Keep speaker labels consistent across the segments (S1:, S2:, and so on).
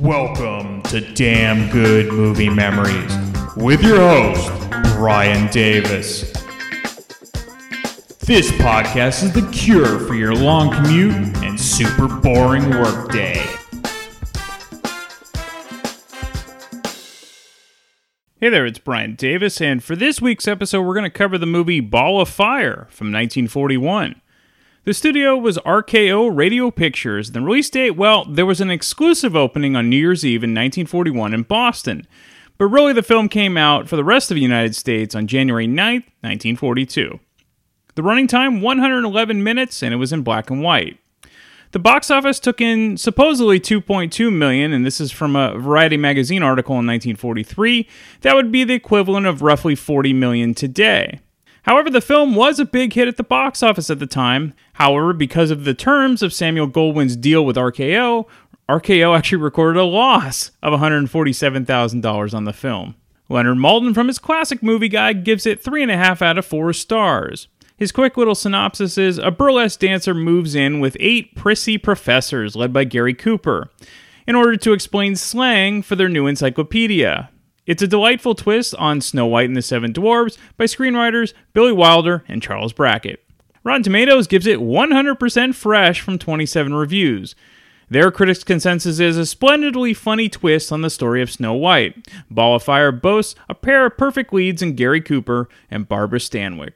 S1: Welcome to Damn Good Movie Memories with your host, Brian Davis. This podcast is the cure for your long commute and super boring workday. Hey there, it's Brian Davis, and for this week's episode, we're going to cover the movie Ball of Fire from 1941. The studio was RKO Radio Pictures. The release date, well, there was an exclusive opening on New Year's Eve in 1941 in Boston. But really, the film came out for the rest of the United States on January 9th, 1942. The running time, 111 minutes, and it was in black and white. The box office took in supposedly 2.2 million, and this is from a Variety magazine article in 1943. That would be the equivalent of roughly 40 million today. However, the film was a big hit at the box office at the time. However, because of the terms of Samuel Goldwyn's deal with RKO, RKO actually recorded a loss of $147,000 on the film. Leonard Maltin from his classic movie guide gives it 3.5 out of 4 stars. His quick little synopsis is A burlesque dancer moves in with eight prissy professors led by Gary Cooper in order to explain slang for their new encyclopedia. It's a delightful twist on Snow White and the Seven Dwarfs by screenwriters Billy Wilder and Charles Brackett. Rotten Tomatoes gives it 100% fresh from 27 reviews. Their critics' consensus is a splendidly funny twist on the story of Snow White. Ball of Fire boasts a pair of perfect leads in Gary Cooper and Barbara Stanwyck.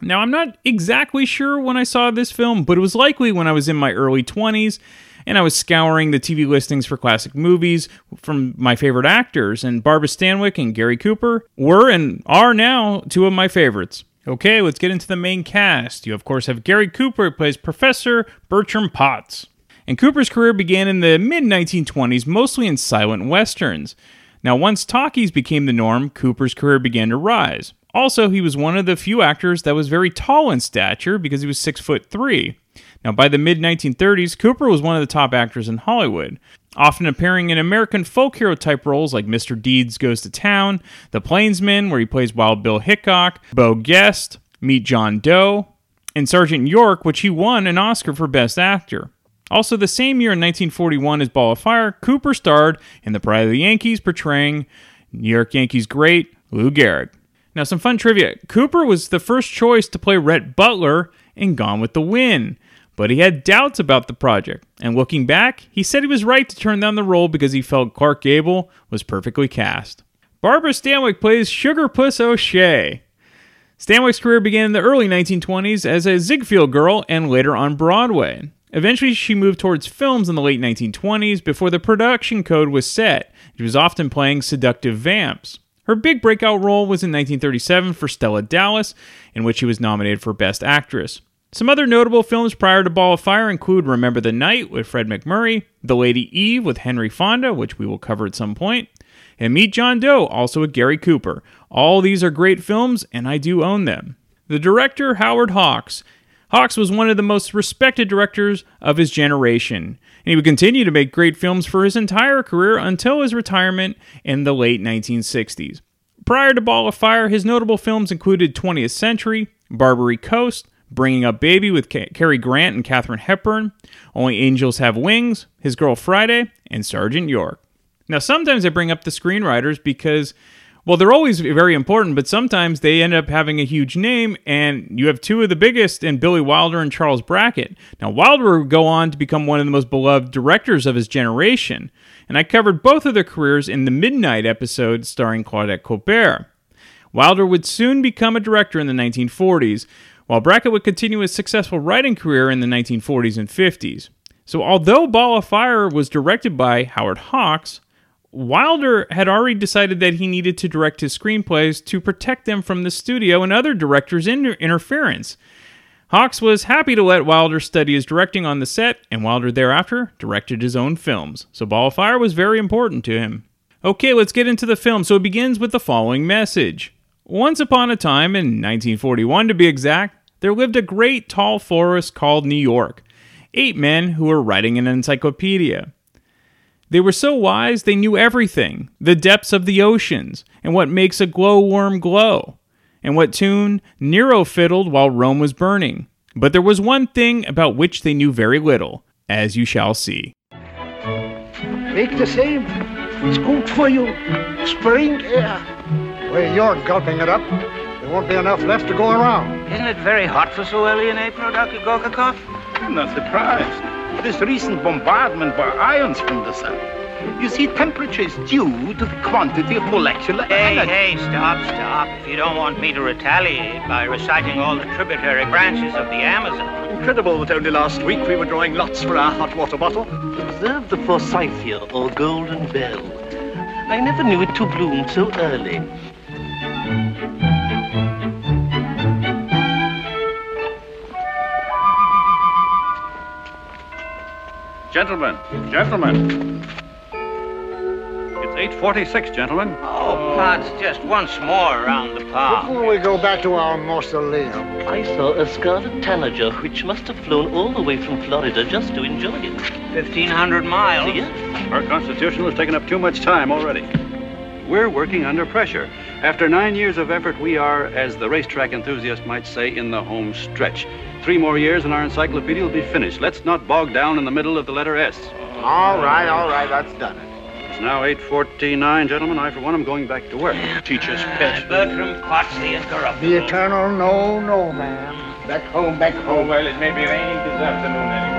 S1: Now, I'm not exactly sure when I saw this film, but it was likely when I was in my early 20s and I was scouring the TV listings for classic movies from my favorite actors, and Barbara Stanwyck and Gary Cooper were and are now two of my favorites. Okay, let's get into the main cast. You, of course, have Gary Cooper, who plays Professor Bertram Potts. And Cooper's career began in the mid 1920s, mostly in silent westerns. Now, once talkies became the norm, Cooper's career began to rise. Also, he was one of the few actors that was very tall in stature because he was six foot three. Now, by the mid 1930s, Cooper was one of the top actors in Hollywood, often appearing in American folk hero type roles like Mr. Deeds Goes to Town, The Plainsman, where he plays Wild Bill Hickok, Beau Guest, Meet John Doe, and Sergeant York, which he won an Oscar for Best Actor. Also, the same year in 1941 as Ball of Fire, Cooper starred in The Pride of the Yankees, portraying New York Yankees great Lou Gehrig. Now, some fun trivia Cooper was the first choice to play Rhett Butler in Gone with the Wind, but he had doubts about the project. And looking back, he said he was right to turn down the role because he felt Clark Gable was perfectly cast. Barbara Stanwyck plays Sugar Puss O'Shea. Stanwyck's career began in the early 1920s as a Ziegfeld girl and later on Broadway. Eventually, she moved towards films in the late 1920s before the production code was set. She was often playing seductive vamps. Her big breakout role was in 1937 for Stella Dallas, in which she was nominated for Best Actress. Some other notable films prior to Ball of Fire include Remember the Night with Fred McMurray, The Lady Eve with Henry Fonda, which we will cover at some point, and Meet John Doe, also with Gary Cooper. All these are great films, and I do own them. The director, Howard Hawks. Hawks was one of the most respected directors of his generation, and he would continue to make great films for his entire career until his retirement in the late 1960s. Prior to Ball of Fire, his notable films included 20th Century, Barbary Coast, Bringing Up Baby with Ca- Cary Grant and Katharine Hepburn, Only Angels Have Wings, His Girl Friday, and Sergeant York. Now, sometimes I bring up the screenwriters because, well, they're always very important, but sometimes they end up having a huge name, and you have two of the biggest in Billy Wilder and Charles Brackett. Now, Wilder would go on to become one of the most beloved directors of his generation, and I covered both of their careers in the Midnight episode starring Claudette Colbert. Wilder would soon become a director in the 1940s, while Brackett would continue his successful writing career in the 1940s and 50s. So, although Ball of Fire was directed by Howard Hawks, Wilder had already decided that he needed to direct his screenplays to protect them from the studio and other directors' inter- interference. Hawks was happy to let Wilder study his directing on the set, and Wilder thereafter directed his own films, so Ball of Fire was very important to him. Okay, let's get into the film. So it begins with the following message Once upon a time, in 1941 to be exact, there lived a great tall forest called New York. Eight men who were writing an encyclopedia. They were so wise they knew everything the depths of the oceans, and what makes a glowworm glow, and what tune Nero fiddled while Rome was burning. But there was one thing about which they knew very little, as you shall see.
S2: Make the same. It's good for you. Spring air.
S3: The way you're gulping it up, there won't be enough left to go around.
S4: Isn't it very hot for so early in April, Dr. Gorkakov?
S5: I'm not surprised. This recent bombardment by ions from the sun. You see, temperature is due to the quantity of molecular
S4: Hey,
S5: energy.
S4: hey, stop, stop. If you don't want me to retaliate by reciting all the tributary branches of the Amazon.
S6: Incredible that only last week we were drawing lots for our hot water bottle.
S7: Observe the forsythia, or golden bell. I never knew it to bloom so early.
S8: Gentlemen, gentlemen. It's 8.46, gentlemen.
S4: Oh, Pods, just once more around the park.
S3: Before we go back to our mausoleum,
S7: I saw a scarlet tanager which must have flown all the way from Florida just to enjoy it.
S4: 1,500 miles.
S7: Yes.
S8: Our Constitution has taken up too much time already. We're working under pressure. After nine years of effort, we are, as the racetrack enthusiast might say, in the home stretch. Three more years and our encyclopedia will be finished. Let's not bog down in the middle of the letter S.
S3: all right, all right, that's done it.
S8: It's now 8.49, gentlemen. I, for one, am going back to work. Teacher's
S4: Uh, Bertram Potts, the incorruptible.
S3: The eternal no, no, man. Back home, back home.
S5: well, it may be raining this afternoon anyway.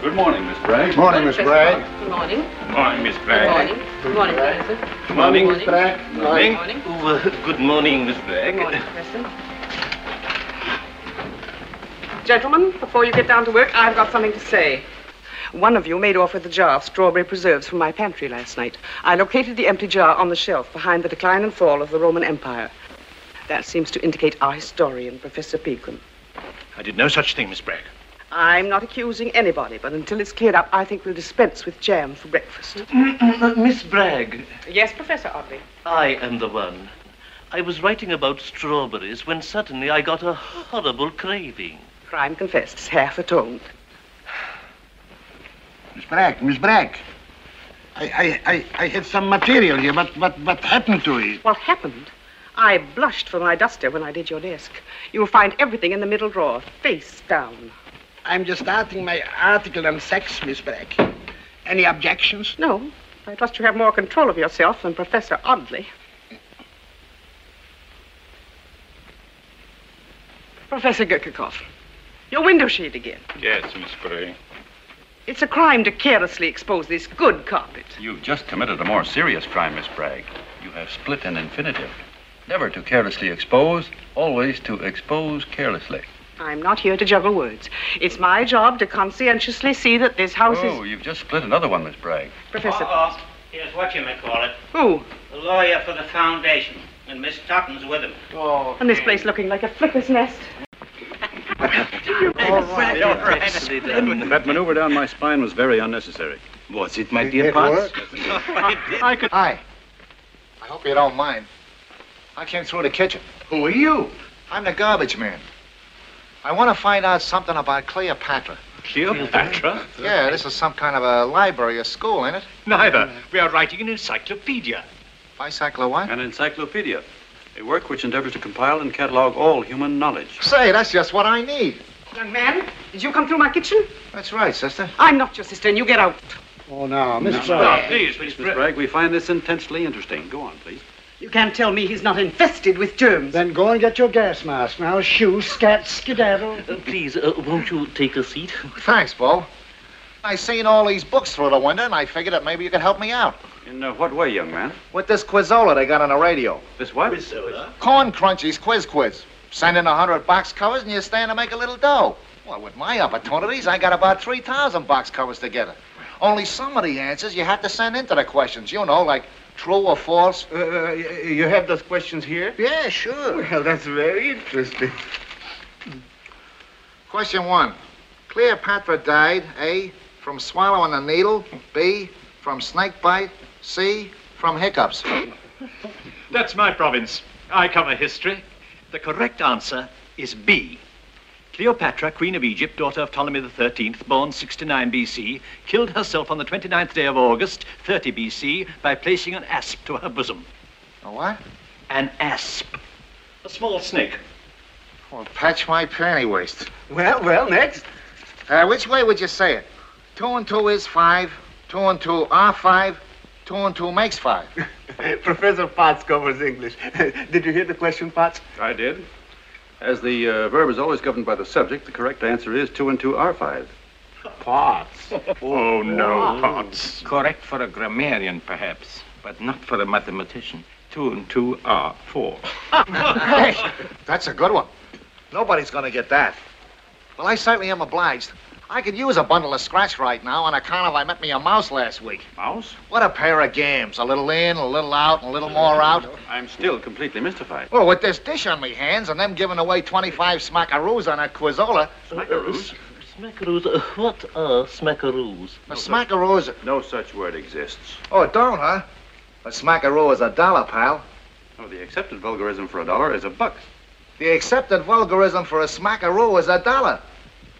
S8: Good morning, Miss Bragg.
S3: Morning, Miss Bragg.
S9: Good morning.
S5: Good morning, Miss
S9: Good
S5: Bragg.
S9: morning. Good morning, Professor.
S5: Good morning.
S3: Miss Bragg.
S9: Good
S5: Morning.
S9: morning.
S7: Oh, uh, good morning, Miss
S9: Good morning,
S7: Bragg.
S9: Professor. Gentlemen, before you get down to work, I've got something to say. One of you made off with a jar of strawberry preserves from my pantry last night. I located the empty jar on the shelf behind the decline and fall of the Roman Empire. That seems to indicate our historian, Professor Pegram.
S6: I did no such thing, Miss Bragg.
S9: I'm not accusing anybody, but until it's cleared up, I think we'll dispense with jam for breakfast.
S3: Mm,
S7: Uh, Miss Bragg,
S9: Yes, Professor Audley.
S7: I am the one. I was writing about strawberries when suddenly I got a horrible craving.
S9: Crime confessed, is half atoned.
S3: Miss Bragg, Miss Bragg. I, I, I, I had some material here, but what, what happened to it?
S9: What happened? I blushed for my duster when I did your desk. You'll find everything in the middle drawer, face down.
S2: I'm just starting my article on sex, Miss Bragg. Any objections?
S9: No, I trust you have more control of yourself than Professor Audley. Professor Gurkakov, your window shade again.
S5: Yes, Miss Bragg.
S9: It's a crime to carelessly expose this good carpet.
S8: You've just committed a more serious crime, Miss Bragg. You have split an infinitive. Never to carelessly expose, always to expose carelessly.
S9: I'm not here to juggle words. It's my job to conscientiously see that this house
S8: Oh,
S9: is.
S8: you've just split another one, Miss Bragg.
S9: Professor.
S4: Uh-oh. Here's what you may call it.
S9: Who?
S4: The lawyer for the foundation. And Miss Totten's with him.
S9: And this place looking like a flicker's nest.
S7: Nicely done.
S8: That maneuver down my spine was very unnecessary. Was it, my
S3: It worked.
S8: I could.
S3: Hi. I hope you don't mind. I came through the kitchen.
S6: Who are you?
S3: I'm the garbage man. I want to find out something about Cleopatra.
S6: Cleopatra?
S3: Yeah, this is some kind of a library or school, ain't it?
S6: Neither. We are writing an encyclopedia.
S3: Bicycle what?
S8: An encyclopedia, a work which endeavors to compile and catalog all human knowledge.
S3: Say, that's just what I need.
S9: Young man, did you come through my kitchen?
S3: That's right, sister.
S9: I'm not your sister, and you get out.
S2: Oh, now, Miss
S8: Oh, please, Miss Bragg, we find this intensely interesting. Go on, please.
S9: You can't tell me he's not infested with germs.
S2: Then go and get your gas mask. Now, shoo, scat, skedaddle.
S7: Uh, please, uh, won't you take a seat?
S3: Thanks, Bo. I seen all these books through the window, and I figured that maybe you could help me out.
S8: In uh, what way, young man?
S3: With this quizola they got on the radio.
S8: This what?
S3: Corn Crunchies Quiz Quiz. Send in a hundred box covers, and you stand to make a little dough. Well, with my opportunities, I got about 3,000 box covers together. Only some of the answers you have to send into the questions, you know, like true or false.
S6: Uh, you have those questions here?
S3: Yeah, sure.
S6: Well, that's very interesting.
S3: Question one Cleopatra died, A, from swallowing a needle, B, From snake bite, C, from hiccups.
S7: That's my province. I cover history. The correct answer is B. Cleopatra, Queen of Egypt, daughter of Ptolemy XIII, born 69 BC, killed herself on the 29th day of August, 30 BC, by placing an asp to her bosom.
S3: A what?
S7: An asp. A small snake.
S3: Well, patch my panty waist.
S6: Well, well, next.
S3: Uh, which way would you say it? Two and two is five. Two and two are five. Two and two makes five.
S6: Professor Potts covers English. Did you hear the question, Potts?
S8: I did. As the uh, verb is always governed by the subject, the correct answer is two and two are five.
S6: Potts.
S10: Oh, no,
S6: Wow.
S10: Potts.
S11: Correct for a grammarian, perhaps, but not for a mathematician. Two and two are four.
S3: hey, that's a good one. Nobody's gonna get that. Well, I certainly am obliged. I could use a bundle of scratch right now on account of I met me a mouse last week.
S8: Mouse?
S3: What a pair of games. A little in, a little out, and a little more out.
S8: I'm still completely mystified.
S3: Well, with this dish on me hands and them giving away 25 smackaroos on a quizzola.
S8: Smackaroos?
S12: Smackaroos, uh, what are smackaroos?
S3: A smackaroo is a...
S8: No such word exists.
S3: Oh, it don't, huh? A smackaroo is a dollar, pal.
S8: Oh, the accepted vulgarism for a dollar is a buck.
S3: The accepted vulgarism for a smackaroo is a dollar.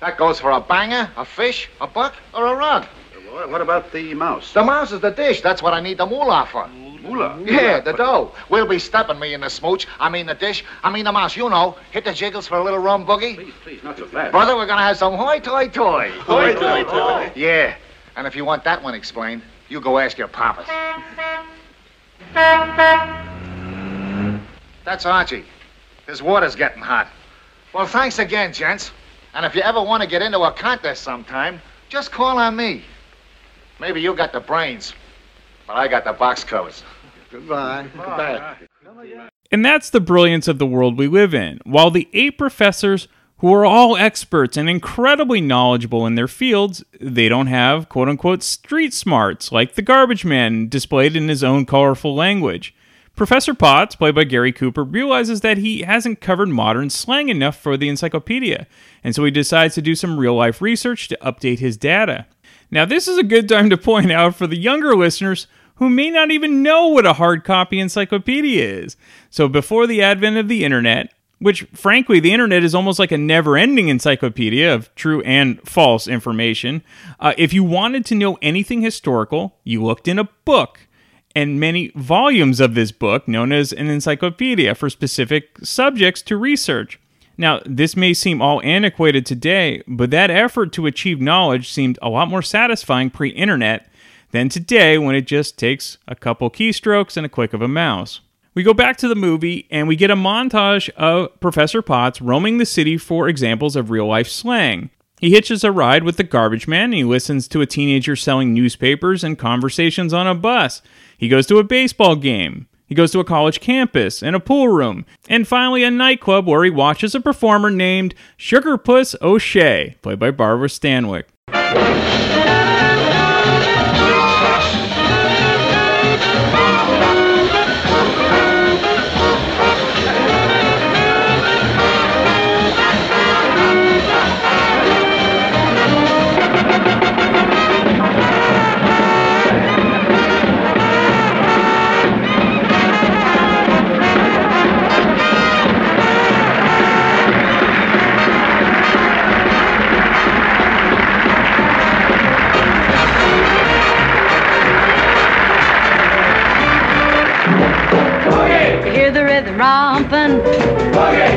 S3: That goes for a banger, a fish, a buck, or a rug.
S8: What what about the mouse?
S3: The mouse is the dish. That's what I need the moolah for.
S8: Moolah.
S3: Yeah, the dough. We'll be stepping me in the smooch. I mean the dish. I mean the mouse. You know, hit the jiggles for a little rum boogie.
S8: Please, not so fast.
S3: Brother, we're gonna have some hoi toy toy.
S8: Hoi toi toi.
S3: Yeah, and if you want that one explained, you go ask your papas. Mm-hmm. That's Archie. His water's getting hot. Well, thanks again, gents. And if you ever want to get into a contest sometime, just call on me. Maybe you got the brains, but I got the box covers.
S6: Goodbye.
S3: Goodbye.
S1: And that's the brilliance of the world we live in. While the eight professors, who are all experts and incredibly knowledgeable in their fields, they don't have quote unquote street smarts like the garbage man displayed in his own colorful language. Professor Potts, played by Gary Cooper, realizes that he hasn't covered modern slang enough for the encyclopedia, and so he decides to do some real life research to update his data. Now, this is a good time to point out for the younger listeners who may not even know what a hard copy encyclopedia is. So, before the advent of the internet, which frankly, the internet is almost like a never ending encyclopedia of true and false information, uh, if you wanted to know anything historical, you looked in a book. And many volumes of this book, known as an encyclopedia, for specific subjects to research. Now, this may seem all antiquated today, but that effort to achieve knowledge seemed a lot more satisfying pre internet than today when it just takes a couple keystrokes and a click of a mouse. We go back to the movie and we get a montage of Professor Potts roaming the city for examples of real life slang. He hitches a ride with the garbage man and he listens to a teenager selling newspapers and conversations on a bus. He goes to a baseball game. He goes to a college campus and a pool room, and finally a nightclub where he watches a performer named Sugar Puss O'Shea, played by Barbara Stanwyck.
S13: You hear the rhythm romping.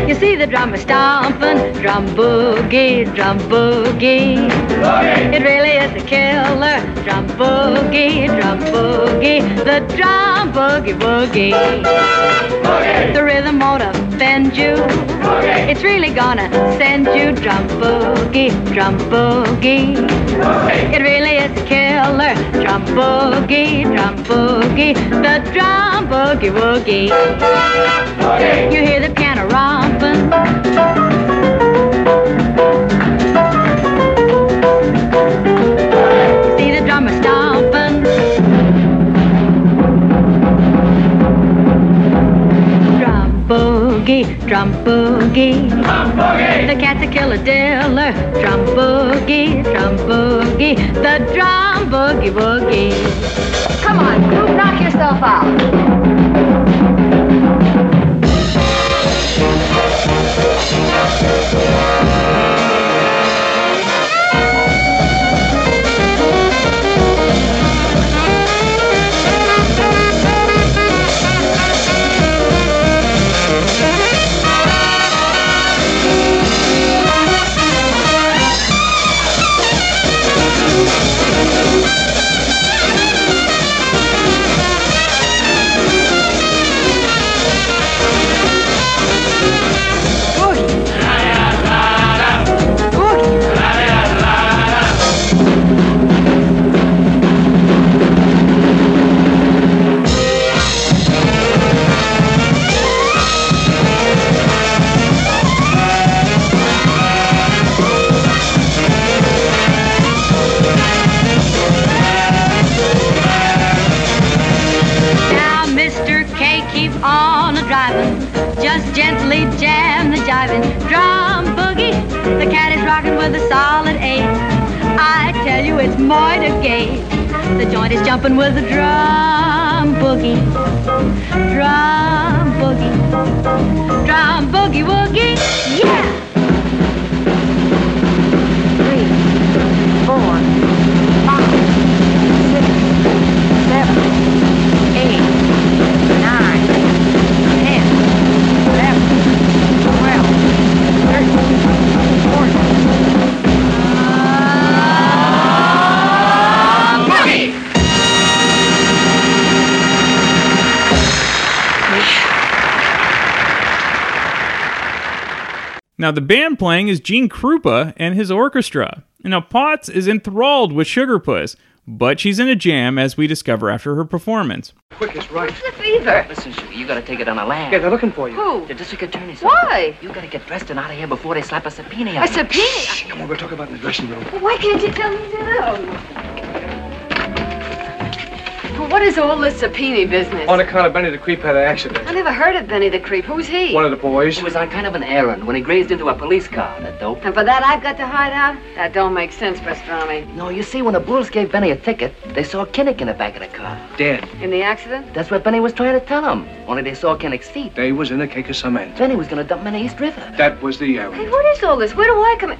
S13: You see the drummer stomping. Drum boogie, drum boogie. It really is a killer. Drum boogie, drum boogie. The drum boogie boogie. The rhythm won't offend you. It's really gonna send you drum boogie, drum boogie. It really is a killer. Drum boogie, drum boogie. The drum boogie woogie. You hear the piano romping. You see the drummer stomping. Drum boogie, boogie, drum boogie. The cat's a killer diller, drum boogie, drum boogie, the drum boogie woogie. Come on, group, knock yourself out. Now, Mr. K, keep on a driving. Just gently jam the jiving drum boogie. The cat is rocking with a solid eight. I tell you, it's moiter gay. The joint is jumping with the drum boogie. Drum boogie. Drum boogie woogie. Yeah! Three, four, five, six, seven, eight, nine, ten, eleven, twelve, thirteen, fourteen.
S1: Now, the band playing is Gene Krupa and his orchestra. And Now, Potts is enthralled with Sugar Puss, but she's in a jam as we discover after her performance.
S3: Quick is right.
S14: The fever.
S5: Listen, Sugar, you gotta take it on a lamb.
S3: Yeah, they're looking for you.
S14: Who?
S5: The district attorney's
S14: Why?
S5: You gotta get dressed and out of here before they slap a subpoena. on
S14: A
S5: you.
S14: subpoena.
S3: Come on, we'll talk about it in the dressing room.
S14: Why can't you tell me now? What is all this subpoena business?
S3: On account of Benny the Creep had an accident.
S14: I never heard of Benny the Creep. Who's he?
S3: One of the boys. He
S5: was on kind of an errand when he grazed into a police car. That dope.
S14: And for that, I've got to hide out? That don't make sense, Pastrami.
S5: No, you see, when the Bulls gave Benny a ticket, they saw Kinnick in the back of the
S3: Ah,
S5: car. Dead.
S14: In the accident?
S5: That's what Benny was trying to tell him. Only they saw Kinnick's feet. They was in a cake of cement. Benny was gonna dump him in the East River.
S3: That was the uh, errand.
S14: Hey, what is all this? Where do I come in?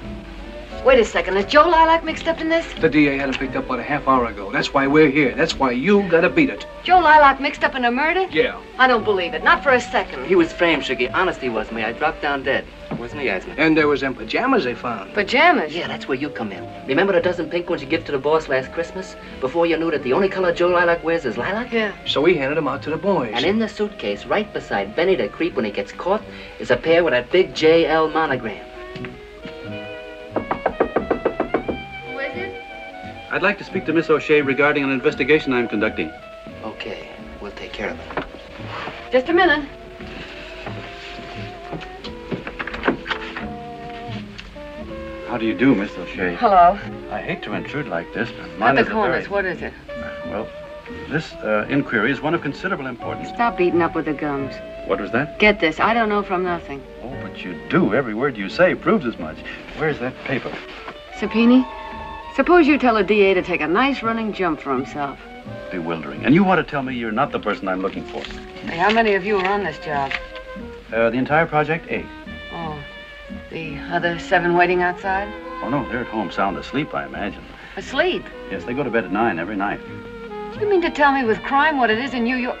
S14: Wait a second. Is Joe Lilac mixed up in this?
S3: The DA had him picked up about a half hour ago. That's why we're here. That's why you gotta beat it.
S14: Joe Lilac mixed up in a murder?
S3: Yeah.
S14: I don't believe it. Not for a second.
S5: He was framed, Sugar. Honestly, was me. I dropped down dead. Wasn't he, Asman?
S3: And there was them pajamas they found.
S14: Pajamas?
S5: Yeah, that's where you come in. Remember the dozen pink ones you gave to the boss last Christmas? Before you knew that the only color Joe Lilac wears is lilac?
S14: Yeah.
S3: So we handed them out to the boys.
S5: And in the suitcase, right beside Benny the Creep when he gets caught, is a pair with that big JL monogram.
S14: Who is it?
S8: I'd like to speak to Miss O'Shea regarding an investigation I'm conducting.
S5: Okay, we'll take care of it.
S14: Just a minute.
S8: How do you do, Miss O'Shea?
S14: Hello.
S8: I hate to intrude like this, but
S14: Cut
S8: mine
S14: the
S8: is a very...
S14: corners. What is it?
S8: Well, this uh, inquiry is one of considerable importance.
S14: Stop beating up with the gums.
S8: What was that?
S14: Get this. I don't know from nothing.
S8: Oh, But you do. Every word you say proves as much. Where's that paper?
S14: Sapini, suppose you tell a DA to take a nice running jump for himself.
S8: Bewildering. And you want to tell me you're not the person I'm looking for?
S14: Hey, how many of you are on this job?
S8: Uh, the entire project, eight.
S14: Oh, the other seven waiting outside?
S8: Oh, no, they're at home sound asleep, I imagine.
S14: Asleep.
S8: Yes, they go to bed at nine every night.
S14: You mean to tell me with crime what it is in New York?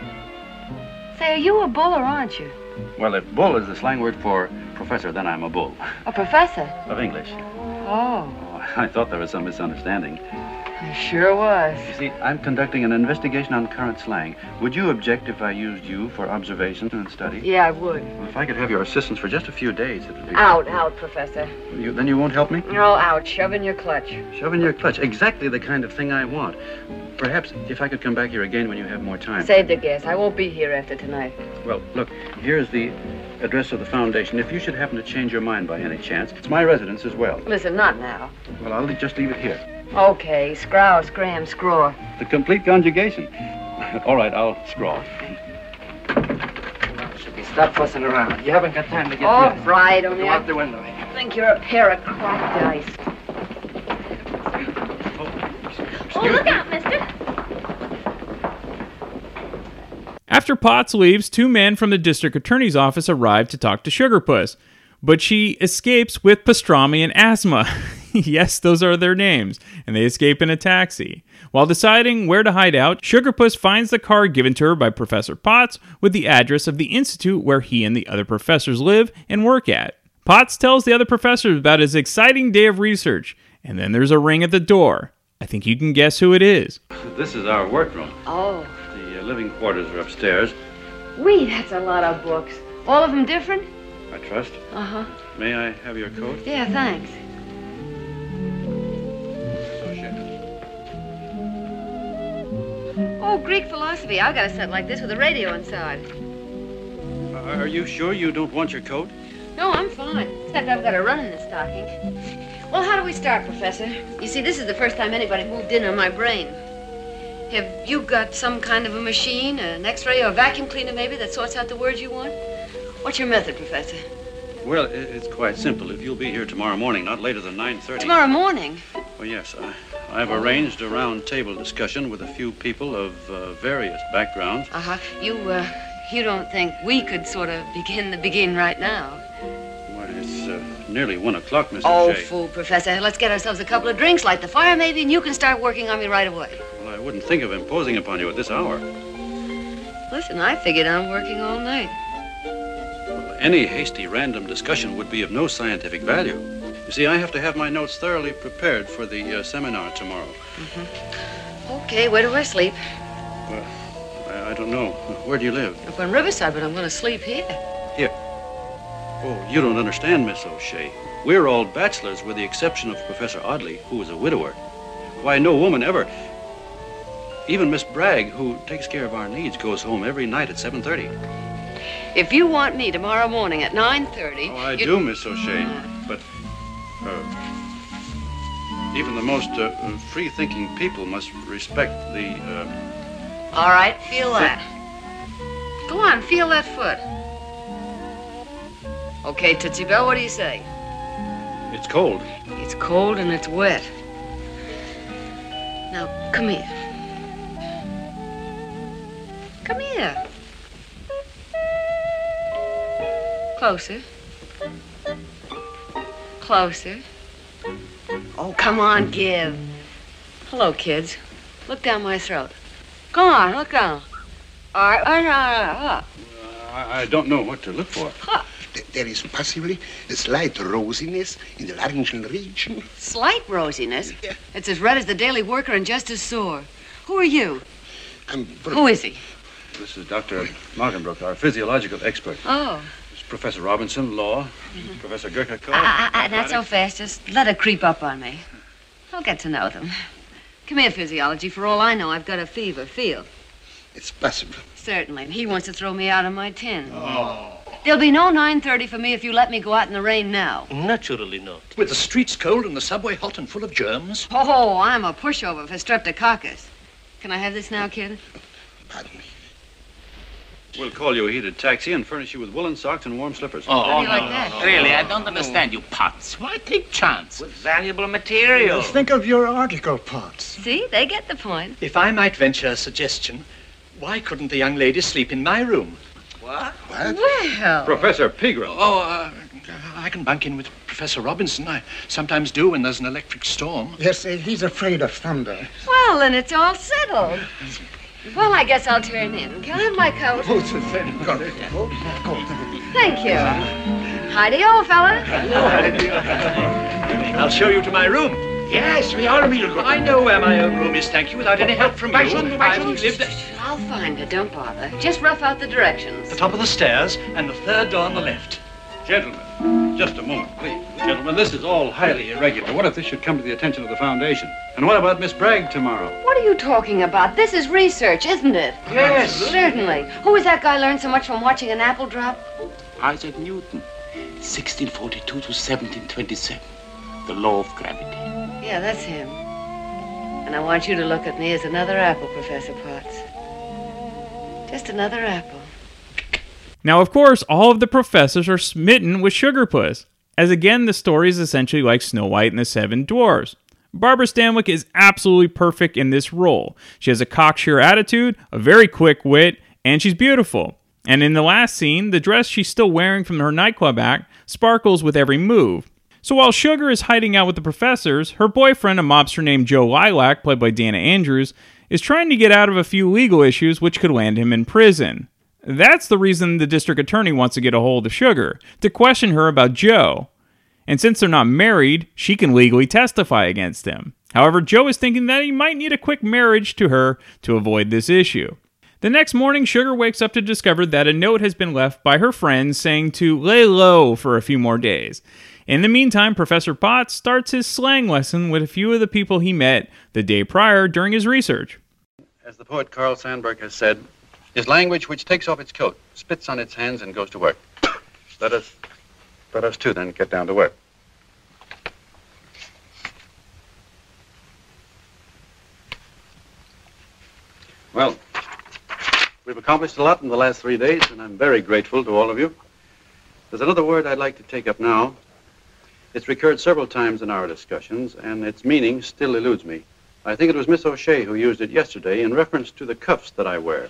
S14: Say, are you a buller, aren't you?
S8: Well, if bull is the slang word for professor, then I'm a bull
S14: A professor?
S8: of English.
S14: Oh,
S8: Oh, I thought there was some misunderstanding.
S14: I sure was.
S8: You see, I'm conducting an investigation on current slang. Would you object if I used you for observation and study?
S14: Yeah, I would.
S8: Well, if I could have your assistance for just a few days, it would be.
S14: Out, out, Professor.
S8: You, then you won't help me?
S14: No, out. Shove in your clutch.
S8: Shove in your clutch. Exactly the kind of thing I want. Perhaps if I could come back here again when you have more time.
S14: Save the gas. I won't be here after tonight.
S8: Well, look, here's the address of the foundation. If you should happen to change your mind by any chance, it's my residence as well.
S14: Listen, not now.
S8: Well, I'll just leave it here.
S14: Okay, scrow, scram, scraw.
S8: The complete conjugation. All right, I'll scrawl.
S5: Should be Stop fussing around. You haven't got time to get
S3: Oh,
S15: All
S5: dressed.
S15: right, only
S5: Go
S15: I-
S5: out the window.
S15: I think you're a pair of crocodiles. Oh, look out, mister.
S1: After Potts leaves, two men from the district attorney's office arrive to talk to Sugarpuss, but she escapes with Pastrami and Asthma. yes, those are their names, and they escape in a taxi. While deciding where to hide out, Sugarpuss finds the card given to her by Professor Potts with the address of the institute where he and the other professors live and work at. Potts tells the other professors about his exciting day of research, and then there's a ring at the door. I think you can guess who it is.
S8: This is our workroom.
S14: Oh,
S8: The uh, living quarters are upstairs,
S14: wait, that's a lot of books. All of them different?
S8: I trust.
S14: Uh huh.
S8: May I have your coat?
S14: Yeah, thanks. Oh, Greek philosophy. I've got a set like this with a radio inside.
S8: Uh, Are you sure you don't want your coat?
S14: No, I'm fine. Except I've got a run in the stocking. Well, how do we start, Professor? You see, this is the first time anybody moved in on my brain. Have you got some kind of a machine, an x ray, or a vacuum cleaner maybe that sorts out the words you want? What's your method, Professor?
S8: Well, i- it's quite simple. If you'll be here tomorrow morning, not later than 9.30.
S14: Tomorrow morning.
S8: Well, yes. I, I've arranged a round table discussion with a few people of uh, various backgrounds.
S14: Uh huh. You, uh, you don't think we could sort of begin the begin right now?
S8: Well, it's uh, nearly 1 o'clock, Mrs.
S14: Oh,
S8: Shea.
S14: fool, Professor. Let's get ourselves a couple of drinks, light the fire maybe, and you can start working on me right away.
S8: Well, I wouldn't think of imposing upon you at this hour.
S14: Listen, I figured I'm working all night.
S8: Any hasty random discussion would be of no scientific value. You see, I have to have my notes thoroughly prepared for the uh, seminar tomorrow.
S14: Okay, where do I sleep?
S8: Well, I, I don't know. Where do you live?
S14: Up on Riverside, but I'm going to sleep here.
S8: Oh, you don't understand, Miss O'Shea. We're all bachelors with the exception of Professor Audley, who is a widower. Why, no woman ever. Even Miss Bragg, who takes care of our needs, goes home every night at 7.30.
S14: If you want me tomorrow morning at 9.30...
S8: Oh, I do, Miss O'Shea. But uh, even the most uh, free-thinking people must respect the... Uh,
S14: All right, feel that. Go on, feel that foot. Okay, Tootsie Bell, what do you say?
S8: it's cold.
S14: It's cold and it's wet. Now, come here. Come here. Closer. Closer. Oh, come on, give. Hello, kids. Look down my throat. Go on, look down. All right, all right, all right.
S8: I, I don't know what to look for.
S16: There is possibly a slight rosiness in the laryngeal region.
S14: Slight rosiness. It's as red as the Daily Worker and just as sore. Who are you?
S16: I'm
S14: Who is he?
S8: This is Dr. Markenbrook, our physiological expert.
S14: Oh,
S8: It's Professor Robinson, law. Professor Gerkakov.
S14: Mm-hmm. ah, ah, ah, not so fast. Just let her creep up on me. I'll get to know them. Come here, physiology. For all I know, I've got a fever. Feel.
S16: It's possible.
S14: Certainly. He wants to throw me out of my tin.
S16: Oh.
S14: There'll be no 9.30 for me if you let me go out in the rain now.
S17: Naturally not.
S7: With the streets cold and the subway hot and full of germs.
S14: Oh, I'm a pushover for streptococcus. Can I have this now, kid?
S8: We'll call you a heated taxi and furnish you with woolen socks and warm slippers.
S14: Oh, How do you like no, that? no, no,
S13: Really, I don't understand
S8: you.
S13: you, Potts. Why take chances? With
S17: valuable material.
S7: Think of your article, Potts.
S14: See, they get the point.
S7: If I might venture a suggestion, why couldn't the young lady sleep in my room?
S17: What?
S14: Well.
S8: Professor Pegram.
S7: Oh, uh, I can bunk in with Professor Robinson. I sometimes do when there's an electric storm.
S16: Yes, uh, he's afraid of thunder.
S14: Well, then it's all settled. Well, I guess I'll turn in. Can I have my coat?
S7: Oh.
S14: Thank you. Heidi, old fella.
S7: I'll show you to my room. Yes, we are a meal. I know where my own room is, thank you, without any help from you. I've lived at
S14: I'll find her. Don't bother. Just rough out the directions.
S7: the top of the stairs and the third door on the left.
S8: Gentlemen, just a moment, please. Gentlemen, this is all highly irregular. What if this should come to the attention of the Foundation? And what about Miss Bragg tomorrow?
S14: What are you talking about? This is research, isn't it?
S8: Yes.
S14: Certainly. Who is that guy learned so much from watching an apple drop?
S13: Isaac Newton, 1642 to 1727. The law of gravity.
S14: Yeah, that's him. And I want you to look at me as another apple, Professor Potts. Just another apple.
S1: Now, of course, all of the professors are smitten with Sugar Puss, as again, the story is essentially like Snow White and the Seven Dwarfs. Barbara Stanwyck is absolutely perfect in this role. She has a cocksure attitude, a very quick wit, and she's beautiful. And in the last scene, the dress she's still wearing from her nightclub act sparkles with every move. So while Sugar is hiding out with the professors, her boyfriend, a mobster named Joe Lilac, played by Dana Andrews, is trying to get out of a few legal issues which could land him in prison. That's the reason the district attorney wants to get a hold of Sugar, to question her about Joe. And since they're not married, she can legally testify against him. However, Joe is thinking that he might need a quick marriage to her to avoid this issue. The next morning, Sugar wakes up to discover that a note has been left by her friends saying to lay low for a few more days. In the meantime, Professor Potts starts his slang lesson with a few of the people he met the day prior during his research.
S8: As the poet Carl Sandburg has said, is language which takes off its coat, spits on its hands, and goes to work. Let us, let us too, then, get down to work. Well, we've accomplished a lot in the last three days, and I'm very grateful to all of you. There's another word I'd like to take up now. It's recurred several times in our discussions, and its meaning still eludes me. I think it was Miss O'Shea who used it yesterday in reference to the cuffs that I wear.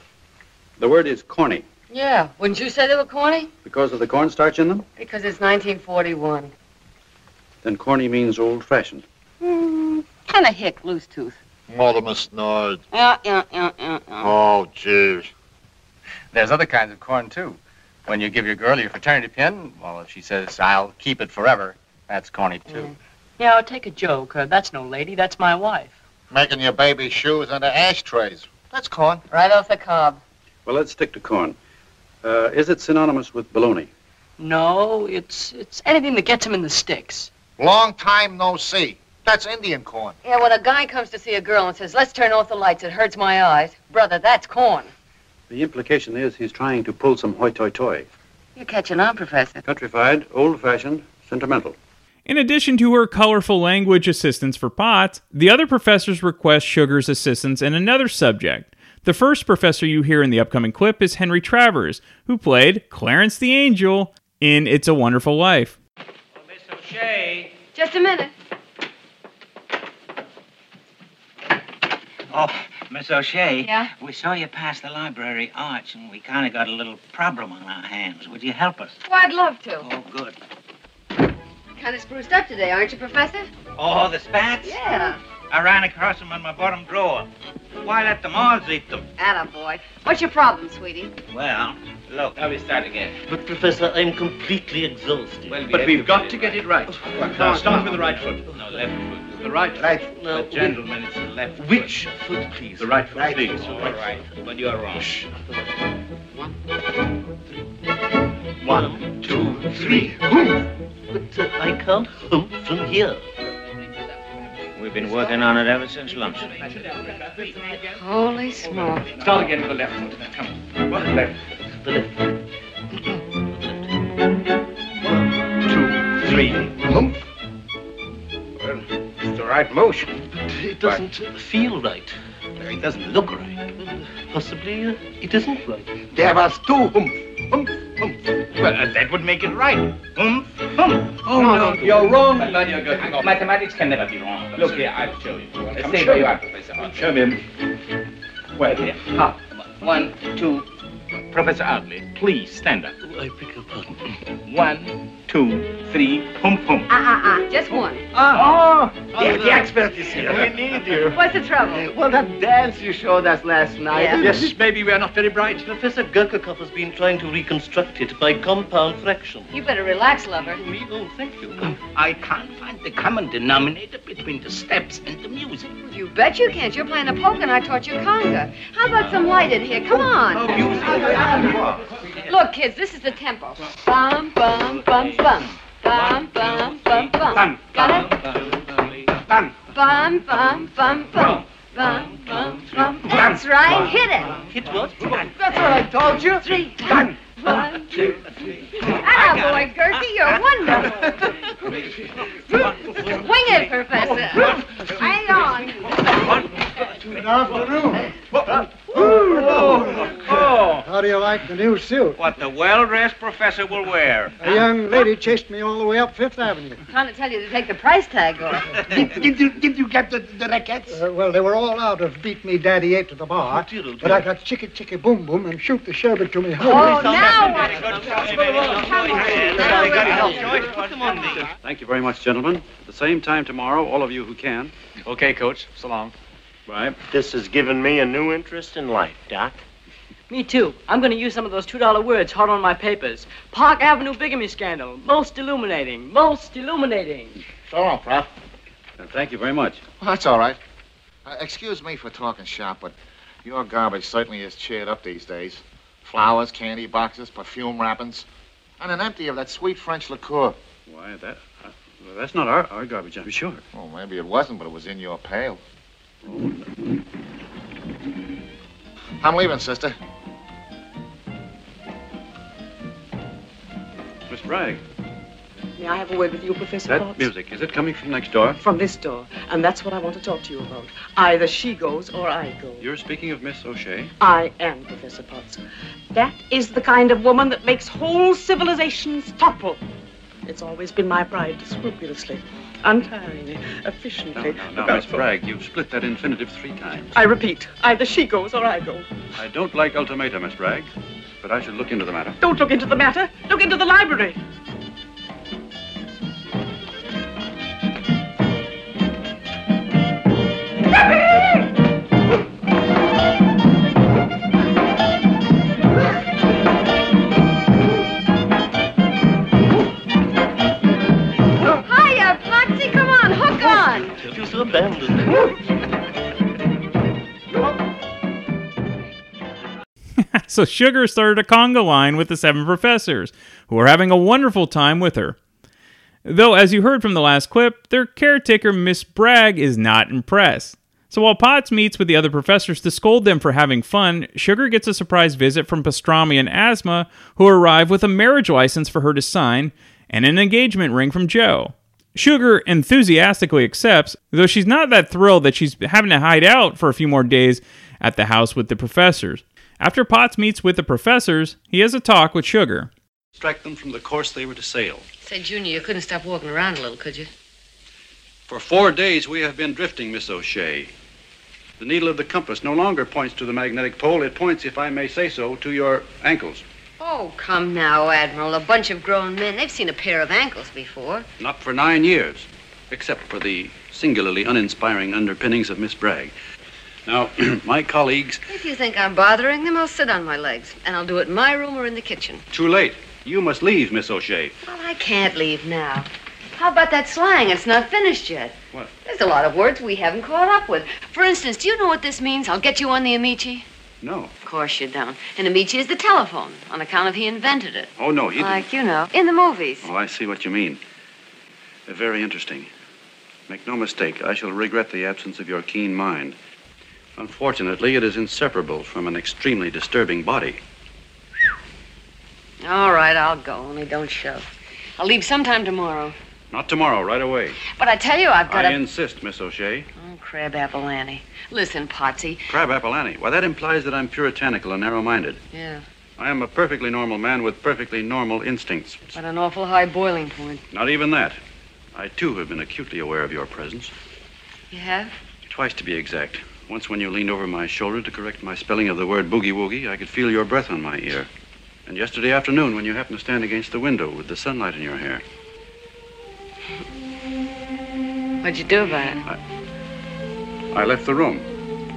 S8: The word is corny
S18: Yeah, wouldn't you say they were corny?
S8: because of the cornstarch in them.
S18: Because it's 1941.
S8: Then corny means old-fashioned.
S18: Hmm, kind of hick, loose tooth.
S6: Mortimer snored.
S18: Yeah, yeah, yeah, yeah, yeah.
S6: Oh, jeez.
S19: There's other kinds of corn, too. When you give your girl your fraternity pin, well, if she says, I'll keep it forever, that's corny, too.
S20: Yeah, take a joke. Uh, that's no lady. That's my wife.
S6: Making your baby shoes into ashtrays.
S19: That's corn.
S18: Right off the cob.
S8: Well, let's stick to corn. Uh, is it synonymous with baloney?
S20: No, it's it's anything that gets him in the sticks.
S3: Long time no see. That's Indian corn.
S18: Yeah, when a guy comes to see a girl and says, let's turn off the lights, it hurts my eyes. Brother, that's corn.
S8: The implication is he's trying to pull some hoi toi toi.
S18: You're catching on, Professor.
S8: Countrified, old-fashioned, sentimental.
S1: In addition to her colorful language assistance for Potts, the other professors request Sugar's assistance in another subject. The first professor you hear in the upcoming clip is Henry Travers, who played Clarence the Angel in It's a Wonderful Life.
S4: Shay.
S14: Just a minute.
S4: Oh, Miss O'Shea.
S14: Yeah?
S4: We saw you pass the library arch, and we kind of got a little problem on our hands. Would you help us?
S14: Oh, I'd love to.
S4: Oh, good.
S14: Kind of spruced up today, aren't you, Professor?
S4: Oh, the spats?
S14: Yeah.
S4: I ran across them in my bottom drawer. Why let the moths eat them?
S14: Attaboy. What's your problem, sweetie?
S4: Well, look. Now we start again.
S17: But, Professor, I'm completely exhausted.
S7: But we've got to get it right. Now, start with the right foot.
S17: No, left foot.
S7: The right foot. Right.
S17: No,
S7: gentlemen, it's the left foot. Which foot, please? The right foot, please. All right. But you are wrong.
S17: One, two, three, hoof. But uh, I can't hoof from here.
S4: We've been working on it ever since lunch.
S14: Holy smoke.
S7: Start again with the left foot. Come on. One left.
S17: The left foot.
S7: Three. Move. Well, it's the right motion.
S17: It doesn't feel right. It doesn't look right. Possibly uh, it isn't right.
S7: There was two humph, humph, humph. Well, uh, that would make it right. Humph, humph. Oh, no, you're wrong. But you're good. Mathematics can never be wrong. Look here, I'll show you. Well,
S19: stay
S7: show
S19: where you
S7: me.
S19: are,
S7: Show me. Well, here. Ah, one, two. Professor Audley, please stand up.
S17: Oh,
S7: I beg your pardon. One, two, three, humph, humph.
S14: Uh-uh-uh. Ah, Just one.
S7: Oh,
S14: Oh,
S7: the,
S14: the-
S7: the expert is here.
S14: We
S7: Oh, need you.
S14: What's the trouble?
S19: Well, that dance you showed us last night.
S7: Yes, maybe we are not very bright.
S17: Professor Gurkakov has been trying to reconstruct it by compound fraction.
S14: You better relax, lover.
S17: Me? Oh, thank you.
S20: I can't find the common denominator between the steps and the music.
S14: You bet you can't. You're playing a polka and I taught you conga. How about some light in here? Come
S19: Oh,
S14: on. Look, kids, this is the tempo. Bum, bum, bum, bum. Bum, bum, bum, bum. Got it? Bum, bum, bum, bum. Bum, bum, bum. That's right. Hit it.
S17: Hit what?
S14: That's what I told you. Three. Bum. One, two, three. Ah, boy, Gertie, you're wonderful. Wing it, Professor. Hang on.
S7: Good afternoon. Oh, oh,
S21: How do you like the new suit?
S4: What the well-dressed professor will wear.
S21: A young lady chased me all the way up Fifth Avenue.
S14: Trying to tell you to take the price tag off.
S21: Did you, did you get the, the rackets? Uh, well, they were all out of Beat Me Daddy Eight to the bar. But I got Chicka Chicka Boom Boom and Shoot the Sherbet to Me Honey.
S14: Oh, now what?
S8: Thank you very much, gentlemen. At the same time tomorrow, all of you who can. Okay, Coach. So long. Bye.
S22: This has given me a new interest in life, Doc.
S23: Me too. I'm going to use some of those $2 words hard on my papers. Park Avenue bigamy scandal. Most illuminating. Most illuminating.
S3: So long, Prof.
S8: Uh, Thank you very much.
S3: Well, that's all right. Uh, excuse me for talking shop, but your garbage certainly is cheered up these days. Flowers, candy boxes, perfume wrappings, and an empty of that sweet French liqueur.
S8: Why, that, uh, well, that's not our, our garbage, I'm sure.
S3: Oh, maybe it wasn't, but it was in your pail.
S8: Oh.
S3: I'm leaving, sister.
S8: Miss Bragg,
S24: May I have a word with you, Professor
S8: that
S24: Potts?
S8: music, is it coming from next door?
S24: From this door. And that's what I want to talk to you about. Either she goes or I go.
S8: You're speaking of Miss O'Shea?
S24: I am Professor Potts. That is the kind of woman that makes whole civilizations topple. It's always been my pride, scrupulously, untiringly, efficiently.
S8: No, no, Miss Bragg, you've split that infinitive three times.
S24: I repeat, either she goes or I go.
S8: I don't like ultimatum, Miss Bragg, but I should look into the matter.
S24: Don't look into the matter. Look into the library.
S14: Hiya, Foxy. Come on, hook on.
S17: Just abandoned.
S1: so Sugar started a conga line with the seven professors, who are having a wonderful time with her. Though, as you heard from the last clip, their caretaker, Miss Bragg, is not impressed. So while Potts meets with the other professors to scold them for having fun, Sugar gets a surprise visit from Pastrami and Asma, who arrive with a marriage license for her to sign and an engagement ring from Joe. Sugar enthusiastically accepts, though she's not that thrilled that she's having to hide out for a few more days at the house with the professors. After Potts meets with the professors, he has a talk with Sugar.
S8: Distract them from the course they were to sail.
S14: Say, Junior, you couldn't stop walking around a little, could you?
S8: For four days we have been drifting, Miss O'Shea. The needle of the compass no longer points to the magnetic pole. It points, if I may say so, to your ankles.
S14: Oh, come now, Admiral. A bunch of grown men. They've seen a pair of ankles before.
S8: Not for nine years, except for the singularly uninspiring underpinnings of Miss Bragg. Now, my colleagues,
S14: If you think I'm bothering them, I'll sit on my legs. And I'll do it in my room or in the kitchen.
S8: too late. You must leave, Miss O'Shea.
S14: Well, I can't leave now. How about that slang? It's not finished yet.
S8: What?
S14: There's a lot of words we haven't caught up with. For instance, do you know what this means? I'll get you on the Amici.
S8: No.
S14: Of course you don't. An Amici is the telephone, on account of he invented it.
S8: Oh, no, he didn't.
S14: like, you know, in the movies.
S8: Oh, I see what you mean. They're very interesting. Make no mistake, I shall regret the absence of your keen mind. Unfortunately, it is inseparable from an extremely disturbing body.
S14: All right, I'll go, only don't shove. I'll leave sometime tomorrow.
S8: Not tomorrow, right away.
S14: But I tell you, I've got
S8: I
S14: a
S8: insist, Miss O'Shea.
S14: Oh, crab apple Annie. Listen, Potsy.
S8: Crab Apple Annie. Why, that implies that I'm puritanical and narrow minded.
S14: Yeah,
S8: I am a perfectly normal man with perfectly normal instincts.
S14: but an awful high boiling point.
S8: Not even that. I, too, have been acutely aware of your presence.
S14: You have?
S8: Twice, to be exact. Once, when you leaned over my shoulder to correct my spelling of the word boogie woogie, I could feel your breath on my ear. And yesterday afternoon, when you happened to stand against the window with the sunlight in your hair,
S14: What'd you do about it?
S8: I left the room,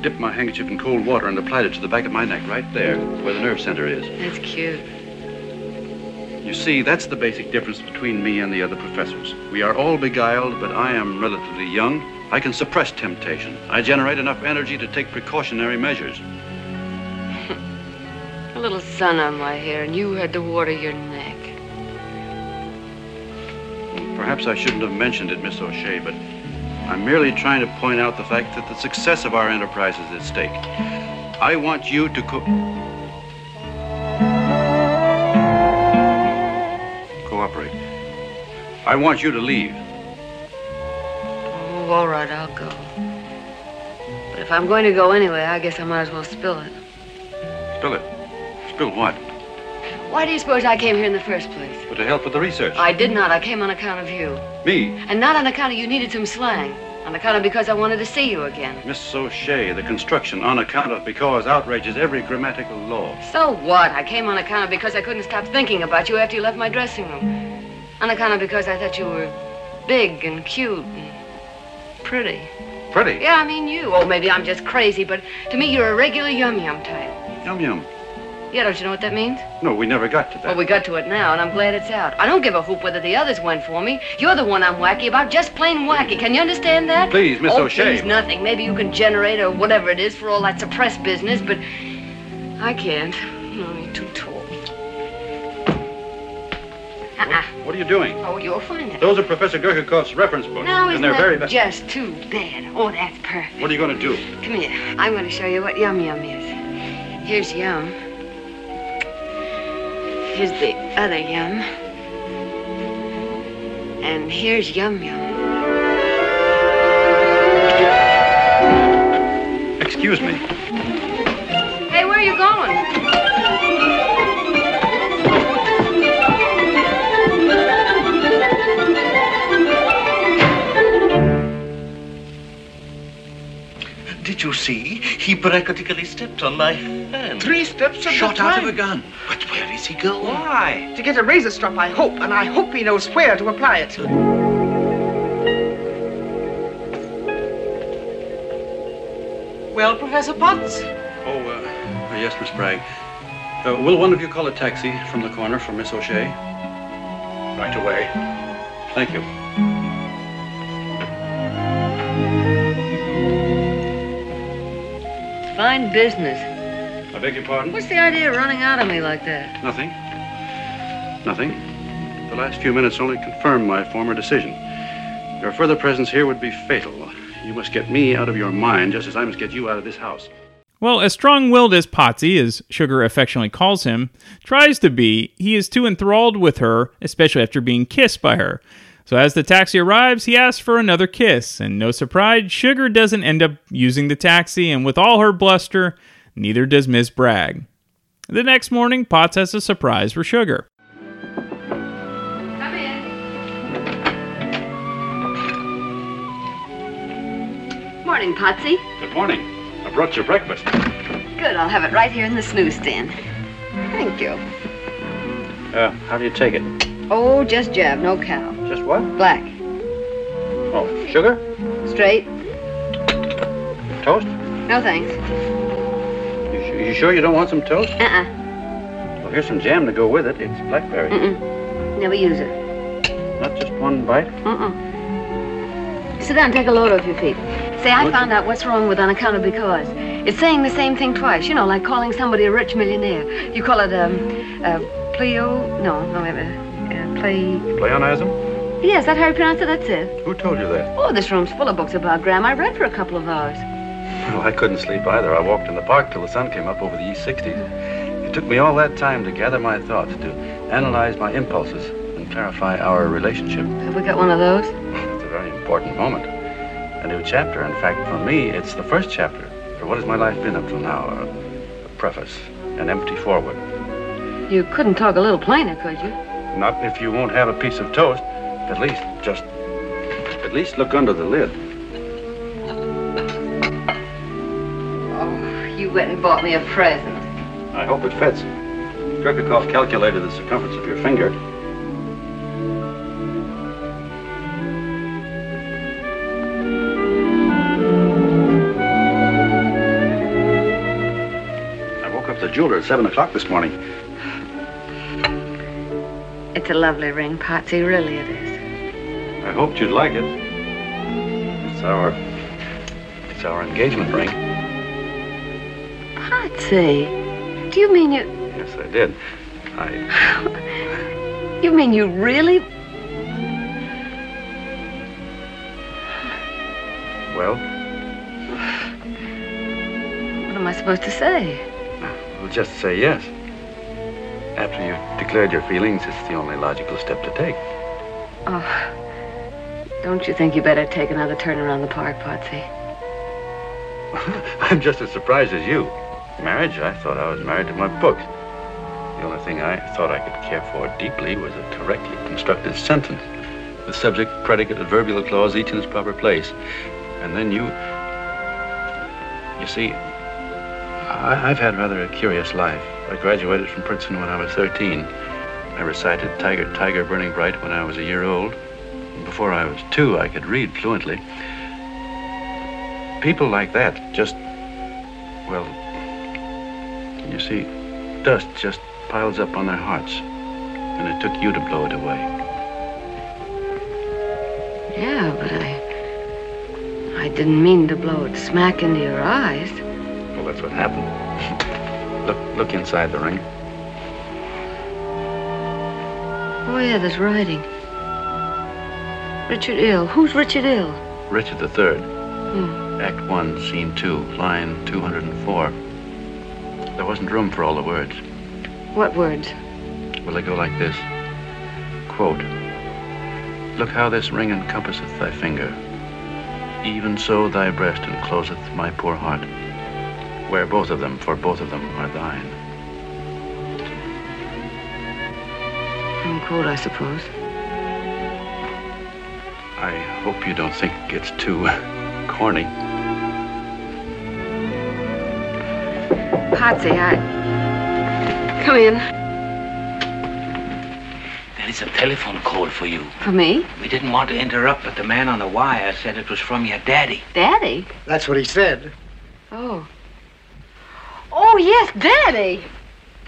S8: dipped my handkerchief in cold water, and applied it to the back of my neck right there, where the nerve center is.
S14: That's cute.
S8: You see, that's the basic difference between me and the other professors. We are all beguiled, but I am relatively young. I can suppress temptation. I generate enough energy to take precautionary measures.
S14: A little sun on my hair, and you had to water your neck.
S8: Perhaps I shouldn't have mentioned it, Miss O'Shea, but I'm merely trying to point out the fact that the success of our enterprise is at stake. I want you to co- cooperate. I want you to leave.
S14: Oh, all right, I'll go. But if I'm going to go anyway, I guess I might as well spill it.
S8: Spill it. Spill what?
S14: Why do you suppose I came here in the first place?
S8: But to help with the research.
S14: I did not. I came on account of you.
S8: Me,
S14: And not on account of you needed some slang. On account of because I wanted to see you again.
S8: Miss O'Shea, the construction on account of because outrages every grammatical law.
S14: So what? I came on account of because I couldn't stop thinking about you after you left my dressing room. On account of because I thought you were big and cute and pretty.
S8: Pretty.
S14: Yeah, I mean you. Oh, maybe I'm just crazy, but to me you're a regular yum yum type.
S8: Yum yum.
S14: Yeah, don't you know what that means?
S8: No, we never got to that.
S14: Well, we got to it now, and I'm glad it's out. I don't give a hoop whether the others went for me. You're the one I'm wacky about, just plain wacky. Can you understand that?
S8: Please, Miss
S14: oh,
S8: O'Shea.
S14: Please, nothing. Maybe you can generate or whatever it is for all that suppressed business, but I can't. I'm only too tall. Uh-uh.
S8: What are you doing?
S14: Oh, you'll find it.
S8: Those are Professor Gerhikov's reference books.
S14: Now
S8: and
S14: isn't
S8: they're
S14: that
S8: very. va-
S14: just too bad? Oh, that's perfect.
S8: What are you going to do?
S14: Come here. I'm going to show you what yum yum is. Here's yum. Here's the other yum. And here's yum yum.
S8: Excuse me.
S14: Hey, where are you going?
S17: Did you see? He practically stepped on my hand.
S24: Three steps at a
S17: Shot out of
S24: time.
S17: a gun. But where is he going?
S24: Why? To get a razor strop, I hope, and I hope he knows where to apply it. Well, Professor Potts?
S8: Oh, uh, yes, Miss Bragg. Uh, will one of you call a taxi from the corner for Miss O'Shea? Right away. Thank you.
S14: Fine business.
S8: I beg your pardon?
S14: What's the idea of running out on me like that?
S8: Nothing. Nothing. The last few minutes only confirmed my former decision. Your further presence here would be fatal. You must get me out of your mind just as I must get you out of this house.
S1: Well, as strong willed as Potsy, as Sugar affectionately calls him, tries to be, he is too enthralled with her, especially after being kissed by her. So, as the taxi arrives, he asks for another kiss, and no surprise, Sugar doesn't end up using the taxi, and with all her bluster, neither does Miss Bragg. The next morning, Potts has a surprise for Sugar.
S14: Come in. Morning, Potsy.
S8: Good morning. I brought you breakfast.
S14: Good, I'll have it right here in the snooze stand. Thank you.
S8: Uh, how do you take it?
S14: Oh, just jab, no cow.
S8: Just what?
S14: Black.
S8: Oh, sugar?
S14: Straight.
S8: Toast?
S14: No thanks.
S8: You, su- you sure you don't want some toast?
S14: Uh-uh.
S8: Well, here's some jam to go with it. It's blackberry.
S14: Never use it.
S8: Not just one bite.
S14: Mm-mm. Sit down, take a load off your feet. Say, I
S8: What?
S14: found out what's wrong with on account of because. It's saying the same thing twice, you know, like calling somebody a rich millionaire. You call it, um, uh, pleo... No, no, wait a minute. Uh, play...
S8: Platonism?
S14: Yeah, is that how you pronounce it? That's it.
S8: Who told you that?
S14: Oh, this room's full of books about grammar. I read for a couple of hours.
S8: Well, Oh, I couldn't sleep either. I walked in the park till the sun came up over the East 60s. It took me all that time to gather my thoughts, to analyze my impulses, and clarify our relationship.
S14: Have we got one of those?
S8: It's a very important moment. A new chapter. In fact, for me, it's the first chapter. For what has my life been up till now? A, a preface, an empty forward.
S14: You couldn't talk a little plainer, could you?
S8: Not if you won't have a piece of toast. At least, just. At least look under the lid.
S14: You went and bought me a present.
S8: I hope it fits. Kirkikoff calculated the circumference of your finger. I woke up the jeweler at 7 o'clock this morning.
S14: It's a lovely ring, Patsy. Really, it is.
S8: I hoped you'd like it. It's our. It's our engagement ring.
S14: Patsy, do you mean you...
S8: Yes, I did. I.
S14: You mean you really
S8: Well,
S14: What am I supposed to say?
S8: we'll just say yes. After you've declared your feelings, it's the only logical step to take.
S14: Oh, don't you think you better take another turn around the park, Patsy?
S8: I'm just as surprised as you. Marriage? I thought I was married to my book. The only thing I thought I could care for deeply was a correctly constructed sentence. The subject, predicate, adverbial clause, each in its proper place. And then you. You see, I, I've had rather a curious life. I graduated from Princeton when I was 13. I recited Tiger, Tiger Burning Bright when I was a year old. Before I was two, I could read fluently. People like that just. Well, you see, dust just piles up on their hearts. And it took you to blow it away.
S14: Yeah, but I. I didn't mean to blow it smack into your eyes.
S8: Well, that's what happened. look, look inside the ring.
S14: Oh, yeah, there's writing. Richard Ill. Who's Richard Ill?
S8: Richard III,
S14: Hmm.
S8: Act One, Scene Two, line 204. There wasn't room for all the words.
S14: What words?
S8: Will they go like this? Quote, Look how this ring encompasseth thy finger. Even so thy breast encloseth my poor heart. Wear both of them, for both of them are thine.
S14: From quote, I suppose.
S8: I hope you don't think it's too corny.
S14: Patsy, I. Come in.
S20: There is a telephone call for you.
S14: For me?
S20: We didn't want to interrupt, but the man on the wire said it was from your daddy.
S14: Daddy?
S21: That's what he said.
S14: Oh. Oh, yes, Daddy.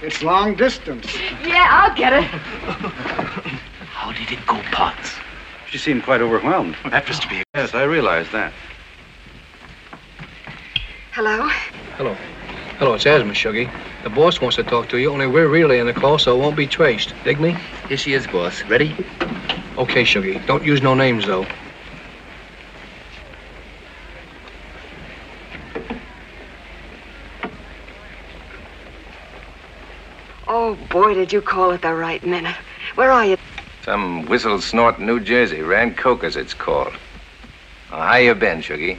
S21: It's long distance.
S14: Yeah, I'll get it.
S8: How did it go, Potts? She seemed quite overwhelmed. That was to be. Yes, I realized that.
S14: Hello?
S25: Hello. Hello, it's Asma, Shuggy. The boss wants to talk to you, only we're really in the call, so it won't be traced. Dig me? Here she is, boss. Ready? Okay, Shuggy. Don't use no names, though.
S14: Oh, boy, did you call at the right minute. Where are you?
S26: Some whistle snort New Jersey, Rancoke as it's called. Now, how you been, Shuggy?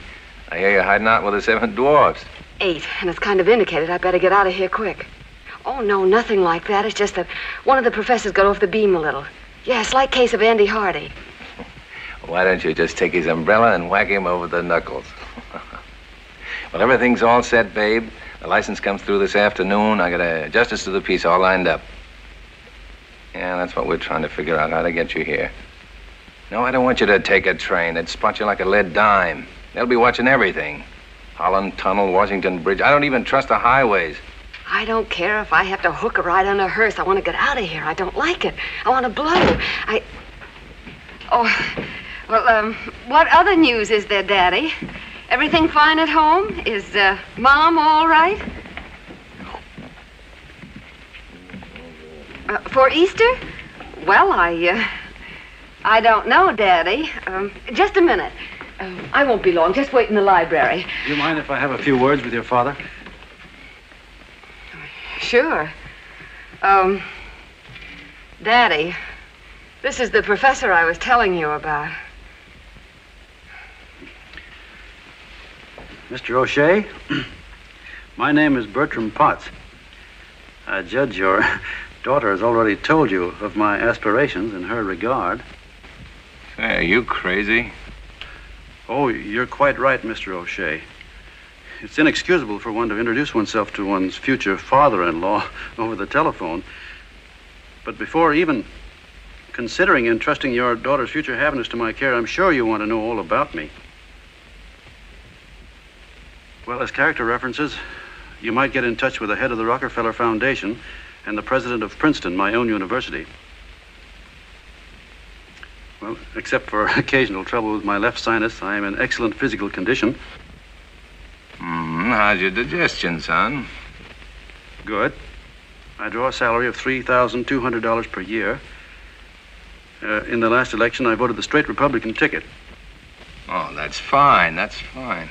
S26: I hear you're hiding out with the seven dwarfs.
S14: Eight, and it's kind of indicated I better get out of here quick. Oh, no, nothing like that. It's just that one of the professors got off the beam a little. Yeah, slight case of Andy Hardy.
S26: Why don't you just take his umbrella and whack him over the knuckles? well, everything's all set, babe. The license comes through this afternoon. I got a justice of the peace all lined up. Yeah, that's what we're trying to figure out how to get you here. No, I don't want you to take a train. They'd spot you like a lead dime. They'll be watching everything Holland Tunnel, Washington Bridge. I don't even trust the highways.
S14: I don't care if I have to hook a ride on a hearse. I want to get out of here. I don't like it. I want to blow. I. Oh, well, um, what other news is there, Daddy? Everything fine at home? Is uh, Mom all right? Uh, for Easter? Well, I. Uh, I don't know, Daddy. Um, just a minute. Um, I won't be long. Just wait in the library.
S8: Do you mind if I have a few words with your father?
S14: Sure. Um, Daddy, this is the professor I was telling you about.
S8: Mr. O'Shea, my name is Bertram Potts. I judge your daughter has already told you of my aspirations in her regard.
S26: Say, are you crazy?
S8: Oh, you're quite right, Mr. O'Shea. It's inexcusable for one to introduce oneself to one's future father in law over the telephone. But before even considering entrusting your daughter's future happiness to my care, I'm sure you want to know all about me. Well, as character references, you might get in touch with the head of the Rockefeller Foundation and the president of Princeton, my own university. Well, except for occasional trouble with my left sinus, I am in excellent physical condition.
S26: Hmm, how's your digestion, son?
S8: Good. I draw a salary of $3,200 per year. Uh, in the last election, I voted the straight Republican ticket.
S26: Oh, that's fine. That's fine.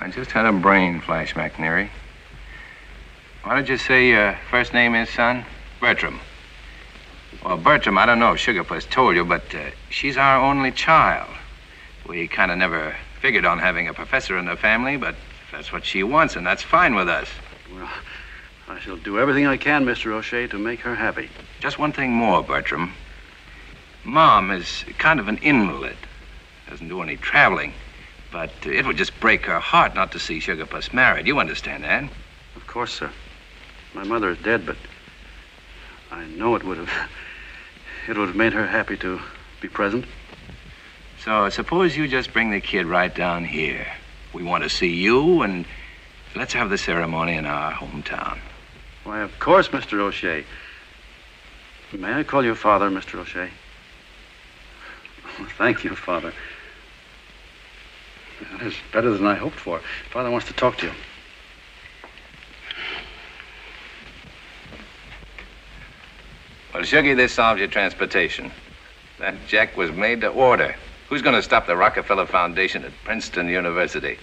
S26: I just had a brain flash, McNary. Why did you say your first name is, son? Bertram. Well, Bertram, I don't know if Sugarpuss told you, but uh, she's our only child. We kind of never figured on having a professor in the family, but that's what she wants, and that's fine with us.
S8: I shall do everything I can, Mr. O'Shea, to make her happy.
S26: Just one thing more, Bertram. Mom is kind of an invalid. Doesn't do any traveling. But uh, it would just break her heart not to see Sugar Puss married. You understand that?
S8: Of course, sir. My mother is dead, but I know it would have. It would have made her happy to be present.
S26: So suppose you just bring the kid right down here. We want to see you, and let's have the ceremony in our hometown.
S8: Why, of course, Mr. O'Shea. May I call you father, Mr. O'Shea? Thank you, father. That is better than I hoped for. Father wants to talk to you.
S26: Well, Sugar, this solves your transportation. That check was made to order. Who's going to stop the Rockefeller Foundation at Princeton University?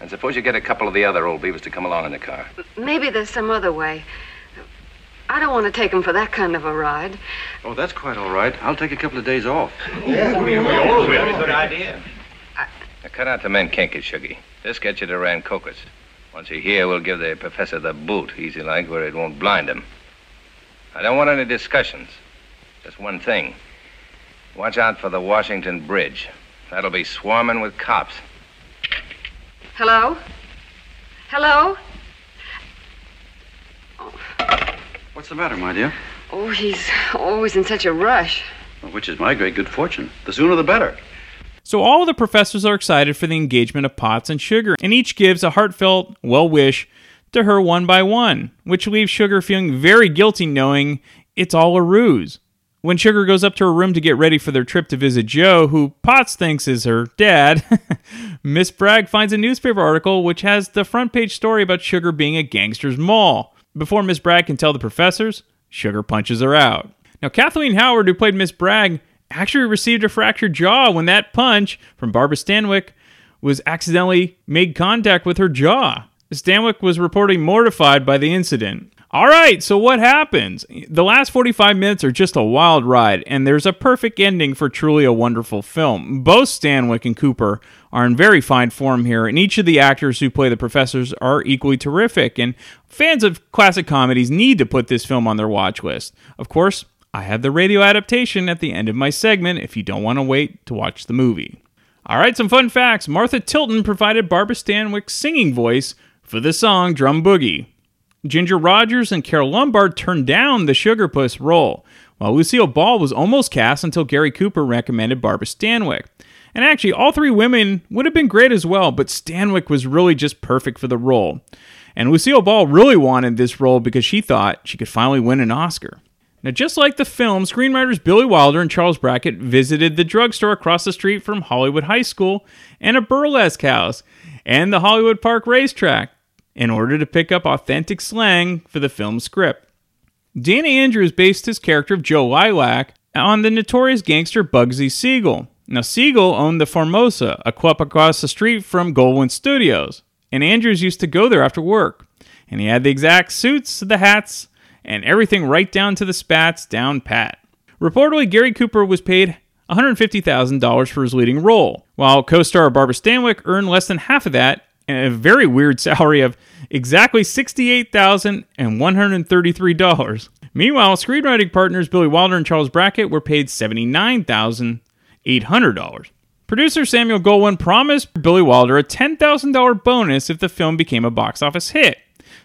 S26: And suppose you get a couple of the other old beavers to come along in the car.
S14: Maybe there's some other way. I don't want to take him for that kind of a ride.
S8: Oh, that's quite all right. I'll take a couple of days off.
S14: Yeah,
S7: Oh,
S14: we- we
S26: all
S14: will.
S26: Very good idea. Now, cut out the Menkenke, Shuggy. Just get you to Rancocas. Once you're here, we'll give the professor the boot, easy like, where it won't blind him. I don't want any discussions. Just one thing. Watch out for the Washington Bridge. That'll be swarming with cops.
S14: Hello? Hello?
S8: What's the matter, my dear?
S14: Oh, he's always in such a rush.
S8: Which is my great good fortune. The sooner the better.
S1: So all of the professors are excited for the engagement of Potts and Sugar, and each gives a heartfelt well wish to her one by one, which leaves Sugar feeling very guilty knowing it's all a ruse. When Sugar goes up to her room to get ready for their trip to visit Joe, who Potts thinks is her dad, Miss Bragg finds a newspaper article which has the front page story about Sugar being at Gangster's Mall. Before Miss Bragg can tell the professors, Sugar punches her out. Now, Kathleen Howard, who played Miss Bragg, actually received a fractured jaw when that punch from Barbara Stanwyck was accidentally made contact with her jaw. Stanwyck was reportedly mortified by the incident. All right, so what happens? The last 45 minutes are just a wild ride, and there's a perfect ending for truly a wonderful film. Both Stanwyck and Cooper are in very fine form here, and each of the actors who play the professors are equally terrific, and fans of classic comedies need to put this film on their watch list. Of course, I have the radio adaptation at the end of my segment if you don't want to wait to watch the movie. All right, some fun facts. Martha Tilton provided Barbara Stanwyck's singing voice for the song Drum Boogie. Ginger Rogers and Carol Lombard turned down the Sugar Puss role, while Lucille Ball was almost cast until Gary Cooper recommended Barbara Stanwyck. And actually, all three women would have been great as well, but Stanwyck was really just perfect for the role. And Lucille Ball really wanted this role because she thought she could finally win an Oscar. Now, just like the film, screenwriters Billy Wilder and Charles Brackett visited the drugstore across the street from Hollywood High School and a burlesque house and the Hollywood Park racetrack in order to pick up authentic slang for the film's script. Dana Andrews based his character of Joe Lilac on the notorious gangster Bugsy Siegel. Now, Siegel owned the Formosa, a club across the street from Goldwyn Studios, and Andrews used to go there after work. And he had the exact suits, the hats, and everything right down to the spats down pat. Reportedly, Gary Cooper was paid $150,000 for his leading role, while co star Barbara Stanwyck earned less than half of that and a very weird salary of exactly $68,133. Meanwhile, screenwriting partners Billy Wilder and Charles Brackett were paid $79,800. Producer Samuel Goldwyn promised Billy Wilder a $10,000 bonus if the film became a box office hit.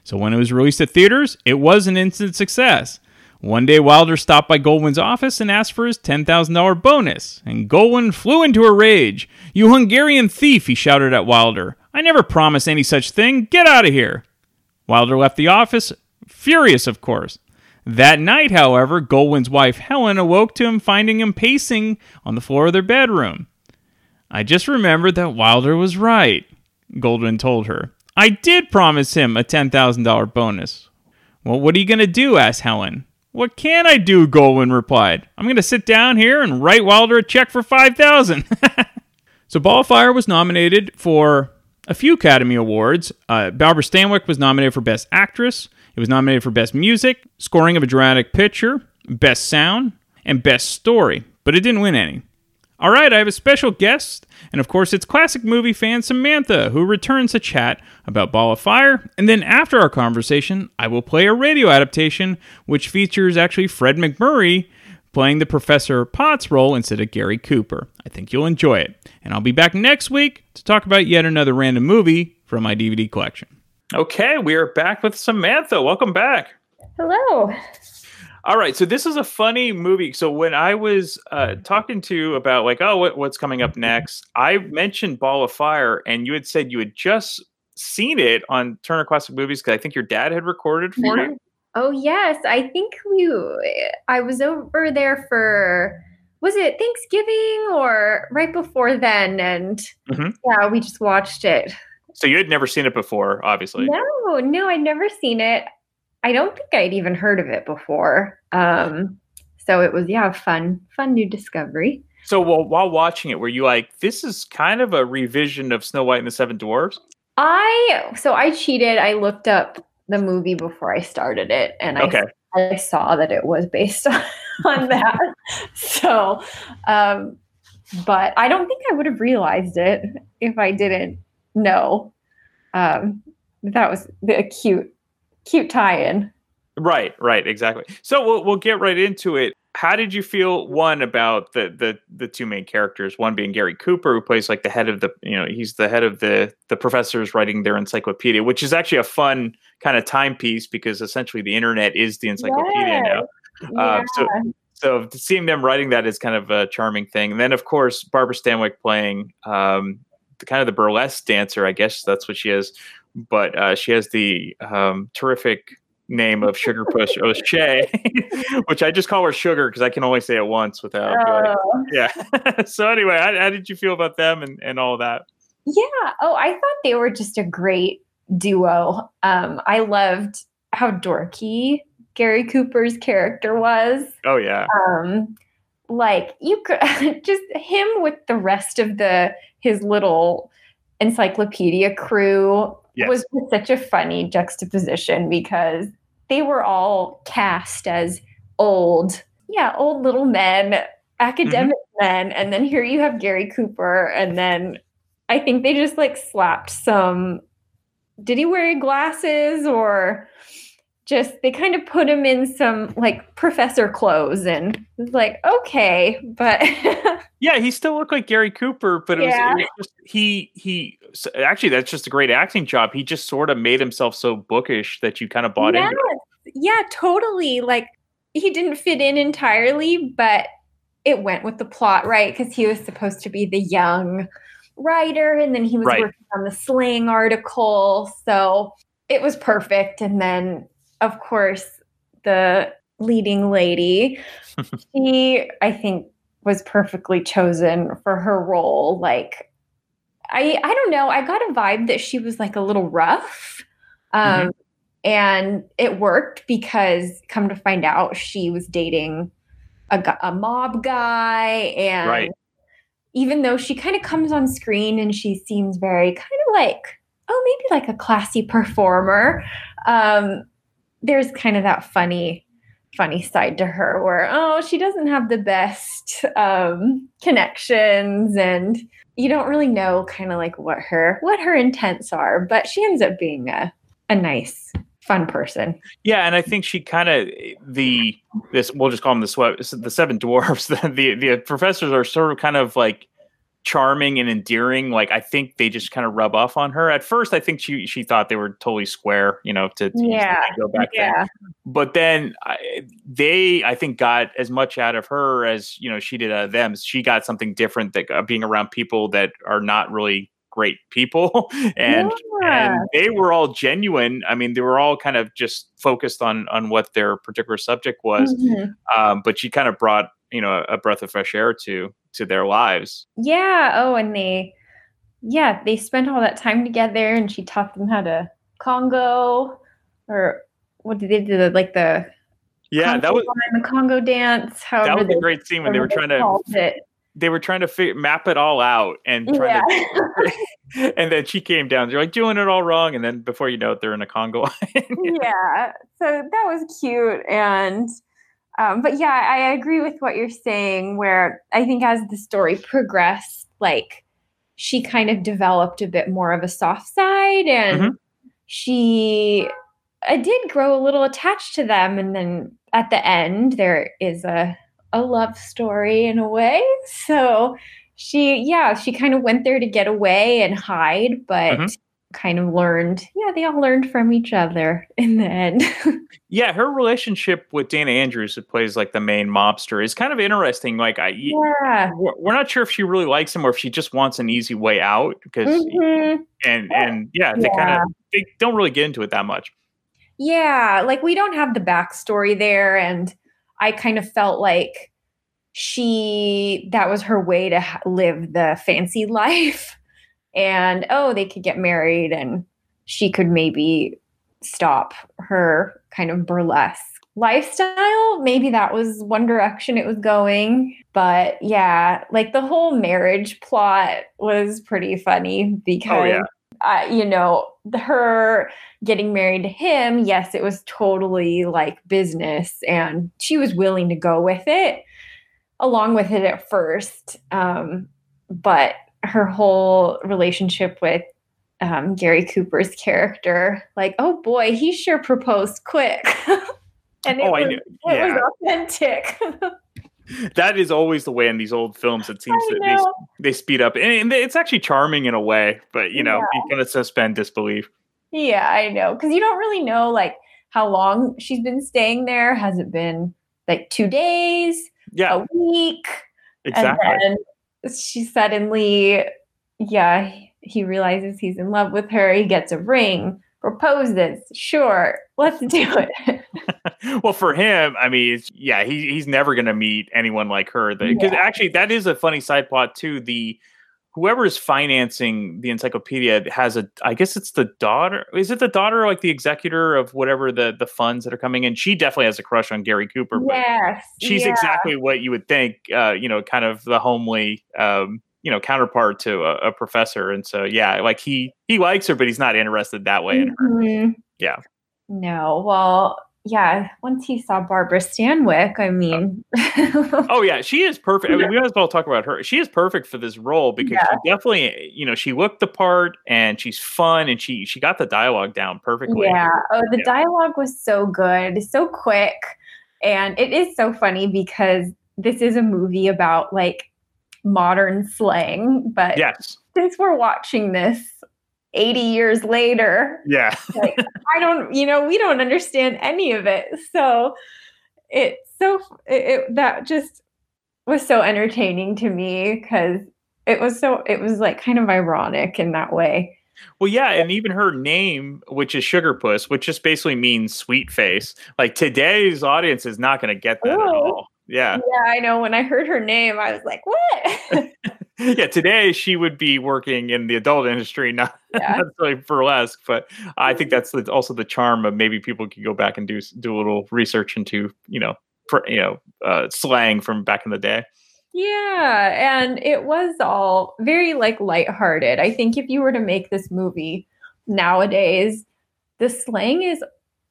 S1: So when it was released at theaters, it was an instant success. One day, Wilder stopped by Goldwyn's office and asked for his $10,000 bonus, and Goldwyn flew into a rage. You Hungarian thief, he shouted at Wilder. I never promised any such thing. Get out of here. Wilder left the office, furious, of course. That night, however, Goldwyn's wife Helen awoke to him finding him pacing on the floor of their bedroom. I just remembered that Wilder was right, Goldwyn told her. I did promise him a $10,000 bonus. Well, what are you going to do? asked Helen. What can I do? Goldwyn replied. I'm going to sit down here and write Wilder a check for 5000 So Ball of Fire was nominated for a few Academy Awards. Uh, Barbara Stanwyck was nominated for Best Actress. It was nominated for Best Music, Scoring of a Dramatic Picture, Best Sound, and Best Story, but it didn't win any. All right, I have a special guest, and of course, it's classic movie fan Samantha, who returns to chat about Ball of Fire. And then after our conversation, I will play a radio adaptation, which features actually Fred McMurray playing the Professor Potts role instead of Gary Cooper. I think you'll enjoy it. And I'll be back next week to talk about yet another random movie from my DVD collection. Okay, we are back with Samantha. Welcome back.
S27: Hello.
S1: All right, so this is a funny movie. So when I was uh, talking to you about like, oh, what, what's coming up next? I mentioned Ball of Fire, and you had said you had just seen it on Turner Classic Movies because I think your dad had recorded for you.
S27: Oh yes, I think we. I was over there for was it Thanksgiving or right before then, and
S1: Mhm.
S27: yeah, we just watched it.
S1: So you had never seen it before, obviously.
S27: No, no, I'd never seen it. I don't think I'd even heard of it before. Um, so it was yeah, fun, fun new discovery.
S1: So while while watching it, were you like, this is kind of a revision of Snow White and the Seven Dwarfs?
S27: I so I cheated. I looked up the movie before I started it, and I
S1: Okay.
S27: I saw that it was based on, on that. So, um, but I don't think I would have realized it if I didn't know. Um, that was a cute, cute tie-in.
S1: Right, right, exactly. So we'll we'll get right into it. How did you feel one about the the the two main characters? One being Gary Cooper, who plays like the head of the you know he's the head of the the professors writing their encyclopedia, which is actually a fun kind of timepiece because essentially the internet is the encyclopedia now. Um, so
S27: Yeah.
S1: so seeing them writing that is kind of a charming thing. And then of course Barbara Stanwyck playing um, the, kind of the burlesque dancer, I guess that's what she is. But uh, she has the um, terrific name of Sugar Push O'Shea, which I just call her Sugar because I can only say it once without. like-
S27: Oh.
S1: yeah. so anyway, how, how did you feel about them and, and all that?
S27: Yeah. Oh, I thought they were just a great duo. Um, I loved how dorky Gary Cooper's character was.
S1: Oh yeah.
S27: Um, like you could just him with the rest of the his little encyclopedia crew
S5: Yes.
S27: was just such a funny juxtaposition because they were all cast as old, yeah, old little men, academic men, and then here you have Gary Cooper, and then I think they just like slapped some. Did he wear glasses or just they kind of put him in some like professor clothes and it was like okay, but
S1: Yeah, he still looked like Gary Cooper, but it,
S27: Yeah.
S1: was, it was just he he s- actually that's just a great acting job. He just sort of made himself so bookish that you kind of bought into it.
S27: Yes. Yeah, totally. Like he didn't fit in entirely, but it went with the plot, right? Because he was supposed to be the young writer, and then he was
S5: Right.
S27: working on the slang article, so it was perfect. And then, of course, the leading lady, she, I think, was perfectly chosen for her role. Like, I, I don't know. I got a vibe that she was like a little rough. Um,
S5: Mhm.
S27: and it worked because come to find out she was dating a, gu- a mob guy and
S5: Right.
S27: even though she kind of comes on screen and she seems very kind of like oh maybe like a classy performer um there's kind of that funny funny side to her where oh she doesn't have the best um connections and you don't really know kind of like what her what her intents are but she ends up being a a nice fun person
S1: Yeah, and I think she kind of the this we'll just call them the swe- the seven dwarfs. The, the the professors are sort of kind of like charming and endearing. Like I think they just kind of rub off on her. At first, I think she she thought they were totally square, you know, to, to use the
S5: Yeah,
S1: go back thing.
S5: yeah.
S1: But then I, they, I think, got as much out of her as you know she did out of them. She got something different that uh, being around people that are not really great people, and
S5: Yeah.
S1: and they were all genuine. I mean, they were all kind of just focused on on what their particular subject was.
S27: Mhm.
S1: Um, but she kind of brought you know a breath of fresh air to to their lives.
S27: yeah oh and they yeah they spent all that time together and she taught them how to congo or what did they do the, like the
S1: Yeah, that was
S27: the congo dance how
S1: that was a great scene when they were trying to
S27: it.
S1: they were trying to figure, map it all out and trying to and then she came down. They're like doing it all wrong, and then before you know it, they're in a Congo.
S27: yeah so that was cute and Um, but yeah, I agree with what you're saying, where I think as the story progressed, like she kind of developed a bit more of a soft side and
S1: Mm-hmm.
S27: she I did grow a little attached to them. And then at the end, there is a, a love story in a way. So she, yeah, she kind of went there to get away and hide, but
S1: Mhm.
S27: kind of learned. Yeah, they all learned from each other in the end.
S1: Yeah, her relationship with Dana Andrews, who plays like the main mobster, is kind of interesting. Like, I
S27: yeah,
S1: we're we're not sure if she really likes him or if she just wants an easy way out. Because
S27: Mhm.
S1: and and yeah, they kind
S27: Yeah.
S1: of they don't really get into it that much.
S27: Yeah, like we don't have the backstory there. And I kind of felt like she, that was her way to h- live the fancy life. And oh, they could get married and she could maybe stop her kind of burlesque lifestyle. Maybe that was one direction it was going. But yeah, like the whole marriage plot was pretty funny because uh, you know, her getting married to him, yes, it was totally like business, and she was willing to go with it, along with it at first. Um, but her whole relationship with um, Gary Cooper's character, like, oh boy, he sure proposed quick. and it,
S1: Oh, I
S27: was,
S1: knew-
S27: it
S1: yeah.
S27: was authentic.
S1: That is always the way in these old films. It seems
S27: I
S1: that they s-
S27: know.
S1: they speed up, and, and it's actually charming in a way. But you know, you kind of suspend disbelief.
S27: Yeah, I know. Because you don't really know like how long she's been staying there. Has it been like two days?
S1: Yeah.
S27: A week.
S1: Exactly.
S27: And then she suddenly, yeah, he- he realizes he's in love with her. He gets a ring, proposes. Sure, let's do it.
S1: Well, for him, I mean, it's, yeah, he, he's never going to meet anyone like her. Because actually, that is a funny side plot too. The whoever is financing the encyclopedia has a, I guess it's the daughter. Is it the daughter, like the executor of whatever the the funds that are coming in? She definitely has a crush on Gary Cooper. but
S27: yes.
S1: she's
S27: yeah.
S1: exactly what you would think. Uh, you know, kind of the homely, um, you know, counterpart to a, a professor. And so, yeah, like he he likes her, but he's not interested that way in her.
S27: Mhm.
S1: Yeah.
S27: No. Well, yeah. Once he saw Barbara Stanwyck, I mean,
S1: oh yeah, she is perfect. I mean, we might as well talk about her. She is perfect for this role because she definitely, you know, she looked the part and she's fun and she she got the dialogue down perfectly.
S27: Yeah. Oh, the
S1: Yeah.
S27: dialogue was so good, so quick. And it is so funny because this is a movie about like modern slang, but
S1: Yes.
S27: since we're watching this 80 years later,
S1: Yeah.
S27: like I don't, you know, we don't understand any of it. So it's so it, it that just was so entertaining to me cuz it was so it was like kind of ironic in that way.
S1: Well, yeah, and even her name, which is Sugar Puss, which just basically means sweet face. Like today's audience is not going to get that at all. Yeah.
S27: Yeah, I know. When I heard her name, I was like, what?
S1: yeah, today she would be working in the adult industry, not not necessarily burlesque. But I
S27: Mm-hmm.
S1: think that's the, also the charm of maybe people could go back and do s- do a little research into you know pr- you know uh, slang from back in the day.
S27: Yeah, and it was all very like lighthearted. I think if you were to make this movie nowadays, the slang is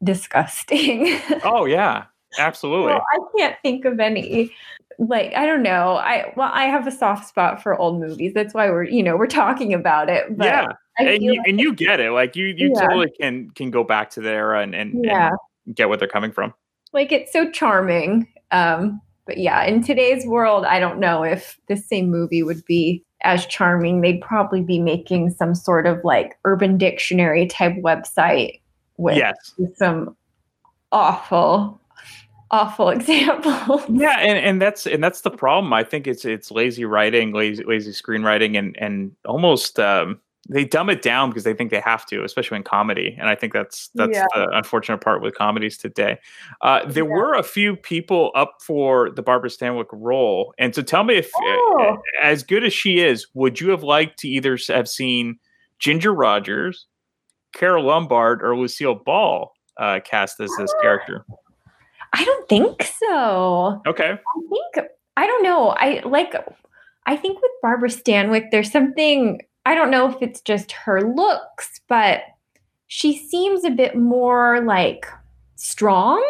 S27: disgusting.
S1: Oh yeah, absolutely.
S27: Well, I can't think of any. Like I don't know. I well, I have a soft spot for old movies. That's why we're you know we're talking about it. But
S1: yeah,
S27: I
S1: and
S27: feel
S1: you, and you get it. Like you you
S27: Yeah.
S1: totally can can go back to the era and and, and
S27: Yeah.
S1: get what they're coming from.
S27: like it's so charming. Um, but yeah, in today's world, I don't know if this same movie would be as charming. They'd probably be making some sort of like urban dictionary type website with
S1: Yes.
S27: some awful, awful example.
S1: yeah and, and that's and that's the problem i think it's it's lazy writing lazy lazy screenwriting and and almost um they dumb it down because they think they have to especially in comedy and i think that's that's
S13: Yeah.
S1: the unfortunate part with comedies today uh there were a few people up for the barbara stanwyck role and so tell me if uh,
S27: Oh.
S1: as good as she is would you have liked to either have seen ginger rogers carol lombard or lucille ball uh cast as this character
S27: I don't think so.
S1: okay
S27: I think I don't know. I like I think with Barbara Stanwyck there's something I don't know if it's just her looks, but she seems a bit more like strong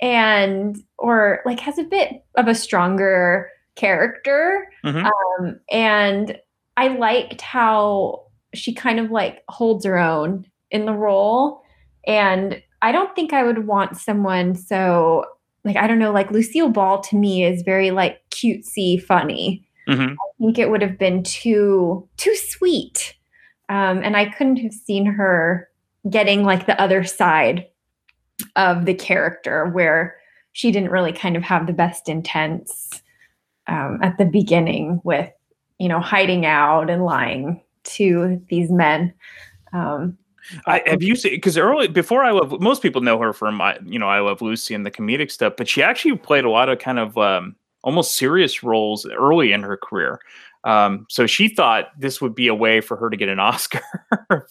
S27: and or like has a bit of a stronger character
S18: Mm-hmm.
S15: Mhm.
S27: um, and i liked how she kind of like holds her own in the role and i don't think i would want someone so like i don't know like lucille ball to me is very like cutesy funny
S1: Mm-hmm.
S27: I think it would have been too too sweet, um, and I couldn't have seen her getting like the other side of the character where she didn't really kind of have the best intents um, at the beginning with you know hiding out and lying to these men. Um,
S1: I, have you seen because early before I love most people know her from I, you know I love Lucy and the comedic stuff, but she actually played a lot of kind of um, almost serious roles early in her career. Um, so she thought this would be a way for her to get an Oscar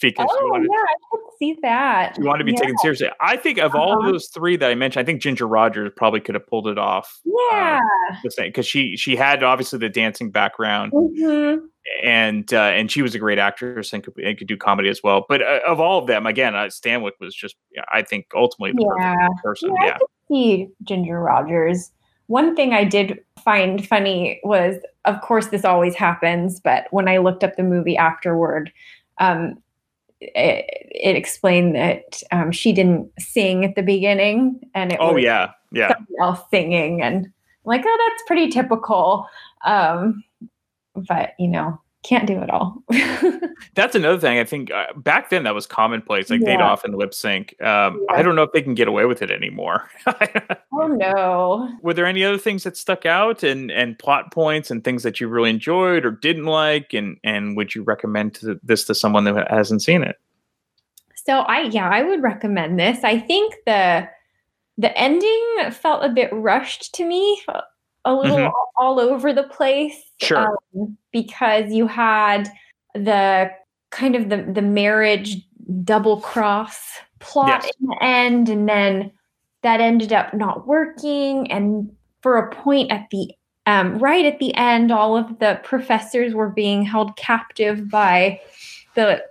S1: because she
S27: oh
S1: wanted,
S27: yeah, I could see that.
S1: she wanted to be
S27: Yeah.
S1: taken seriously. I think of all
S27: Uh-huh.
S1: those three that I mentioned, I think Ginger Rogers probably could have pulled it off
S27: Yeah.
S1: the same because she she had obviously the dancing background
S27: Mhm.
S1: and uh, and she was a great actress and could, and could do comedy as well. But uh, of all of them, again, uh, Stanwyck was just I think ultimately the
S27: yeah.
S1: perfect person.
S27: I
S1: Yeah,
S27: could see Ginger Rogers. One thing I did find funny was, of course, this always happens, but when I looked up the movie afterward, um, it, it explained that um, she didn't sing at the beginning, and it
S1: oh
S27: was
S1: yeah, yeah.
S27: someone else singing, and I'm like, oh, that's pretty typical. Um, but you know, can't do it all.
S1: That's another thing. I think uh, back then that was commonplace. Like they'd
S27: Yeah.
S1: often lip sync. Um, I don't know if they can get away with it anymore.
S27: oh no.
S1: Were there any other things that stuck out and and plot points and things that you really enjoyed or didn't like? And and would you recommend to this to someone that hasn't seen it?
S27: So I yeah, I would recommend this. I think the the ending felt a bit rushed to me, a- a little
S5: Mhm.
S27: all over the place.
S5: Sure.
S27: um, because you had the kind of the the marriage double cross plot
S5: Yes.
S27: in the end, and then that ended up not working. And for a point at the um, right at the end, all of the professors were being held captive by the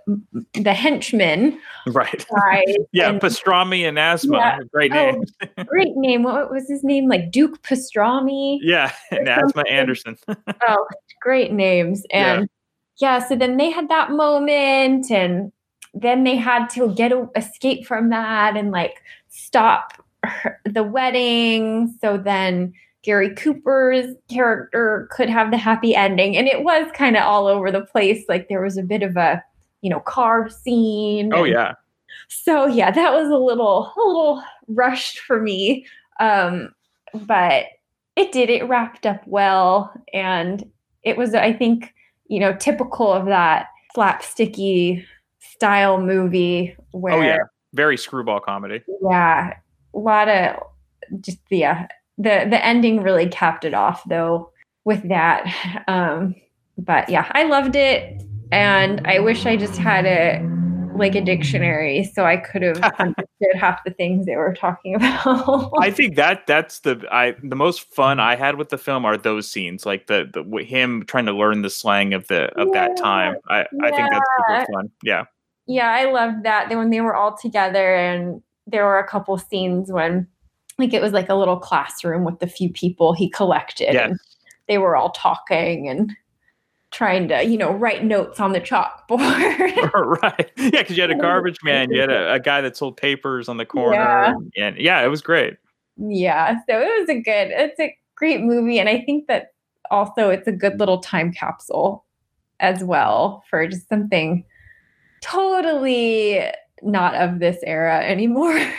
S27: the henchmen.
S1: Right.
S27: Right.
S1: yeah, pastrami and asthma.
S27: Yeah.
S1: Great
S27: Oh,
S1: name.
S27: great name. What was his name? Like Duke Pastrami.
S1: Yeah, and asthma Anderson.
S27: oh, great names.
S1: Yeah.
S27: And yeah. so then they had that moment, and then they had to get a- escape from that and like stop her- the wedding. So then Gary Cooper's character could have the happy ending, and it was kind of all over the place. Like there was a bit of a you know car scene.
S1: Oh
S27: and-
S1: yeah.
S27: so yeah that was a little a little rushed for me um but it did it wrapped up well and it was i think you know typical of that slapsticky style movie where
S1: Oh yeah. Very screwball comedy.
S27: yeah, a lot of just yeah the the ending really capped it off though with that um but yeah i loved it and i wish i just had a like a dictionary so i could have understood half the things they were talking about
S1: I think that that's the I the most fun
S27: Mm-hmm.
S1: I had with the film are those scenes like the the w- him trying to learn the slang of the of that time. I I think that's
S27: yeah.
S1: super fun. Yeah.
S27: yeah, I loved that. Then when they were all together, and there were a couple scenes when, like, it was like a little classroom with the few people he collected.
S1: Yes.
S27: And they were all talking and trying to, you know, write notes on the chalkboard.
S1: right. Yeah, because you had a garbage man, you had a, a guy that sold papers on the corner,
S27: Yeah.
S1: and yeah, it was great.
S27: yeah, so it was a good, it's a great movie, and I think that also it's a good little time capsule as well for just something totally not of this era anymore.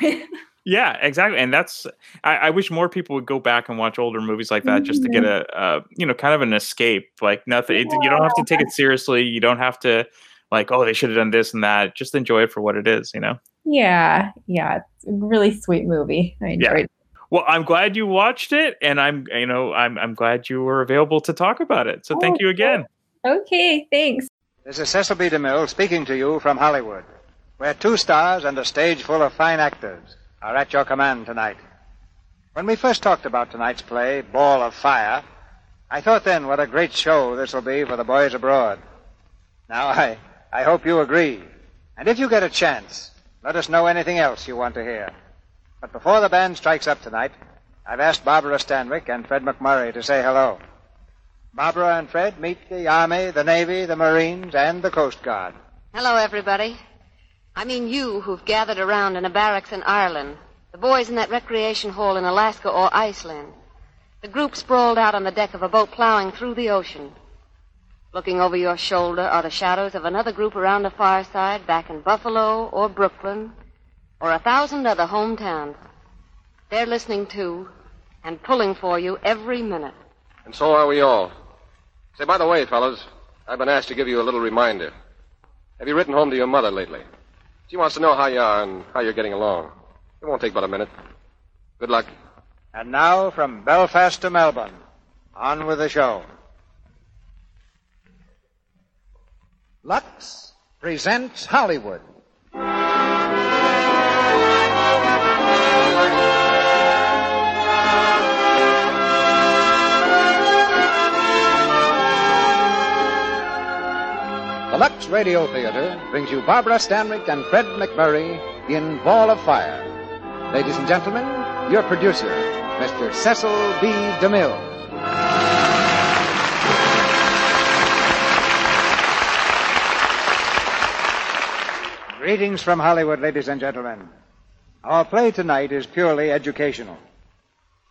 S1: Yeah, exactly. And that's I, I wish more people would go back and watch older movies like that just to get a,
S27: Mm-hmm.
S1: a you know kind of an escape. Like nothing, it, you don't have to take it seriously. You don't have to like oh they should have done this and that. Just enjoy it for what it is. You know.
S27: Yeah, yeah, it's a really sweet movie. I enjoyed.
S1: Yeah.
S27: it.
S1: Well, I'm glad you watched it, and I'm you know I'm I'm glad you were available to talk about it. So
S27: Oh,
S1: thank you again.
S27: Okay, thanks.
S28: This is Cecil B. DeMille speaking to you from Hollywood, where two stars and a stage full of fine actors are at your command tonight. When we first talked about tonight's play, Ball of Fire, I thought then what a great show this will be for the boys abroad. Now, I, I hope you agree. And if you get a chance, let us know anything else you want to hear. But before the band strikes up tonight, I've asked Barbara Stanwyck and Fred McMurray to say hello. Barbara and Fred meet the Army, the Navy, the Marines, and the Coast Guard.
S14: Hello, everybody. I mean you who've gathered around in a barracks in Ireland, the boys in that recreation hall in Alaska or Iceland, the group sprawled out on the deck of a boat plowing through the ocean. Looking over your shoulder are the shadows of another group around a fireside back in Buffalo or Brooklyn or a thousand other hometowns. They're listening to and pulling for you every minute.
S16: And so are we all. Say, by the way, fellas, I've been asked to give you a little reminder. Have you written home to your mother lately? She wants to know how you are and how you're getting along. It won't take but a minute. Good luck.
S28: And now, from Belfast to Melbourne, on with the show.
S15: Lux presents Hollywood. The Lux Radio Theater brings you Barbara Stanwyck and Fred McMurray in Ball of Fire. Ladies and gentlemen, your producer, Mr. Cecil B. DeMille.
S28: Greetings from Hollywood, ladies and gentlemen. Our play tonight is purely educational.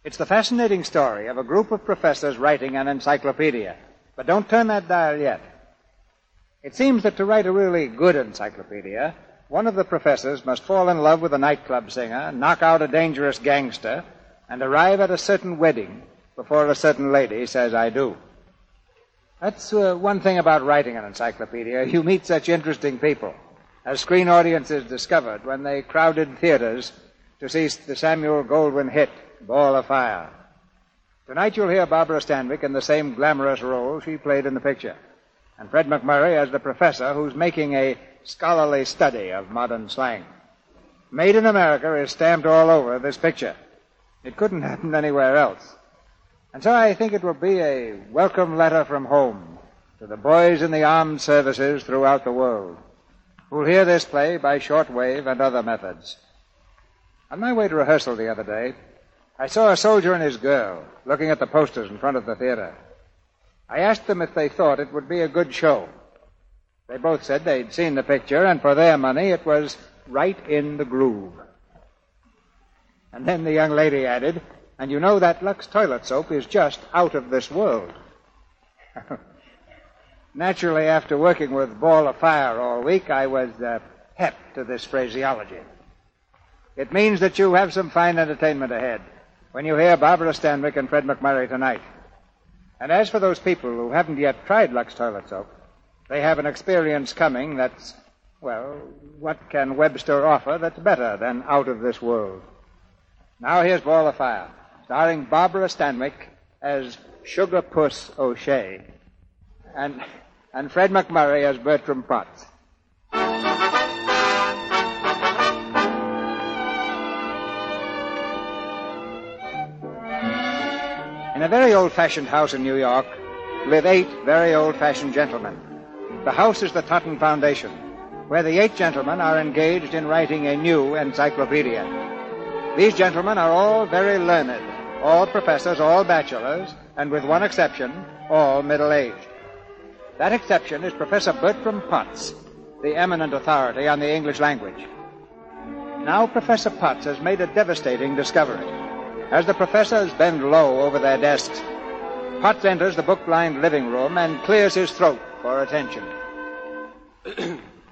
S28: It's the fascinating story of a group of professors writing an encyclopedia. But don't turn that dial yet. It seems that to write a really good encyclopedia, one of the professors must fall in love with a nightclub singer, knock out a dangerous gangster, and arrive at a certain wedding before a certain lady says, I do. That's uh, one thing about writing an encyclopedia. You meet such interesting people, as screen audiences discovered when they crowded theaters to see the Samuel Goldwyn hit, Ball of Fire. Tonight you'll hear Barbara Stanwyck in the same glamorous role she played in the picture, and Fred McMurray as the professor who's making a scholarly study of modern slang. Made in America is stamped all over this picture. It couldn't happen anywhere else. And so I think it will be a welcome letter from home to the boys in the armed services throughout the world who'll hear this play by shortwave and other methods. On my way to rehearsal the other day, I saw a soldier and his girl looking at the posters in front of the theater. I asked them if they thought it would be a good show. They both said they'd seen the picture, and for their money, it was right in the groove. And then the young lady added, and you know that Lux toilet soap is just out of this world. Naturally, after working with Ball of Fire all week, I was uh, hep to this phraseology. It means that you have some fine entertainment ahead when you hear Barbara Stanwyck and Fred McMurray tonight. And as for those people who haven't yet tried Lux Toilet Soap, they have an experience coming that's, well, what can Webster offer that's better than out of this world? Now here's Ball of Fire, starring Barbara Stanwyck as Sugar Puss O'Shea and, and Fred McMurray as Bertram Potts. In a very old fashioned house in New York live eight very old fashioned gentlemen. The house is the Totten Foundation, where the eight gentlemen are engaged in writing a new encyclopedia. These gentlemen are all very learned, all professors, all bachelors, and with one exception, all middle aged. That exception is Professor Bertram Potts, the eminent authority on the English language. Now, Professor Potts has made a devastating discovery. As the professors bend low over their desks, Potts enters the book lined living room and clears his throat for attention.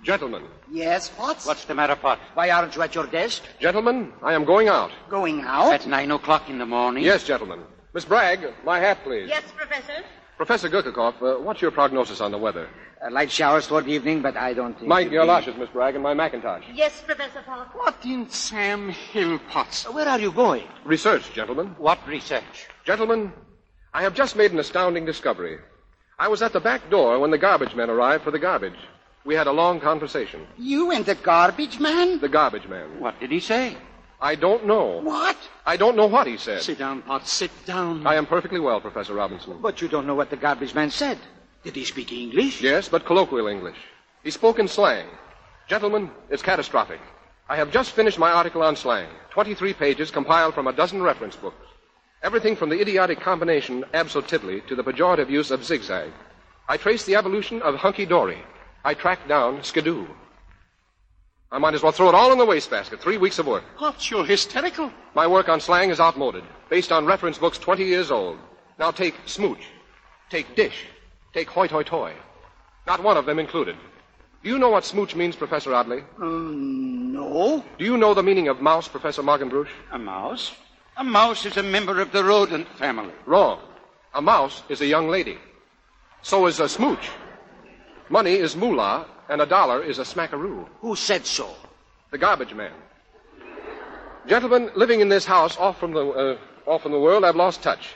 S16: Gentlemen,
S5: Yes, Potts?
S16: What's the matter, Pot?
S5: Why aren't you at your desk?
S16: Gentlemen, I am going out.
S5: Going out?
S16: At nine o'clock in the morning? Yes, gentlemen. Miss Bragg, my hat, please.
S5: Yes, Professor.
S16: Professor Gurkakov, uh, what's your prognosis on the weather?
S5: Uh, light showers toward evening, but I don't think.
S16: My
S5: it'll
S16: your
S5: be-
S16: lashes, Miss Bragg, and my Macintosh.
S5: Yes, Professor Potts.
S15: What in Sam Hill Potts?
S5: Where are you going?
S16: Research, gentlemen. What research? Gentlemen, I have just made an astounding discovery. I was at the back door when the garbage men arrived for the garbage. We had a long conversation.
S5: You and the garbage man?
S16: The garbage man. What did he say? I don't know. What? I don't know what he said. Sit down, Potts. Sit down. I am perfectly well, Professor Robinson.
S5: But you don't know what the garbage man said.
S16: Did he speak English? Yes, but colloquial English. He spoke in slang. Gentlemen, it's catastrophic. I have just finished my article on slang, 23 pages compiled from a dozen reference books. Everything from the idiotic combination absolutely to the pejorative use of zigzag. I trace the evolution of hunky dory. I track down skidoo. I might as well throw it all in the wastebasket. Three weeks of work. What? You're hysterical. My work on slang is outmoded, based on reference books 20 years old. Now take smooch, take dish, take hoit hoit toy. Not one of them included. Do you know what smooch means, Professor Oddly?
S25: Mm,
S16: no. Do you know the meaning of mouse, Professor Morgenbruch? A mouse? A mouse is a member of the rodent family. Wrong. A mouse is a young lady. So is a smooch. Money is moolah, and a dollar is a smackaroo. Who said so? The garbage man. Gentlemen, living in this house off from the, uh, off from the world, I've lost touch.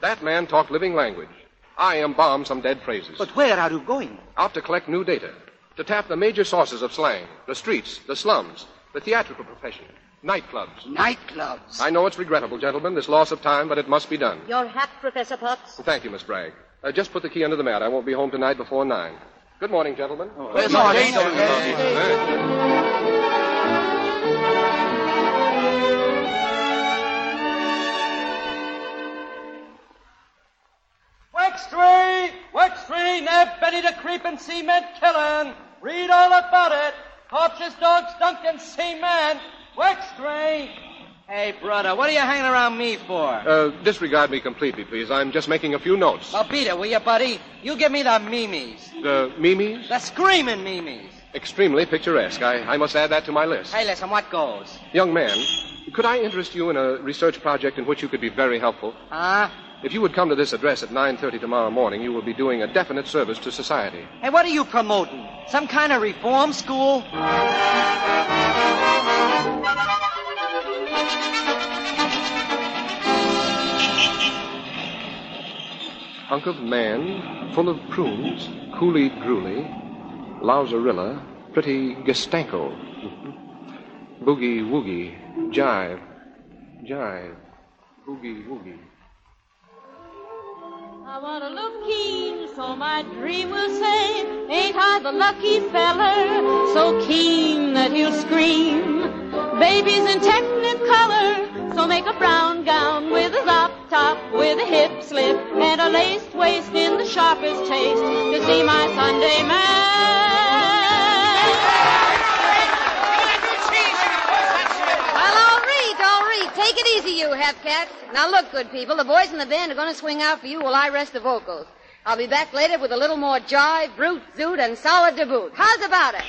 S16: That man talked living language. I embalmed some dead phrases. But where are you going? Out to collect new data. To tap the major sources of slang the streets, the slums, the theatrical profession, nightclubs.
S25: Nightclubs.
S16: I know it's regrettable, gentlemen, this loss of time, but it must be done.
S18: Your hat, Professor Potts.
S16: Well, Thank you, Miss Bragg. Uh, just put the key under the mat. I won't be home tonight before nine. Good morning, gentlemen.
S25: Good morning.
S6: Wax three, wax three, nab Benny the creepin' cement killin'. Read all about it. Corpses, dogs, dunkin' cement. Wax three. Hey, brother, what are you hanging around me for?
S16: Uh, disregard me completely, please. I'm just making a few notes.
S6: Well, beat it, will you, buddy? You give me the memes.
S16: The Mimi,
S6: The screaming memes.
S16: extremely picturesque. I, I must add that to my list.
S6: Hey, listen, what goes?
S16: Young man, could I interest you in a research project in which you could be very helpful?
S6: Huh?
S16: If you would come to this address at 9.30 tomorrow morning, you will be doing a definite service to society.
S6: Hey, what are you promoting? Some kind of reform school?
S16: Hunk of man, full of prunes, coolie drooly, lousarilla, pretty gestanko, boogie woogie, jive, jive, boogie woogie.
S18: I want to look keen, so my dream will say, Ain't I the lucky feller? So keen that he'll scream. Baby's in technicolor, so make a brown gown with a top top, with a hip slip, and a laced waist in the sharpest taste to see my Sunday
S24: Well, all right, all right. Take it easy, you hepcats. Now look, good people, the boys in the band are going to swing out for you while I rest the vocals. I'll be back later with a little more jive, brute, zoot, and solid to boot. How's about it?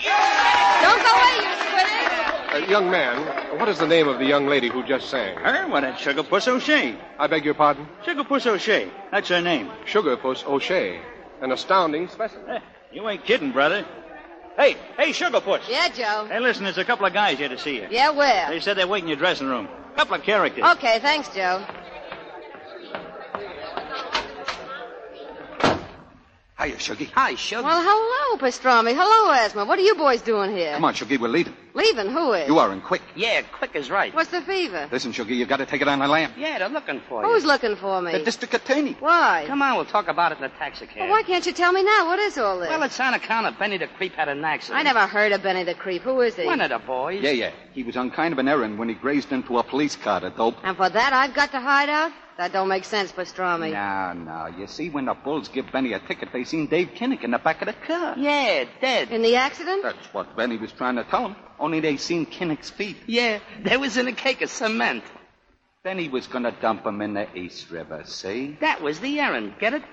S24: Don't go away, you squitters.
S16: Uh, young man, what is the name of the young lady who just sang? Her? Why, that's Sugar Puss O'Shea. I beg your pardon? Sugar Puss O'Shea. That's her name. Sugar Puss O'Shea. An astounding specimen.
S4: You ain't kidding, brother. Hey, hey, Sugarpuss.
S24: Yeah, Joe.
S4: Hey, listen, there's a couple of guys here to see you.
S24: Yeah, Oh, where?
S4: They said they're waiting in your dressing room. Couple of characters.
S24: Okay, thanks, Joe.
S29: Hiya, Shuggy.
S24: Hi, Sugar. Well, hello, Pastrami. Hello, Asthma. What are you boys doing here?
S29: Come on, Shuggy, we're leaving.
S24: Leaving? Who is?
S29: You are in quick.
S24: Yeah, quick is right. What's the fever?
S29: Listen, Shuggy, you've got to take it on the lamp.
S24: Yeah, they're looking
S29: Oh,
S24: for Who's looking for me?
S29: The district attorney.
S24: Why?
S29: Come on, we'll talk about it in the taxi
S24: Well, why can't you tell me now? What is all this?
S29: Well, it's on account of Benny the Creep had an accident.
S24: I never heard of Benny the Creep. Who is he?
S29: One of the boys. Yeah, yeah. He was on kind of an errand when he grazed into a police car, the dope.
S24: And for that, I've got to hide out? That don't make sense, Pastrami.
S29: No, no. You see, when the bulls give Benny a ticket, they seen Dave Kinnick in the back of the car.
S24: Yeah, dead. In the accident?
S29: That's what Benny was trying to tell him. Only they seen Kinnick's feet. Yeah, they was in a cake of cement. Benny was going to dump him in the East River, see? That was the errand. Get it?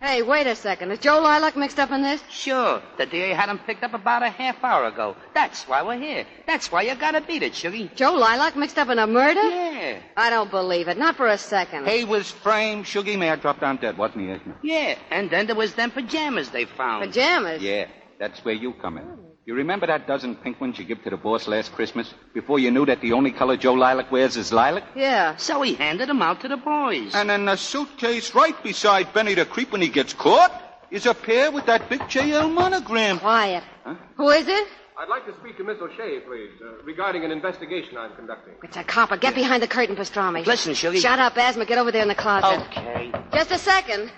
S24: Hey, wait a second. Is Joe Lilac mixed up in this?
S29: Sure. The DA had him picked up about a half hour ago. That's why we're here. That's why you gotta beat it, Shuggy.
S24: Joe Lilac mixed up in a murder?
S29: Yeah.
S24: I don't believe it. Not for a second.
S29: He was framed. Shuggy may have dropped down dead, wasn't he, Esma? Yeah, and then there was them pajamas they found.
S24: Pajamas?
S29: Yeah, that's where you come in. You remember that dozen pink ones you give to the boss last Christmas before you knew that the only color Joe Lilac wears is lilac?
S24: Yeah.
S29: So he handed them out to the boys.
S30: And in the suitcase right beside Benny the Creep when he gets caught is a pair with that big JL monogram.
S24: Quiet. Who is it?
S16: I'd like to speak to Miss O'Shea, please, uh, regarding an investigation I'm conducting.
S24: It's a copper. Get behind the curtain, Pastrami.
S29: Listen, Shuggy. Oh.
S24: Shut up, Asthma. Get over there in the closet.
S29: Okay.
S24: Just a second.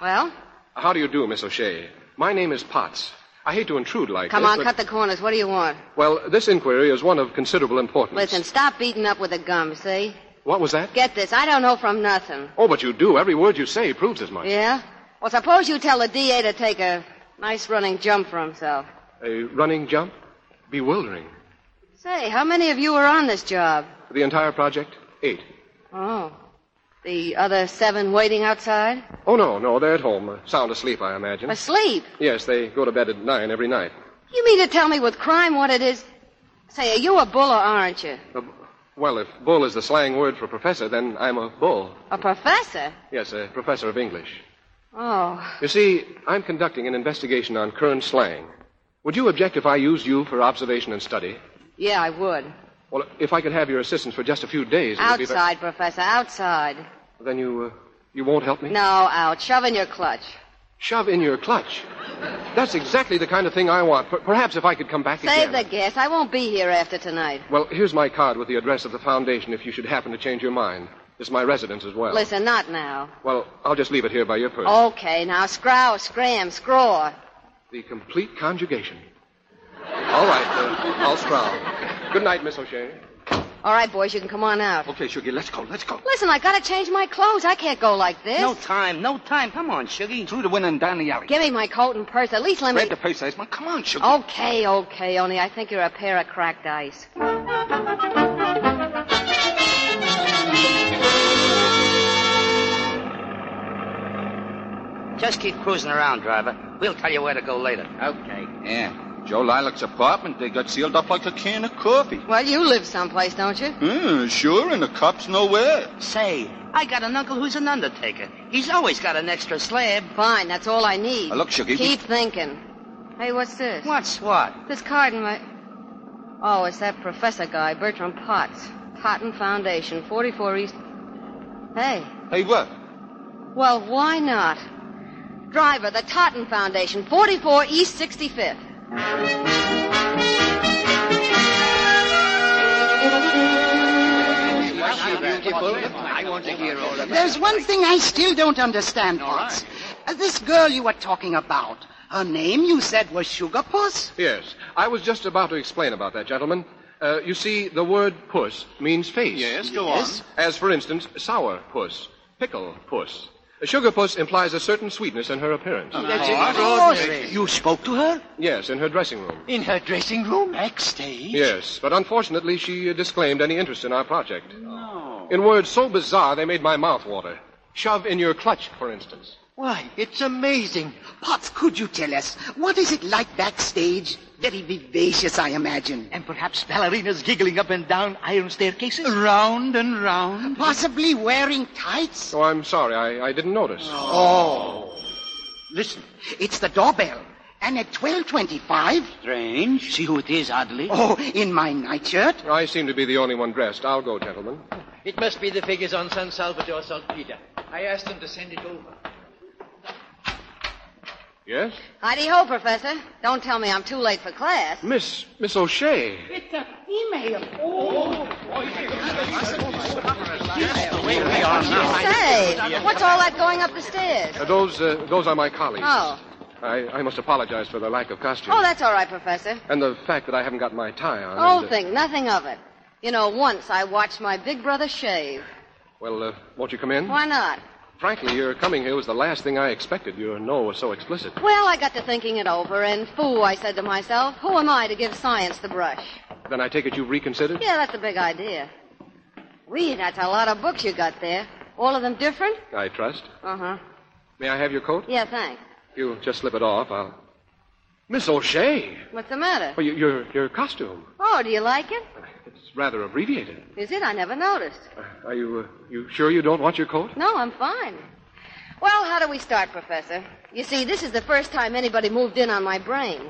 S24: Well?
S16: How do you do, Miss O'Shea? My name is Potts. I hate to intrude like
S24: Come
S16: this.
S24: on,
S16: but-
S24: cut the corners. What do you want?
S16: Well, this inquiry is one of considerable importance.
S24: Listen, stop beating up with the gum, see?
S16: What was that?
S24: Get this. I don't know from nothing.
S16: Oh, but you do. Every word you say proves as much.
S24: Yeah? Well, suppose you tell the DA to take a nice running jump for himself.
S16: A running jump? Bewildering.
S24: Say, how many of you are on this job?
S16: The entire project? Eight.
S24: Oh. The other seven waiting outside?
S16: Oh, no, no, they're at home. uh, Sound asleep, I imagine.
S24: Asleep.
S16: Yes, they go to bed at nine every night.
S24: You mean to tell me with crime what it is? Say, are you a buller, aren't you?
S16: Well, if bull is the slang word for professor, then I'm a bull.
S24: A professor?
S16: Yes, a professor of English.
S24: Oh.
S16: You see, I'm conducting an investigation on current slang. Would you object if I used you for observation and study?
S24: Yeah, I would.
S16: Well, if I could have your assistance for just a few days, it would be very-
S24: Outside, Professor, outside.
S16: Then you, uh, you won't help me?
S24: No, out. Shove in your clutch.
S16: Shove in your clutch. That's exactly the kind of thing I want. Per- perhaps if I could come back
S24: Save
S16: again.
S24: the gas. I won't be here after tonight.
S16: Well, here's my card with the address of the foundation if you should happen to change your mind. It's my residence as well.
S24: Listen, Oh. not now.
S16: Well, I'll just leave it here by your purse.
S24: Okay, now scrow, scram, scraw.
S16: The complete conjugation. All right, uh, I'll scroll. Good night, Miss O'Shea.
S24: All right, boys, you can come on out.
S16: Okay, Shuggy, let's go, let's go.
S24: Listen, I gotta change my clothes. I can't go like this.
S22: No time, no time. Come on, Shuggy. Through the window and down the alley.
S24: Give me my coat and purse. At least let me.
S22: Red the face ice. Come on, Shuggy.
S24: Okay, okay, only I think you're a pair of cracked ice.
S22: Just keep cruising around, driver. We'll tell you where to go later. Okay.
S29: Yeah. Joe Lilacs' apartment, they got sealed up like a can of coffee.
S24: Well, you live someplace, don't you?
S29: Mm, sure, and the cops nowhere.
S22: Say, I got an uncle who's an undertaker. He's always got an extra slab.
S24: Fine, that's all I need.
S22: Now, Uh, look, Shuggy, we-
S24: Keep thinking. Hey, what's this?
S22: What's what?
S24: This card in my. Oh, it's that professor guy, Bertram Potts. Totten Foundation, 44 East. Hey,
S29: Hey, what?
S24: well, why not? Driver, the Totten Foundation, 44 East 65th.
S22: I want to hear all of
S25: There's one thing I still don't understand, Potts. Uh, This girl you were talking about, her name you said was Sugar Puss?
S16: Yes, I was just about to explain about that, gentlemen. Uh, you see, the word puss means face.
S29: Yes, go on. Yes.
S16: As, for instance, sour puss, pickle puss. Sugar puss implies a certain sweetness in her appearance.
S6: That's extraordinary.
S16: You spoke to her? Yes, in her dressing room.
S6: In her dressing room, backstage.
S16: Yes, but unfortunately, she uh, disclaimed any interest in our project. No. In words so bizarre, they made my mouth water. Shove in your clutch, for instance.
S25: Why, it's amazing. Potts, could you tell us, what is it like backstage? Very vivacious, I imagine. And perhaps ballerinas giggling up and down iron staircases? Round and round. Possibly wearing tights?
S16: Oh, I'm sorry, I, I didn't notice.
S25: Oh. Listen, it's the doorbell. And at 12.25...
S22: Strange. See who it is, oddly.
S25: Oh, in my nightshirt?
S16: I seem to be the only one dressed. I'll go, gentlemen.
S6: It must be the figures on San Salvador Saltpeter. I asked them to send it over.
S16: Yes?
S24: Heidi ho, Professor. Don't tell me I'm too late for class.
S16: Miss, Miss O'Shea.
S25: It's a female.
S22: Oh,
S24: Say, what's all that going up the stairs?
S16: Uh, those, uh, those are my colleagues.
S24: Oh.
S16: I, I must apologize for the lack of costume.
S24: Oh, that's all right, Professor.
S16: And the fact that I haven't got my tie on.
S24: Whole
S16: and, uh,
S24: thing, nothing of it. You know, once I watched my big brother shave.
S16: Well, uh, won't you come in?
S24: Why not?
S16: Frankly, your coming here was the last thing I expected. Your no was so explicit.
S24: Well, I got to thinking it over, and foo, I said to myself, who am I to give science the brush?
S16: Then I take it you've reconsidered?
S24: Yeah, that's a big idea. Wee, that's a lot of books you got there. All of them different?
S16: I trust.
S24: Uh huh.
S16: May I have your coat?
S24: Yeah, thanks.
S16: You just slip it off. I'll. Miss O'Shea.
S24: What's the matter?
S16: Well, you, your your costume.
S24: Oh, do you like it?
S16: It's rather abbreviated.
S24: Is it? I never noticed.
S16: Are you uh, you sure you don't want your coat?
S24: No, I'm fine. Well, how do we start, Professor? You see, this is the first time anybody moved in on my brain.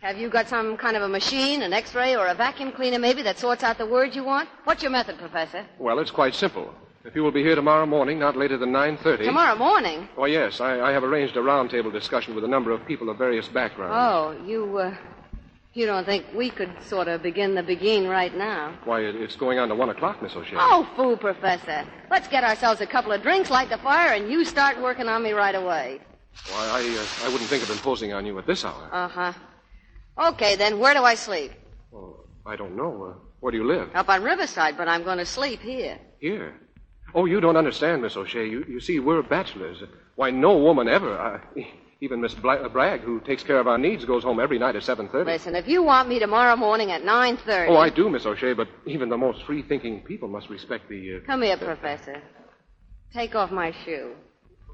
S24: Have you got some kind of a machine, an x ray, or a vacuum cleaner maybe that sorts out the words you want? What's your method, Professor?
S16: Well, it's quite simple. If you will be here tomorrow morning, not later than nine thirty.
S24: Tomorrow morning?
S16: Oh yes, I, I have arranged a roundtable discussion with a number of people of various backgrounds.
S24: Oh, you, uh, you don't think we could sort of begin the begin right now?
S16: Why, it, it's going on to one o'clock, Miss O'Shea.
S24: Oh, fool, Professor. Let's get ourselves a couple of drinks, light the fire, and you start working on me right away.
S16: Why, I, uh, I wouldn't think of imposing on you at this hour.
S24: Uh huh. Okay, then where do I sleep?
S16: I don't know. Uh, where do you live?
S24: Up on Riverside, but I'm going to sleep here.
S16: Here. Oh, you don't understand, Miss O'Shea. You, you see, we're bachelors. Why, no woman ever, uh, e- even Miss Bla- Bragg, who takes care of our needs, goes home every night at 7.30.
S24: Listen, if you want me tomorrow morning at nine thirty,
S16: Oh, I do, Miss O'Shea, but even the most free-thinking people must respect the... Uh,
S24: Come here,
S16: the-
S24: Professor. Take off my shoe.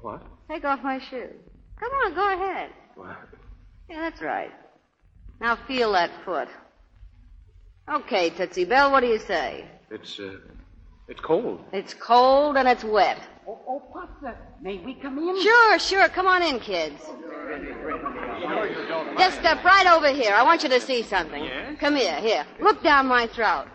S16: What?
S24: Take off my shoe. Come on, go ahead.
S16: What?
S24: Yeah, that's right. Now feel that foot. Okay, Tootsie Bell, what do you say?
S16: It's, uh, it's cold.
S24: It's cold and it's wet.
S25: Oh, oh, Potter, may we come in?
S24: Sure, sure. Come on in, kids. Just step right over here. I want you to see something. Come here, here. Look down my throat.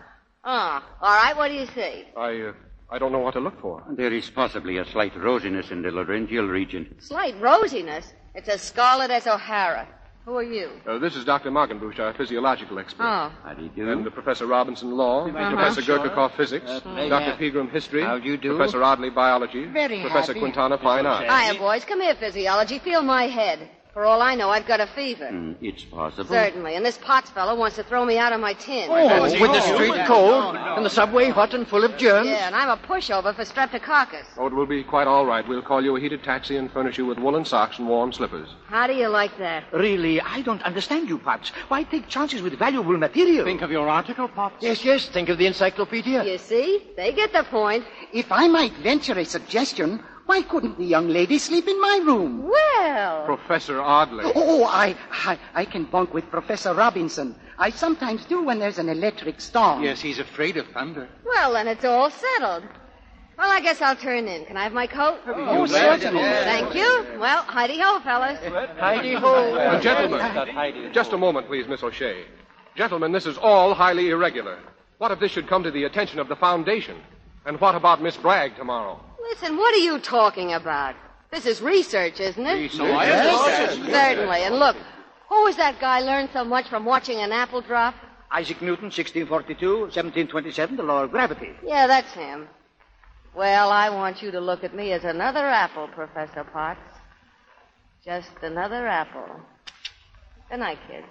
S24: Ah, all right. What do you see?
S16: I, uh, I don't know what to look for.
S6: There is possibly a slight rosiness in the laryngeal region.
S24: Slight rosiness. It's as scarlet as O'Hara. Who are you?
S16: Uh, this is Dr. Magenbusch, our physiological expert.
S24: Oh,
S6: How do you
S16: And uh, Professor Robinson, law.
S6: Uh-huh.
S16: Professor
S6: Sure.
S16: Gurkakov, physics.
S6: Uh,
S16: Dr.
S6: very happy.
S16: Pegram, history.
S6: How do you do?
S16: Professor Oddley, biology.
S24: Very
S16: Professor
S24: happy.
S16: Quintana, fine arts.
S24: Hiya, boys. Come here, physiology. Feel my head. For all I know, I've got a fever.
S16: Mm-hmm.
S6: Mm, it's possible.
S24: Certainly. And this Potts fellow wants to throw me out of my tin.
S6: Oh,
S25: with the
S6: no.
S25: street
S6: No,
S25: cold and the subway hot and full of germs.
S24: Yeah, and I'm a pushover for streptococcus.
S16: Oh, it will be quite all right. We'll call you a heated taxi and furnish you with woolen socks and warm slippers.
S24: How do you like that?
S25: Really, I don't understand you, Potts. Why take chances with valuable material? Think of your article, Potts. Yes, yes, think of the encyclopedia.
S24: You see? They get the point.
S25: If I might venture a suggestion, why couldn't the young lady sleep in my room?
S24: Well.
S16: Professor Oddley.
S25: Oh, I, I, I can bunk with Professor Robinson. I sometimes do when there's an electric storm.
S6: Yes, he's afraid of thunder.
S24: Well, then it's all settled. Well, I guess I'll turn in. Can I have my coat?
S25: Oh, you certainly. glad?
S24: Thank you. Well, heidi ho, fellas.
S25: oh.
S16: Uh, gentlemen, just a moment, please, Miss O'Shea. Gentlemen, this is all highly irregular. What if this should come to the attention of the Foundation? And what about Miss Bragg tomorrow?
S24: Listen, what are you talking about? This is research, isn't it?
S16: Research. Oh, I Yes. understand.
S24: Certainly. And look, who was that guy learned so much from watching an apple drop?
S6: Isaac Newton, 1642, 1727, the law of gravity.
S24: Yeah, that's him. Well, I want you to look at me as another apple, Professor Potts. Just another apple. Good night, kids.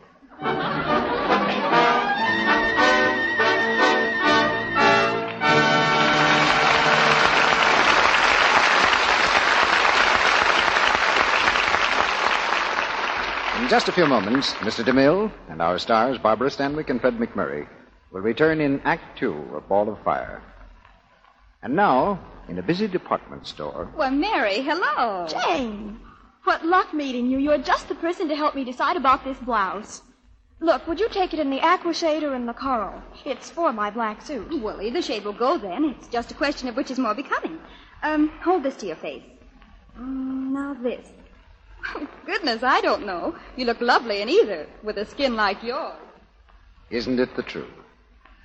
S15: In just a few moments, Mr. DeMille and our stars, Barbara Stanwyck and Fred McMurray, will return in Act Two of Ball of Fire. And now, in a busy department store,
S23: Well, Mary, hello. Jane! What luck meeting you. You're just the person to help me decide about this blouse. Look, would you take it in the aqua shade or in the coral? It's for my black suit. Well, either shade will go then. It's just a question of which is more becoming. Um, hold this to your face. Mm, now this. Goodness, I don't know. You look lovely in either, with a skin like yours.
S15: isn't it the truth?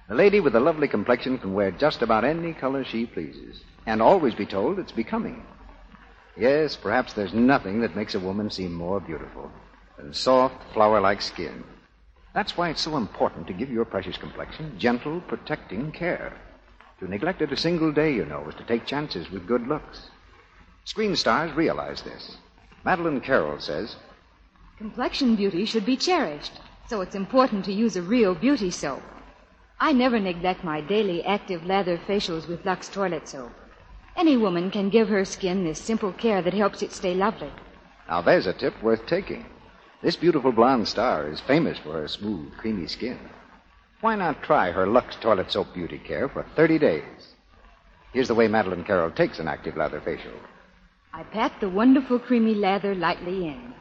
S15: A lady with a lovely complexion can wear just about any color she pleases and always be told it's becoming. Yes, perhaps there's nothing that makes a woman seem more beautiful than soft, flower like skin. That's why it's so important to give your precious complexion gentle, protecting care. To neglect it a single day, you know, is to take chances with good looks. Screen stars realize this. Madeline Carroll says,
S17: Complexion beauty should be cherished, so it's important to use a real beauty soap. I never neglect my daily active lather facials with Lux toilet soap. Any woman can give her skin this simple care that helps it stay lovely.
S15: Now there's a tip worth taking. This beautiful blonde star is famous for her smooth, creamy skin. Why not try her Lux Toilet Soap Beauty Care for 30 days? Here's the way Madeline Carroll takes an active lather facial.
S17: I pat the wonderful creamy lather lightly in.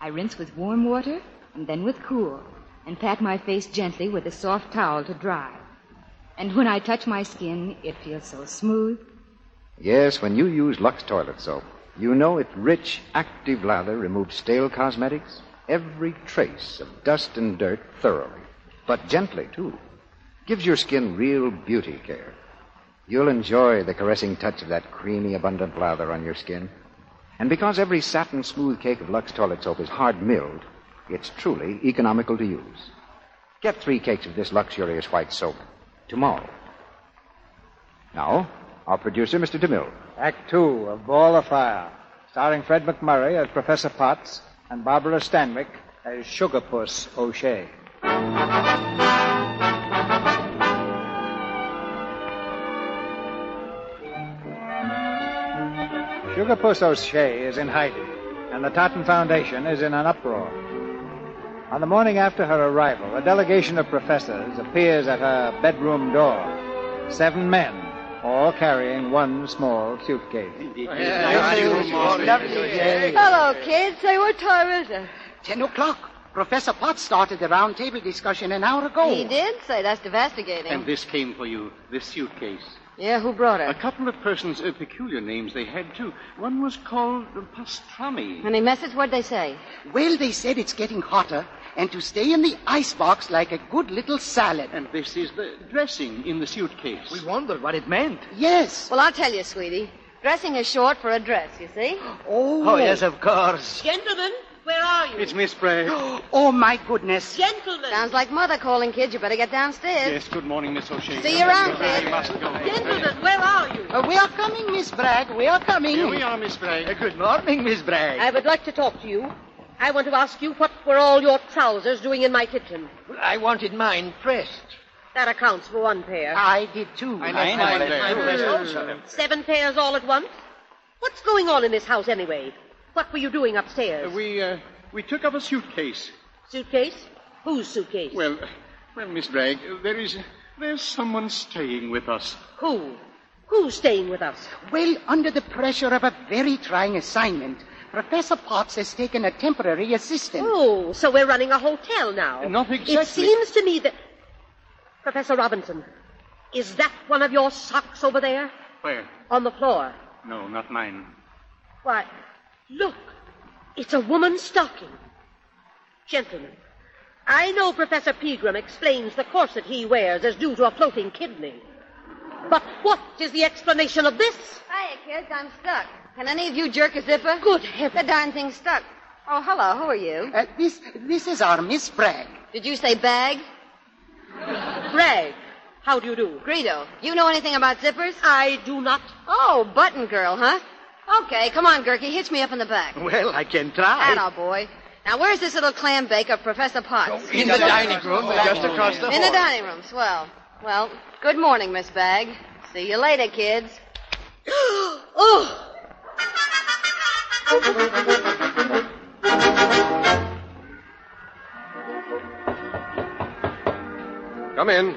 S17: I rinse with warm water and then with cool, and pat my face gently with a soft towel to dry. And when I touch my skin, it feels so smooth.
S15: Yes, when you use Lux Toilet Soap, you know its rich, active lather removes stale cosmetics, every trace of dust and dirt thoroughly, but gently, too. Gives your skin real beauty care. You'll enjoy the caressing touch of that creamy, abundant lather on your skin. And because every satin smooth cake of Lux Toilet Soap is hard milled, it's truly economical to use. Get three cakes of this luxurious white soap tomorrow. Now, our producer, Mr. DeMille.
S28: Act two of Ball of Fire. starring Fred McMurray as Professor Potts and Barbara Stanwyck as Sugar Puss O'Shea. Sugar Puss O'Shea is in hiding, and the Totten Foundation is in an uproar. On the morning after her arrival, a delegation of professors appears at her bedroom door. Seven men, all carrying one small suitcase.
S24: Hello, kids. Say, what time is it?
S4: Ten o'clock. Professor Potts started the round table discussion an hour ago.
S24: He did say that's investigating.
S29: And this came for you, this suitcase.
S24: Yeah, who brought
S29: A
S24: it?
S29: couple of persons, uh, peculiar names they had, too. One was called uh, Pastrami.
S24: Any message? What'd they say?
S4: Well, they said it's getting hotter, and to stay in the icebox like a good little salad.
S29: And this is the dressing in the suitcase. We
S4: wondered what it meant. Yes.
S24: Well, I'll tell you, sweetie. Dressing is short for a dress, you see?
S4: Oh.
S29: Oh, yes, of course.
S24: Gentlemen, where are you?
S29: It's Miss Bray.
S4: Oh, my goodness.
S24: Gentlemen! Sounds like mother calling, kids. You better get downstairs.
S29: Yes, good morning, Miss O'Shea.
S24: See you around,
S29: I
S24: kid.
S29: must go.
S24: Gentlemen, where are you?
S4: Uh, we are coming, Miss Bragg. We are coming.
S29: Here we are, Miss Bragg. good morning, Miss Bragg.
S20: I would like to talk to you. I want to ask you what were all your trousers doing in my kitchen?
S4: I wanted mine pressed.
S20: That accounts for one pair.
S4: I did too.
S29: I left mine there. Pressed also.
S20: Seven pairs all at once? What's going on in this house anyway? What were you doing upstairs?
S29: we, uh, we took up a suitcase.
S20: Suitcase? Whose suitcase?
S29: Well, uh, well, Miss Bragg, uh, there is there's someone staying with us.
S4: Who? Who's staying with us? Well, under the pressure of a very trying assignment, Professor Potts has taken a temporary assistant.
S20: Oh, so we're running a hotel now.
S29: Not
S20: It seems to me that. Professor Robinson, is that one of your socks over there?
S29: Where?
S20: On the floor.
S29: No, not mine.
S20: Why, look, it's a woman's stocking. Gentlemen, I know Professor Pegram explains the corset he wears is due to a floating kidney. But what is the explanation of this?
S24: Hiya, kids. I'm stuck. Can any of you jerk a zipper? Good heavens. The darn thing's stuck. Oh, hello. Who are you?
S4: Uh, this, this is our Miss Bragg.
S24: Did you say bag?
S20: Bragg. How do you do?
S24: Greedo. You know anything about zippers?
S20: I do not.
S24: Oh, button girl, huh? Okay, come on, Gurky. Hitch me up in the back.
S29: Well, I can
S24: Atta boy. Now, where's this little clam bake of Professor Potts?
S29: In the dining room, just across the hall.
S24: In the dining room. Swell. Well, good morning, Miss Bag. See you later, kids. oh!
S16: Come in.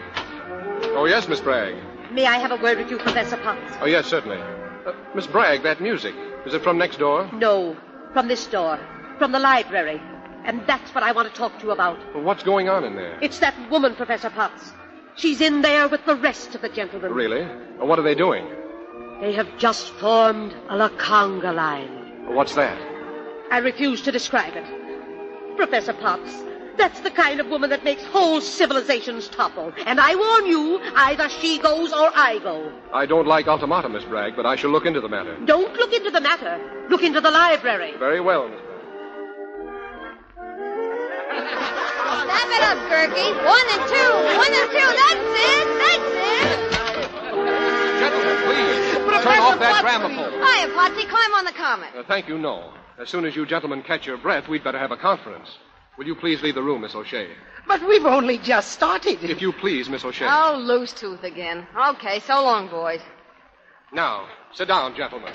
S16: Oh, yes, Miss Bragg.
S20: May I have a word with you, Professor Potts?
S16: Oh, yes, certainly. Uh, Miss Bragg, that music. Is it from next door?
S20: No, from this door, from the library. And that's what I want to talk to you about.
S16: Well, what's going on in there?
S20: It's that woman, Professor Potts. She's in there with the rest of the gentlemen.
S16: Really? Uh, What are they doing?
S20: They have just formed a Lakanga line.
S16: Uh, What's that?
S20: I refuse to describe it. Professor Potts, that's the kind of woman that makes whole civilizations topple. And I warn you, either she goes or I go.
S16: I don't like ultimatum, Miss Bragg, but I shall look into the matter.
S20: Don't look into the matter. Look into the library.
S16: Very well, Miss
S24: Snap it up, Gurky. One and two. One and two. That's it. That's it.
S16: Bragg. Turn off that gramophone.
S24: Hiya, Potsy. Climb on the comet.
S16: Uh, thank you, no. As soon as you gentlemen catch your breath, we'd better have a conference. Will you please leave the room, Miss O'Shea?
S4: But we've only just started. Uh,
S16: If you please, Miss O'Shea.
S24: Oh, loose tooth again. Okay, so long, boys.
S16: Now, sit down, gentlemen.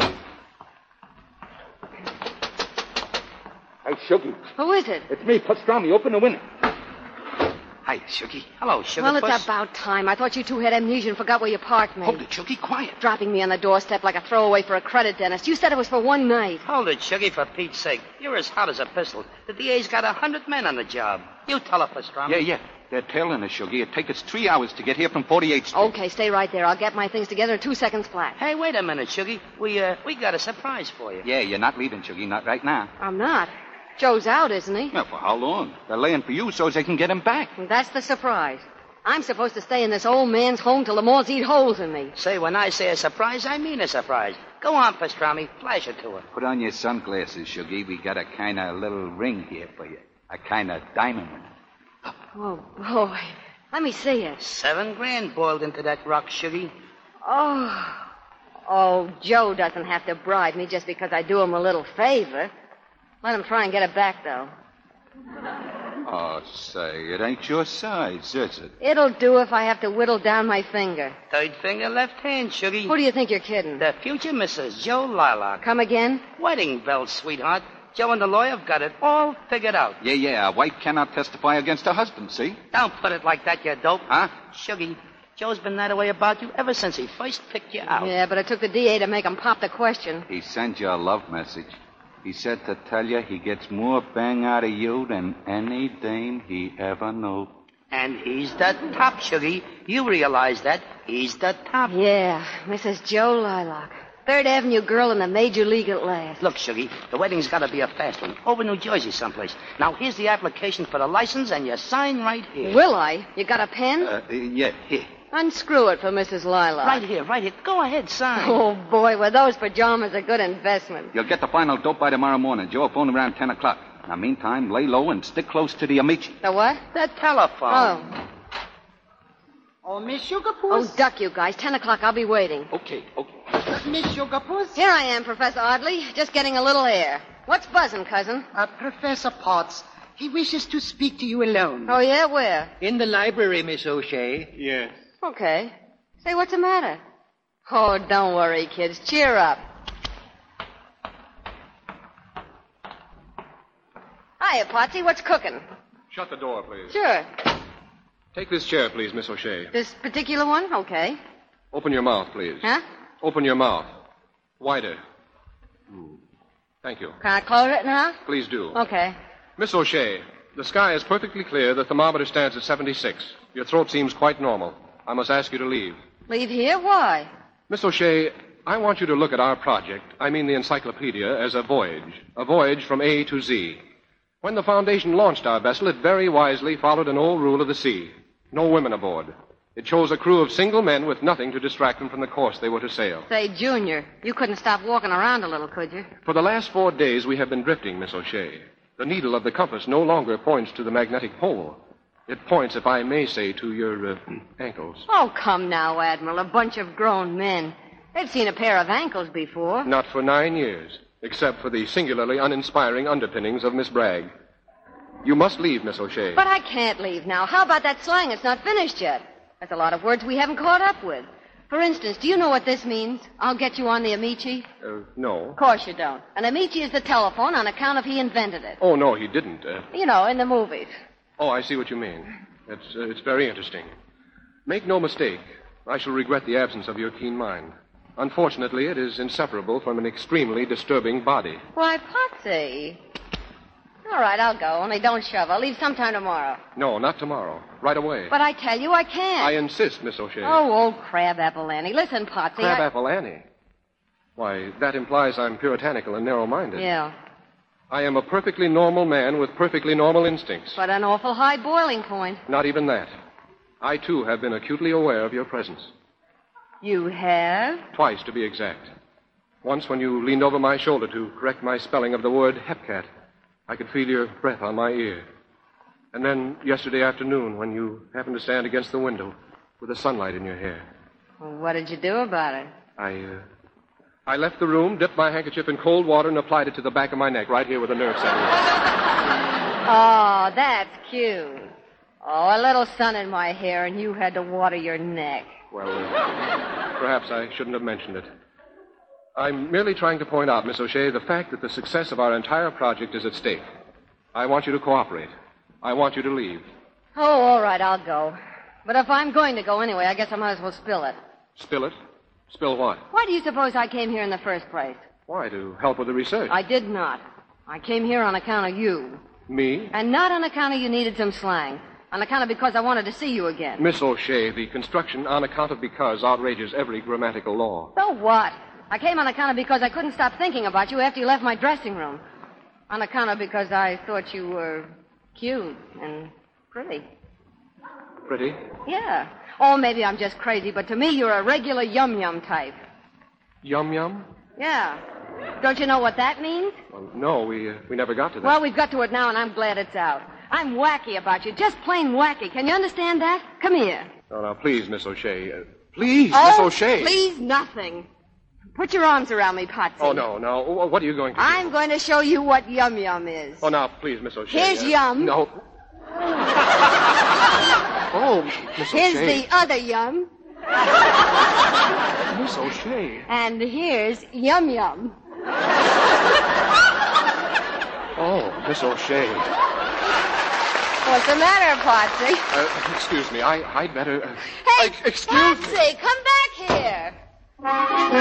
S21: Hey, Shuggy.
S24: Who is it?
S21: It's me, Pastrami. Open the window. Hi, Shuggy. Hello, Sugar
S24: well, it's about time. I thought you two had amnesia and forgot where you parked me. Hold
S21: it, Chucky. Quiet.
S24: Dropping me on the doorstep like a throwaway for a credit dentist. You said it was for one night.
S22: Hold it, Shuggy, for Pete's sake. You're as hot as a pistol. The DA's got a hundred men on the job. You tell her, Pastrami.
S29: Yeah, yeah. They're telling us, Shuggy. It'd take us three hours to get here from 48th Street.
S24: Okay, stay right there. I'll get my things together in two seconds flat.
S22: Hey, wait a minute, Shuggy. We, uh, we got a surprise for you.
S29: Yeah, you're not leaving, Shuggy. Not right now.
S24: I'm not. Joe's out, isn't he?
S29: Well, for how long? They're laying for you so as they can get him back.
S24: That's the surprise. I'm supposed to stay in this old man's home till the Moors eat holes in me.
S22: Say, when I say a surprise, I mean a surprise. Go on, Pastrami. Flash it to her.
S29: Put on your sunglasses, Shuggy. We got a kind of little ring here for you. A kind of diamond ring.
S24: Oh, boy. Let me see it.
S22: Seven grand boiled into that rock, Shuggy.
S24: Oh. Oh, Joe doesn't have to bribe me just because I do him a little favor. Let him try and get it back, though.
S31: Oh, say, it ain't your size, is it?
S24: It'll do if I have to whittle down my finger.
S22: Third finger left hand, Sugie.
S24: Who do you think you're kidding?
S22: The future Mrs. Joe Lilac.
S24: Come again?
S22: Wedding bell, sweetheart. Joe and the lawyer have got it all figured out.
S31: Yeah, yeah, a wife cannot testify against her husband, see?
S22: Don't put it like that, you dope. Huh? Sugie, Joe's been that way about you ever since he first picked you out.
S24: Yeah, but it took the DA to make him pop the question.
S29: He sent you a love message. He said to tell you he gets more bang out of you than any dame he ever knew.
S22: And he's the top, Sugie. You realize that. He's the top.
S24: Yeah, Mrs. Joe Lilac. Third Avenue girl in the major league at last.
S22: Look, Sugie, the wedding's got to be a fast one. Over New Jersey someplace. Now, here's the application for the license, and you sign right here.
S24: Will I? You got a pen?
S29: Uh, yeah, here.
S24: Unscrew it for Mrs. Lilac.
S22: Right here, right here. Go ahead, sign.
S24: Oh, boy, were those pajamas a good investment.
S29: You'll get the final dope by tomorrow morning. Joe will phone around 10 o'clock. Now, meantime, lay low and stick close to the Amici.
S24: The what?
S22: The telephone.
S24: Oh.
S14: Oh, Miss Sugarpuss.
S24: Oh, duck you guys. Ten o'clock. I'll be waiting.
S29: Okay, okay.
S14: Miss Sugarpuss?
S24: Oh. Here I am, Professor Audley. Just getting a little air. What's buzzing, cousin?
S14: Uh, Professor Potts, he wishes to speak to you alone.
S24: Oh, yeah? Where?
S6: In the library, Miss O'Shea. Yes.
S24: Okay. Say, what's the matter? Oh, don't worry, kids. Cheer up. Hiya, Potsy. What's cooking?
S16: Shut the door, please.
S24: Sure.
S16: Take this chair, please, Miss O'Shea.
S24: This particular one? Okay.
S16: Open your mouth, please.
S24: Huh?
S16: Open your mouth. Wider. Hmm. Thank you.
S24: Can I close it now?
S16: Please do.
S24: Okay.
S16: Miss O'Shea, the sky is perfectly clear. The thermometer stands at 76. Your throat seems quite normal. I must ask you to leave.
S24: Leave here? Why?
S16: Miss O'Shea, I want you to look at our project, I mean the encyclopedia, as a voyage. A voyage from A to Z. When the Foundation launched our vessel, it very wisely followed an old rule of the sea no women aboard. It chose a crew of single men with nothing to distract them from the course they were to sail.
S24: Say, Junior, you couldn't stop walking around a little, could you?
S16: For the last four days, we have been drifting, Miss O'Shea. The needle of the compass no longer points to the magnetic pole. It points, if I may say, to your uh, ankles.
S24: Oh, come now, Admiral. A bunch of grown men. They've seen a pair of ankles before.
S16: Not for nine years, except for the singularly uninspiring underpinnings of Miss Bragg. You must leave, Miss O'Shea.
S24: But I can't leave now. How about that slang? It's not finished yet. That's a lot of words we haven't caught up with. For instance, do you know what this means? I'll get you on the Amici.
S16: Uh, no.
S24: Of course you don't. An Amici is the telephone on account of he invented it.
S16: Oh, no, he didn't. Uh,
S24: You know, in the movies.
S16: oh, I see what you mean. It's, uh, it's very interesting. Make no mistake, I shall regret the absence of your keen mind. Unfortunately, it is inseparable from an extremely disturbing body.
S24: Why, Potsy. All right, I'll go. Only don't shove. I'll leave sometime tomorrow.
S16: No, not tomorrow. Right away.
S24: But I tell you, I
S16: I
S24: can't.
S16: insist, Miss O'Shea.
S24: Oh, old crabapple Annie. Listen, Potsy. I-
S16: Crabapple Annie. Why, that implies I'm puritanical and narrow minded.
S24: Yeah,
S16: I am a perfectly normal man with perfectly normal instincts.
S24: but an awful high boiling point.
S16: Not even that. I, too, have been acutely aware of your presence.
S24: You have?
S16: Twice, to be exact. Once when you leaned over my shoulder to correct my spelling of the word hepcat. I could feel your breath on my ear. And then yesterday afternoon when you happened to stand against the window with the sunlight in your hair.
S24: Well, what did you do about it?
S16: I, uh, I left the room, dipped my handkerchief in cold water, and applied it to the back of my neck, right here where the nerve center is.
S24: Oh, that's cute. Oh, a little sun in my hair, and you had to water your neck.
S16: Well, uh, perhaps I shouldn't have mentioned it. I'm merely trying to point out, Miss O'Shea, the fact that the success of our entire project is at stake. I want you to cooperate. I want you to leave.
S24: Oh, all right, I'll go. But if I'm going to go anyway, I guess I might as well spill it.
S16: Spill it? Spill what?
S24: Why do you suppose I came here in the first place?
S16: Why, to help with the research.
S24: I did not. I came here on account of you.
S16: Me?
S24: And not on account of you needed some slang. On account of because I wanted to see you again.
S16: Miss O'Shea, the construction on account of because outrages every grammatical law.
S24: So what? I came on account of because I couldn't stop thinking about you after you left my dressing room. On account of because I thought you were cute and pretty.
S16: Pretty?
S24: Yeah. Or maybe I'm just crazy, but to me you're a regular yum yum type.
S16: Yum yum?
S24: Yeah. Don't you know what that means?
S16: Well, no, we, uh, we never got to that.
S24: Well, we've got to it now, and I'm glad it's out. I'm wacky about you, just plain wacky. Can you understand that? Come here.
S16: Oh, now, please, Miss O'Shea. Uh, please,
S24: oh,
S16: Miss O'Shea.
S24: Please, nothing. Put your arms around me, Patsy.
S16: Oh, no, no. Wh- What are you going to do?
S24: I'm going to show you what yum yum is.
S16: Oh, now, please, Miss O'Shea.
S24: Here's Yum.
S16: No. Oh, Miss
S24: Here's
S16: O'Shea.
S24: the other yum,
S16: Miss O'Shea.
S24: and here's yum yum.
S16: Oh, Miss O'Shea.
S24: What's the matter, Patsy?
S16: Uh, excuse me. I, I'd better. Uh,
S32: Hey, Patsy, come back here.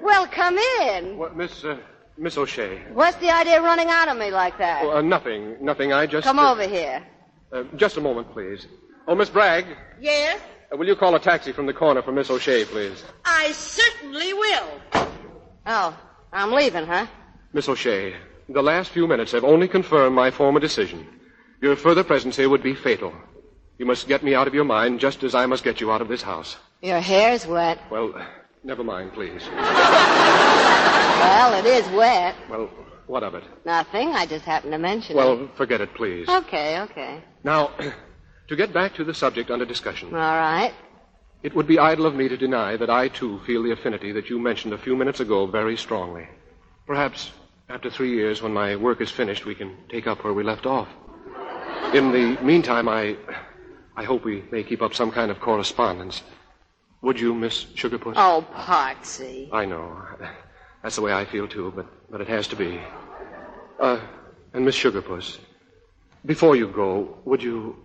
S24: Well, come in.
S16: what, Miss, uh, Miss O'Shea.
S24: What's the idea of running out on me like that?
S16: Oh, uh, nothing, nothing. I just.
S24: Come
S16: uh,
S24: over here.
S16: Uh, just a moment, please. Oh, Miss Bragg,
S33: Yes,
S16: uh, will you call a taxi from the corner for Miss O'Shea, please?
S24: I certainly will. Oh, I'm leaving, huh?
S16: Miss O'Shea, the last few minutes have only confirmed my former decision. Your further presence here would be fatal. You must get me out of your mind just as I must get you out of this house.
S24: Your hair's wet.
S16: Well, uh, never mind, please.
S24: Well, it is wet.
S16: Well, what of it?
S24: Nothing. I just happened to mention
S16: Well, forget it, please.
S24: it. Okay, okay.
S16: Now, to get back to the subject under discussion.
S24: All right.
S16: It would be idle of me to deny that I, too, feel the affinity that you mentioned a few minutes ago very strongly. Perhaps after three years, when my work is finished, we can take up where we left off. In the meantime, I. I hope we may keep up some kind of correspondence. Would you, Miss Sugarpuss?
S24: Oh, Patsy.
S16: I know. That's the way I feel, too, but, but it has to be. Uh, and Miss Sugarpuss, before you go, would you.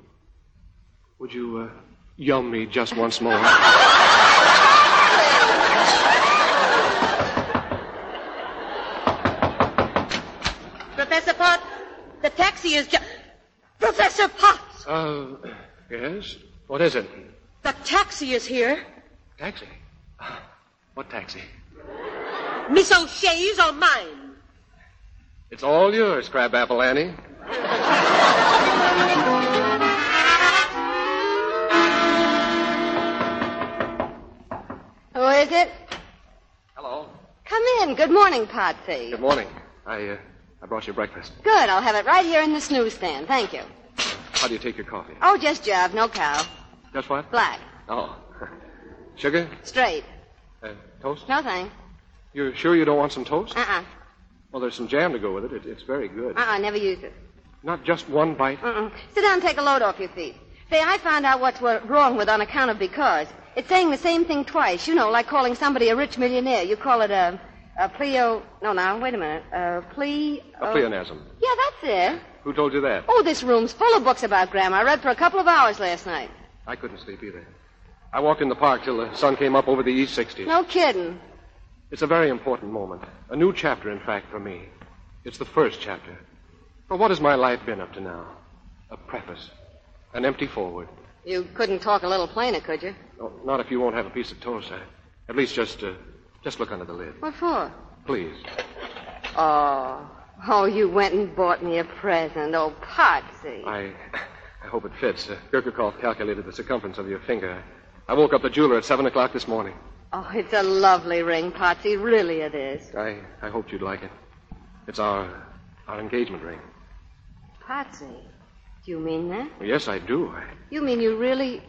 S16: Would you, uh, yum me just once more?
S33: Professor Potts. The taxi is just. Professor Potts,
S16: Uh, yes? What is it?
S33: the taxi is here.
S16: Taxi? What taxi?
S33: Miss O'Shea's or mine?
S16: It's all yours, Crabapple Annie.
S24: Who is it?
S16: Hello.
S24: Come in. Good morning, Patsy.
S16: Good morning. I, uh, I brought you breakfast.
S24: Good. I'll have it right here in the snooze stand. Thank you.
S16: How do you take your coffee?
S24: Oh, just Jav, no cow.
S16: Just what?
S24: Black.
S16: Oh. Sugar?
S24: Straight.
S16: Uh, toast?
S24: No thanks.
S16: You're sure you don't want some toast?
S24: Uh-uh.
S16: Well, there's some jam to go with it. it it's very good.
S24: Uh-uh, never used it.
S16: Not just one bite.
S24: Uh-uh. Sit down and take a load off your feet. Say, I found out what's wa- wrong with on account of because. It's saying the same thing twice, you know, like calling somebody a rich millionaire. You call it a, a pleo... No, now, wait a minute. A ple...
S16: A pleonasm.
S24: Yeah, that's it.
S16: Who told you that?
S24: Oh, this room's full of books about grammar. I read for a couple of hours last night.
S16: I couldn't sleep either. I walked in the park till the sun came up over the east 60s.
S24: No kidding.
S16: It's a very important moment. A new chapter, in fact, for me. It's the first chapter. For what has my life been up to now? A preface. An empty forward.
S24: You couldn't talk a little plainer, could you?
S16: Oh, not if you won't have a piece of toast. I, at least just, uh, just look under the lid.
S24: What for?
S16: Please.
S24: Oh. Oh, you went and bought me a present. Oh, Patsy.
S16: I, I hope it fits. Uh, Gurkakov calculated the circumference of your finger. I woke up the jeweler at 7 o'clock this morning.
S24: Oh, it's a lovely ring, Patsy. Really it is.
S16: I, I hoped you'd like it. It's our, our engagement ring.
S24: Patsy, do you mean that?
S16: Yes, I do.
S24: You mean you really...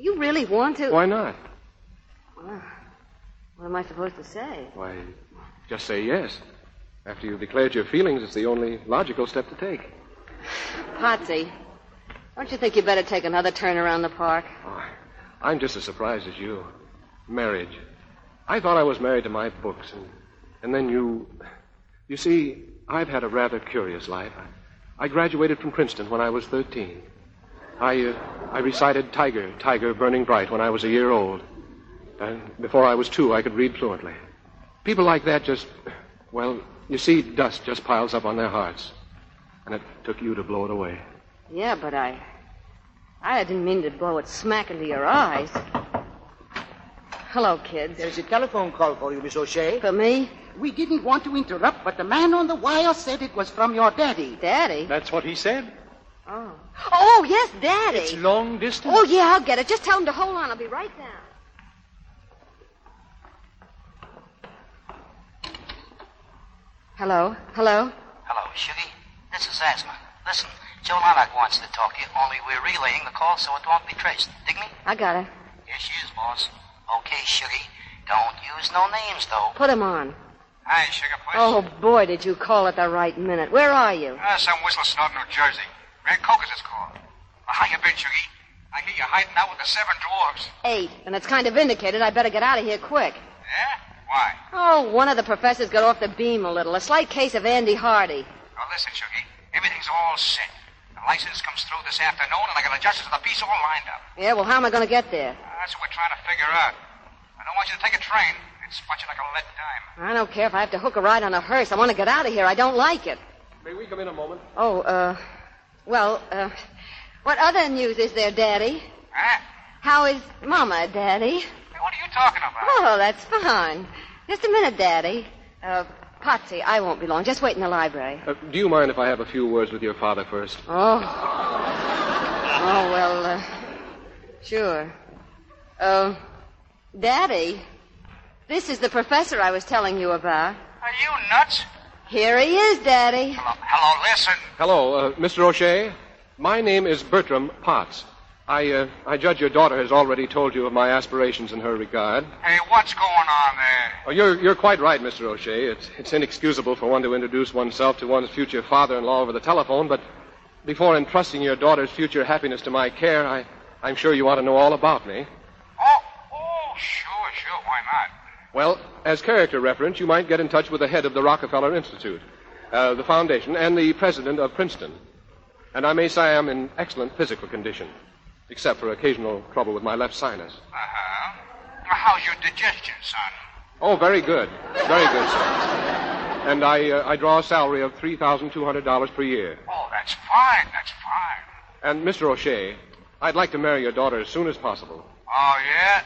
S24: You really want to...
S16: Why not?
S24: Well, What am I supposed to say?
S16: Why, just say yes. After you've declared your feelings, it's the only logical step to take.
S24: Patsy, don't you think you better take another turn around the park?
S16: I'm just as surprised as you. Marriage. I thought I was married to my books, and, and then you. You see, I've had a rather curious life. I, I graduated from Princeton when I was 13. I, uh, I recited Tiger, Tiger Burning Bright when I was a year old. And before I was two, I could read fluently. People like that just. Well, you see, dust just piles up on their hearts. And it took you to blow it away.
S24: Yeah, but I... I didn't mean to blow it smack into your eyes. Hello, kids.
S25: There's a telephone call for you, Miss O'Shea.
S24: For me?
S25: We didn't want to interrupt, but the man on the wire said it was from your daddy.
S24: Daddy?
S6: That's what he said.
S24: Oh. Oh, yes, Daddy.
S6: It's long distance.
S24: Oh, yeah, I'll get it. Just tell him to hold on. I'll be right down. Hello? Hello?
S22: Hello, Sugar. This is Asma. Listen, Joe Lonock wants to talk to you, only we're relaying the call so it won't be traced. Dig me?
S24: I got her.
S22: Here she is, boss. Okay, Sugie. Don't use no names, though.
S24: Put him on.
S29: Hi, Sugar Puss.
S24: Oh, boy, did you call at the right minute. Where are you?
S29: Ah, some whistle snort in New Jersey. Red Cocos is called. Ah, Well, how you been, Sugie? I hear you're hiding out with the seven dwarves.
S24: Eight. And it's kind of indicated I better get out of here quick.
S29: Eh? Why?
S24: Oh, one of the professors got off the beam a little. A slight case of Andy Hardy.
S29: Now, listen, Sugie. Everything's all set. The license comes through this afternoon, and I got adjusters to the piece all lined up.
S24: Yeah, well, how am I going to get there?
S29: Ah, That's what we're trying to figure out. I don't want you to take a train. It's sputs you like a lead dime.
S24: I don't care if I have to hook a ride on a hearse. I want to get out of here. I don't like it.
S16: May we come in a moment?
S24: Oh, uh, well, uh, what other news is there, Daddy?
S29: Huh?
S24: How is Mama, Daddy?
S29: What are you talking about?
S24: Oh, that's fine. Just a minute, Daddy. Uh, Patsy, I won't be long. Just wait in the library.
S16: Uh, do you mind if I have a few words with your father first?
S24: Oh. Oh, well, uh, sure. Uh, Daddy, this is the professor I was telling you about.
S29: Are you nuts?
S24: Here he is, Daddy.
S29: Hello, listen.
S16: Hello, uh, Mr. O'Shea. My name is Bertram Potts. I, uh, I judge your daughter has already told you of my aspirations in her regard.
S29: Hey, what's going on there?
S16: Oh, you're, you're quite right, Mr. O'Shea. It's, it's inexcusable for one to introduce oneself to one's future father in law over the telephone, but before entrusting your daughter's future happiness to my care, I, I'm sure you ought to know all about me.
S29: Oh, sure, sure. Why not?
S16: Well, as character reference, you might get in touch with the head of the Rockefeller Institute, uh, the foundation, and the president of Princeton. And I may say I am in excellent physical condition, except for occasional trouble with my left sinus.
S29: Uh huh. How's your digestion, son?
S16: Oh, very good. Very good, sir. And I, uh, I draw a salary of $3,200 per year.
S29: Oh, that's fine. That's fine.
S16: And, Mr. O'Shea, I'd like to marry your daughter as soon as possible.
S29: Oh, yeah?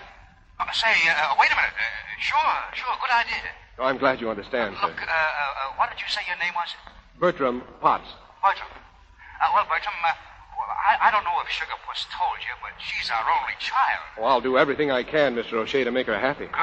S29: Uh, say, uh, wait a minute. Uh, sure, sure. Good idea.
S16: Oh, I'm glad you understand, sir.
S29: Look, uh, uh, uh, what did you say your name was?
S16: Bertram Potts.
S29: Bertram. Uh, well, Bertram, uh, well, I, I don't know if Sugar Puss told you, but she's our only child.
S16: Oh, I'll do everything I can, Mr. O'Shea, to make her happy.
S29: Good. Uh,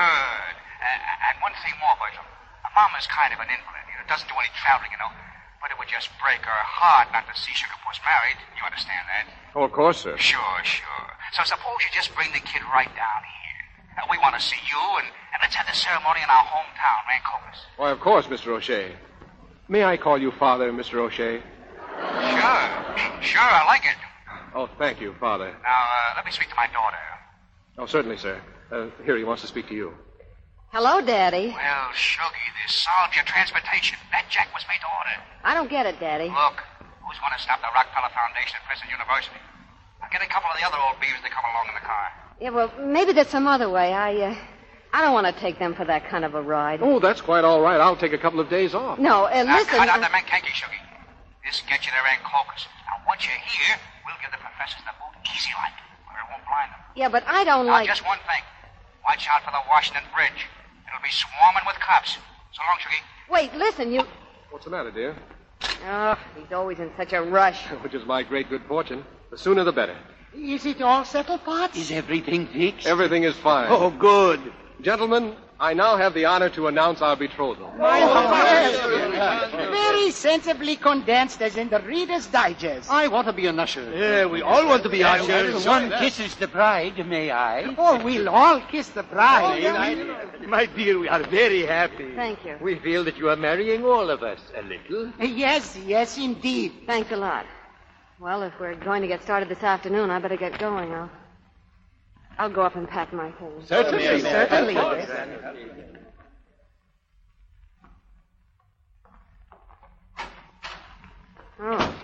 S29: and one thing more, Bertram. Uh, Mama's kind of an invalid. You know, doesn't do any traveling, you know. But it would just break her heart not to see Sugar Puss married. You understand that?
S16: Oh, of course, sir.
S29: Sure, sure. So suppose you just bring the kid right down here. Uh, we want to see you, and, and let's have the ceremony in our hometown, Rancocas.
S16: Why, of course, Mr. O'Shea. May I call you Father, Mr. O'Shea?
S29: Sure. Sure, I like it.
S16: Oh, thank you, Father.
S29: Now, uh, let me speak to my daughter.
S16: Oh, certainly, sir. Uh, here, he wants to speak to you.
S24: Hello, Daddy.
S29: Well, Shuggy, this solved your transportation. That jack was made to order.
S24: I don't get it, Daddy.
S29: Look, who's going to stop the Rockefeller Foundation at Princeton University? I'll get a couple of the other old beavers to come along in the car.
S24: Yeah, well, maybe there's some other way. I, uh, I don't want to take them for that kind of a ride.
S16: Oh, that's quite all right. I'll take a couple of days off.
S24: No, uh,
S29: now,
S24: listen.
S29: cut out
S24: uh,
S29: the Mankanki, Shuggy. This will get you to Rancocas. Now, once you're here, we'll give the professors the boot easy like, where it won't blind them.
S24: Yeah, but I don't
S29: now,
S24: Oh, like.
S29: just one thing. Watch out for the Washington Bridge. It'll be swarming with cops. So long, Shuggy.
S24: Wait, listen, you.
S16: What's the matter, dear?
S24: Oh, he's always in such a rush.
S16: Which is my great good fortune. The sooner the better.
S25: Is it all settled, Potts?
S16: Is everything fixed? Everything is fine. Oh,
S6: good.
S16: Gentlemen, I now have the honor to announce our betrothal.
S25: Very sensibly condensed as in the Reader's Digest.
S6: I want to be an usher.
S25: Yeah, we all want to be
S6: Yeah,
S25: ushers.
S6: well, One
S25: That's-
S6: kisses the bride, may I?
S25: Oh, we'll all kiss the bride.
S6: My dear, we are very happy.
S24: Thank you.
S6: We feel that you are marrying all of us a little.
S24: Yes, yes, indeed. Thanks a lot. Well, if we're going to get started this afternoon, I better get going. I'll, I'll go up and pack my things.
S25: Certainly, certainly.
S24: Oh.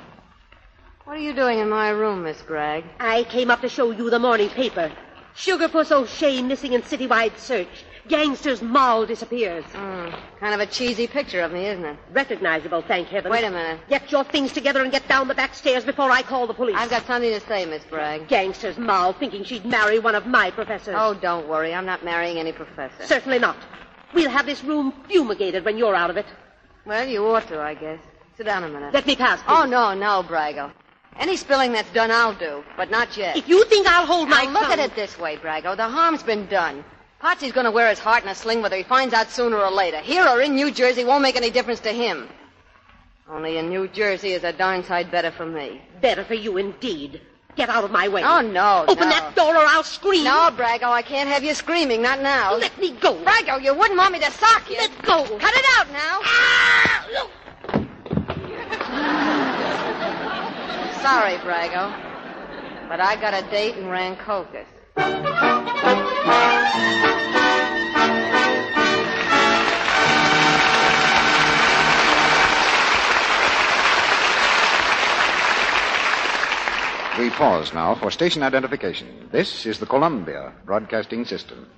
S24: What are you doing in my room, Miss Bragg?
S20: I came up to show you the morning paper. Sugar Puss O'Shea missing in citywide search. Gangster's Mall disappears.
S24: Hmm, Kind of a cheesy picture of me, isn't it?
S20: Recognizable, thank heaven.
S24: Wait a minute.
S20: Get your things together and get down the back stairs before I call the police.
S24: I've got something to say, Miss Bragg.
S20: Gangster's Mall thinking she'd marry one of my professors.
S24: Oh, don't worry. I'm not marrying any professor.
S20: Certainly not. We'll have this room fumigated when you're out of it.
S24: Well, you ought to, I guess. Sit down a minute.
S20: Let me pass. please.
S24: Oh, no, no, Brago. Any spilling that's done, I'll do, but not yet.
S20: If you think I'll hold my
S24: now, look
S20: tongue-
S24: at it this way, Brago. The harm's been done. Patsy's going to wear his heart in a sling whether he finds out sooner or later. Here or in New Jersey won't make any difference to him. Only in New Jersey is a darn sight better for me.
S20: Better for you, indeed. Get out of my way.
S24: Oh, no.
S20: Open that door or I'll scream.
S24: No, Brago, I can't have you screaming. Not now. Let me go. Brago, you wouldn't want me to sock you. Let go. Ah, Cut it out now. Sorry, Brago. But I got a date in Rancocas.
S15: We pause now for station identification. This is the Columbia Broadcasting System.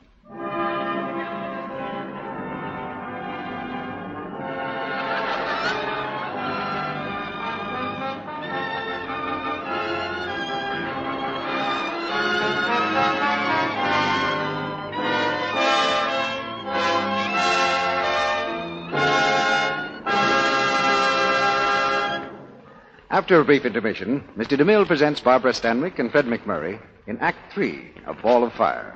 S15: After a brief intermission, Mr. DeMille presents Barbara Stanwyck and Fred McMurray in Act Three of Ball of Fire.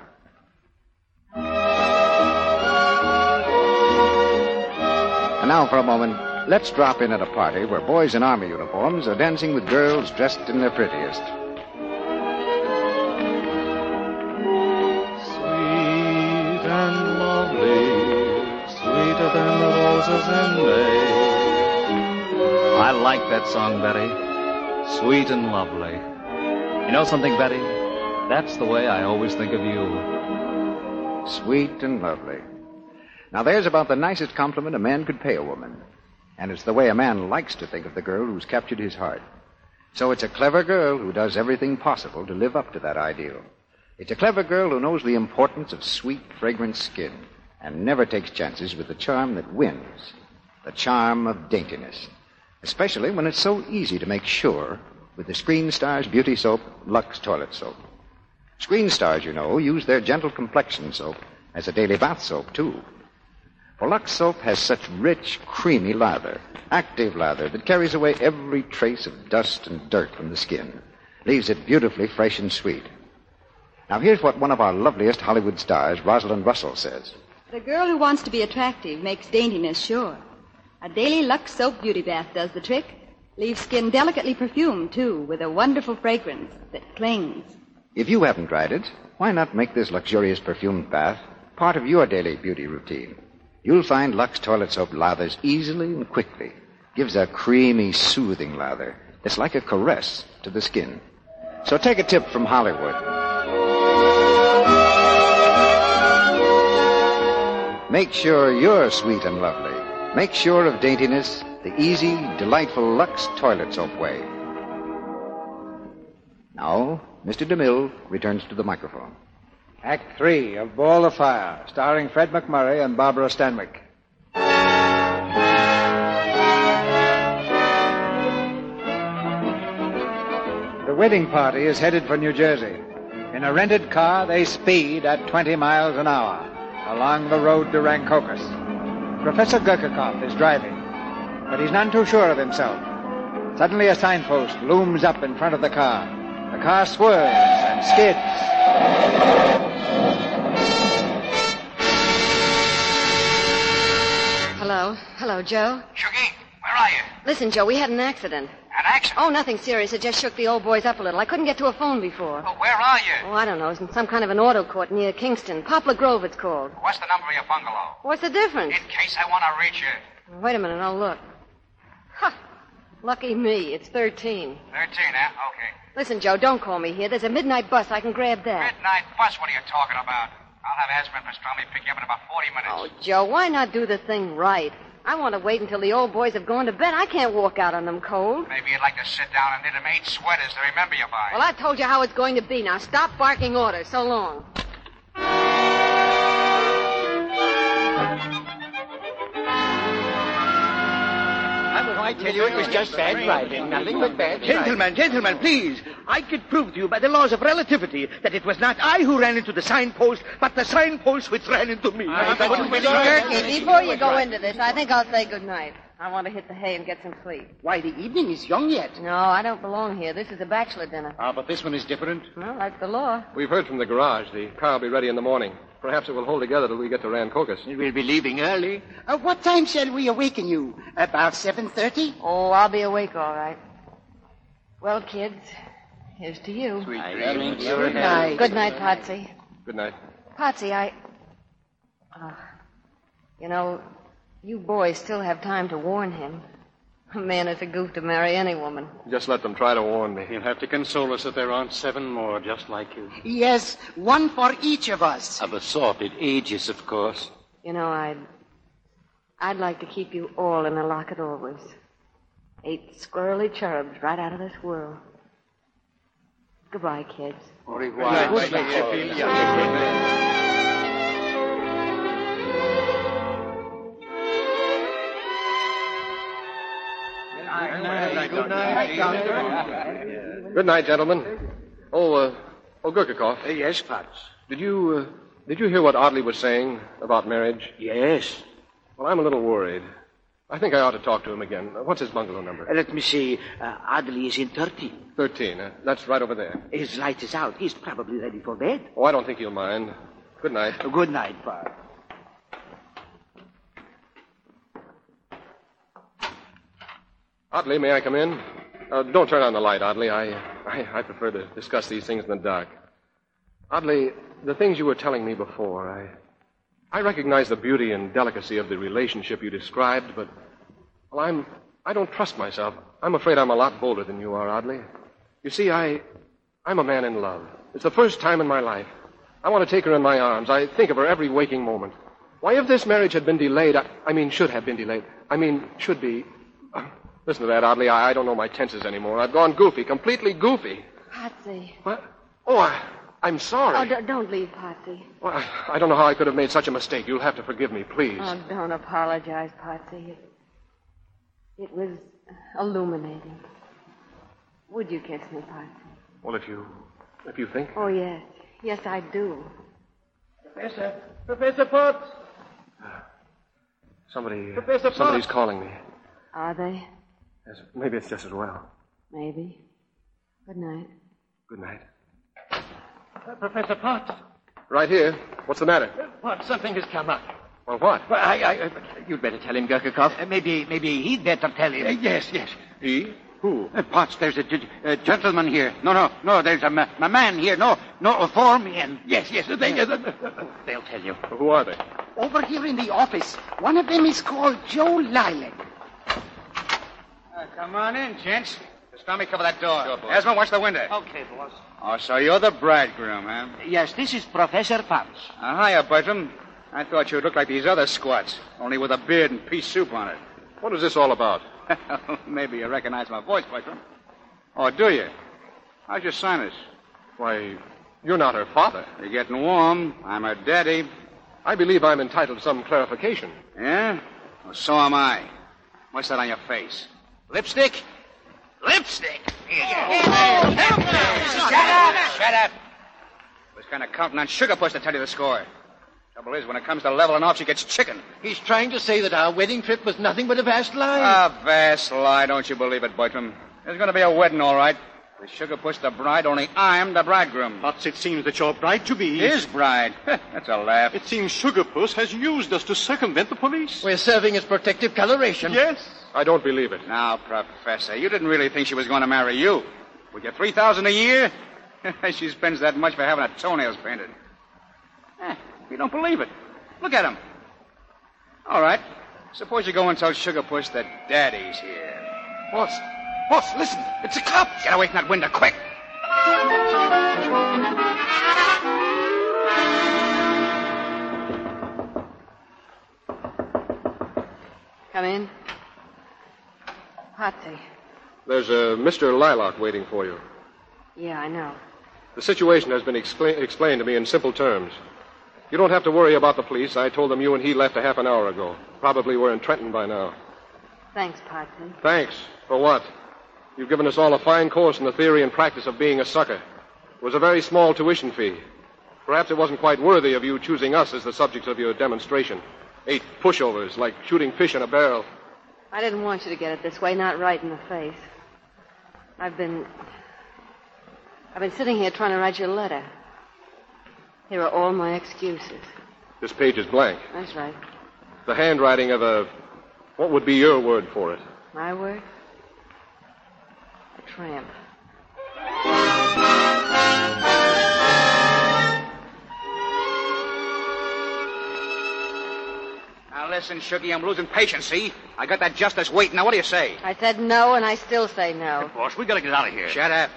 S15: And now, for a moment, let's drop in at a party where boys in army uniforms are dancing with girls dressed in their prettiest.
S6: sweet and lovely, sweeter than the roses in May.
S3: I like that song, Betty. Sweet and lovely. You know something, Betty? That's the way I always think of you.
S15: Sweet and lovely. Now, there's about the nicest compliment a man could pay a woman. And it's the way a man likes to think of the girl who's captured his heart. So it's a clever girl who does everything possible to live up to that ideal. It's a clever girl who knows the importance of sweet, fragrant skin and never takes chances with the charm that wins the charm of daintiness, especially when it's so easy to make sure with the Screen Stars Beauty Soap Lux Toilet Soap. Screen Stars, you know, use their gentle complexion soap as a daily bath soap, too. For Lux soap has such rich, creamy lather, active lather that carries away every trace of dust and dirt from the skin, leaves it beautifully fresh and sweet. Now, here's what one of our loveliest Hollywood stars, Rosalind Russell, says.
S23: The girl who wants to be attractive makes daintiness sure. A daily Lux soap beauty bath does the trick. Leaves skin delicately perfumed, too, with a wonderful fragrance that clings.
S15: If you haven't tried it, why not make this luxurious perfumed bath part of your daily beauty routine? You'll find Lux Toilet Soap lathers easily and quickly, gives a creamy, soothing lather that's like a caress to the skin. So take a tip from Hollywood. Make sure you're sweet and lovely. Make sure of daintiness the easy, delightful Lux Toilet Soap way.
S28: Now, Mr. DeMille returns to the microphone. Act three of Ball of Fire, starring Fred McMurray and Barbara Stanwyck. The wedding party is headed for New Jersey. In a rented car, they speed at 20 miles an hour along the road to Rancocas. Professor Gurkakov is driving, but he's none too sure of himself. Suddenly, a signpost looms up in front of the car. The car swerves and skids.
S24: Hello. Hello, Joe.
S29: Shuggy, where are you?
S24: Listen, Joe, we had an accident.
S29: An accident?
S24: Oh, nothing serious. It just shook the old boys up a little. I couldn't get to a phone before.
S29: Oh, where are you?
S24: Oh, I don't know. It's in some kind of an auto court near Kingston. Poplar Grove, it's called.
S29: What's the number of your bungalow?
S24: What's the difference?
S29: In case I want to reach you.
S24: Wait a minute. I'll look. Huh. Lucky me. It's
S29: 13,
S24: 13.
S29: eh? Okay.
S24: Listen, Joe, don't call me here. There's a midnight bus. I can grab that.
S29: Midnight bus, what are you talking about? I'll have Esmond Pastrami pick you up in about 40 minutes. Oh,
S24: Joe, why not do the thing right? I want to wait until the old boys have gone to bed. I can't walk out on them cold.
S29: Maybe you'd like to sit down and knit him eight sweaters to remember you by.
S24: Well, I told you how it's going to be. Now stop barking orders. So long.
S25: I tell you, it was just bad riding. Nothing but bad Gentlemen, gentlemen, please. I could prove to you by the laws of relativity that it was not I who ran into the signpost, but the signpost which ran into me.
S24: Mr. Gerke, before you go into this, I think I'll say good night. I want to hit the hay and get some sleep.
S25: Why, the evening is young yet.
S24: No, I don't belong here. This is a bachelor dinner.
S16: Ah, but this one is different.
S24: Well, that's the law.
S16: We've heard from the garage. The car will be ready in the morning. Perhaps it will hold together till we get to Rancocas. We'll be leaving early.
S25: Uh, what time shall we awaken you? About 7.30?
S24: Oh, I'll be awake all right. Well, kids, here's to you. Sweet
S16: dreams. Good night.
S24: Good night, Patsy.
S16: Good night.
S24: Patsy, I. Oh, you know, you boys still have time to warn him. A man is a goof to marry any woman.
S16: Just let them try to warn me.
S6: He'll have to console us that there aren't seven more just like you.
S25: Yes, one for each of us.
S6: Of assorted ages, of course.
S24: You know, I'd. I'd like to keep you all in the locket always. Eight squirrely cherubs right out of this world. Goodbye, kids.
S6: Au revoir.
S24: Good night.
S16: Good night, Good night, gentlemen. Oh, uh, oh, Gurkakov.
S6: Uh, yes, Potts.
S16: Did you, uh, did you hear what Audley was saying about marriage?
S6: Yes.
S16: Well, I'm a little worried. I think I ought to talk to him again. Uh, What's his bungalow number?
S6: Uh, Let me see. Uh, Adelie is in 13.
S16: 13. Uh, that's right over there.
S6: His light is out. He's probably ready for bed. Uh,
S16: Oh, I don't think he'll mind. Good night.
S6: Good night, Bart.
S16: Oddly, may I come in? Uh, don't turn on the light, Oddly. I, I, I prefer to discuss these things in the dark. Oddly, the things you were telling me before, I, I recognize the beauty and delicacy of the relationship you described, but, well, I'm, I don't trust myself. I'm afraid I'm a lot bolder than you are, Oddly. You see, I, I'm a man in love. It's the first time in my life. I want to take her in my arms. I think of her every waking moment. Why, if this marriage had been delayed, I, I mean, should have been delayed. I mean, should be. Listen to that, Oddly. I, I don't know my tenses anymore. I've gone goofy, completely goofy.
S24: Patsy.
S16: What? Oh, I, I'm sorry.
S24: Oh, don't, don't leave, Patsy.
S16: Well, I- I don't know how I could have made such a mistake. You'll have to forgive me, please.
S24: Oh, don't apologize, Patsy. It, it was illuminating. Would you kiss me, Patsy?
S16: well, if you, if you think.
S24: Oh, yes. Yes, I do.
S14: Professor, Professor Potts.
S16: Somebody, uh,
S24: Professor Potts.
S16: somebody's calling me.
S24: Are they?
S16: Yes, maybe it's just as well.
S24: Maybe. Good night.
S16: Good night.
S14: Professor Potts.
S16: Right here. What's the matter?
S14: Potts, something has come up.
S16: Well, what?
S14: Well, Uh, I, I, I-
S16: You'd better tell him, Gurkakov.
S6: maybe, maybe he'd better tell him.
S14: yes, yes.
S29: E?
S16: He? Who?
S6: Uh, Potts, there's a, g- a gentleman here. No, no, no, there's a, ma- a man here. No, no, a foreman.
S14: Yes,
S25: uh,
S14: yes. They,
S29: uh,
S6: They'll tell you.
S16: Who are they?
S25: Over here in the office, one of them is called Joe Lilac.
S29: Uh,
S6: come on in, gents. Just let me cover that door. Esmond, watch the window. Okay, boss.
S29: Oh, so you're the bridegroom, huh?
S6: Yes, this is Professor Potts.
S29: Uh, hiya, Bertram. I thought you'd look like these other squats, only with a beard and pea soup on it.
S16: What is this all about?
S29: Maybe you recognize my voice, Bertram. Or do you? How's your sinus?
S16: Oh, Why, you're not her father.
S29: You're getting warm. I'm her daddy.
S16: I believe I'm entitled to some clarification.
S29: Yeah? Well, so am I. What's that on your face? Lipstick? Lipstick? Shut up! Shut up! Was kind of counting on Sugar Puss to tell you the score. Trouble is, when it comes to leveling off, she gets chicken.
S14: He's trying to say that our wedding trip was nothing but a vast lie.
S29: Ah, vast lie. Don't you believe it, Bertram. There's going to be a wedding, all right. The sugar puss the bride, only I'm the bridegroom.
S6: Potts, it seems that your bride to be.
S29: His bride. That's a laugh.
S6: It seems Sugarpuss has used us to circumvent the police.
S14: We're serving as protective coloration.
S6: Yes.
S16: I don't believe it.
S29: Now, Professor, you didn't really think she was going to marry you. With your 3000 a year? she spends that much for having her toenails painted. Eh, you don't believe it. Look at him. All right. Suppose you go and tell Sugar Puss that Daddy's here. Boss, boss, listen. It's a cop. Get away from that window, quick.
S24: Come in. Patsy.
S16: There's a Mr. Lilac waiting for you.
S24: Yeah, I know.
S16: The situation has been excla- explained to me in simple terms. You don't have to worry about the police. I told them you and he left a half an hour ago. Probably we're in Trenton by now.
S24: Thanks, Patsy.
S16: Thanks. For what? You've given us all a fine course in the theory and practice of being a sucker. It was a very small tuition fee. Perhaps it wasn't quite worthy of you choosing us as the subjects of your demonstration. Eight pushovers, like shooting fish in a barrel.
S24: I didn't want you to get it this way, not right in the face. I've been. I've been sitting here trying to write you a letter. Here are all my excuses.
S16: This page is blank.
S24: That's right.
S16: The handwriting of a. What would be your word for it?
S24: My word? A tramp.
S29: Now listen, Shuggy, I'm losing patience, see? I got that justice waiting. Now what do you say?
S24: I said no, and I still say no.
S29: Boss, we gotta get out of here. Shut up.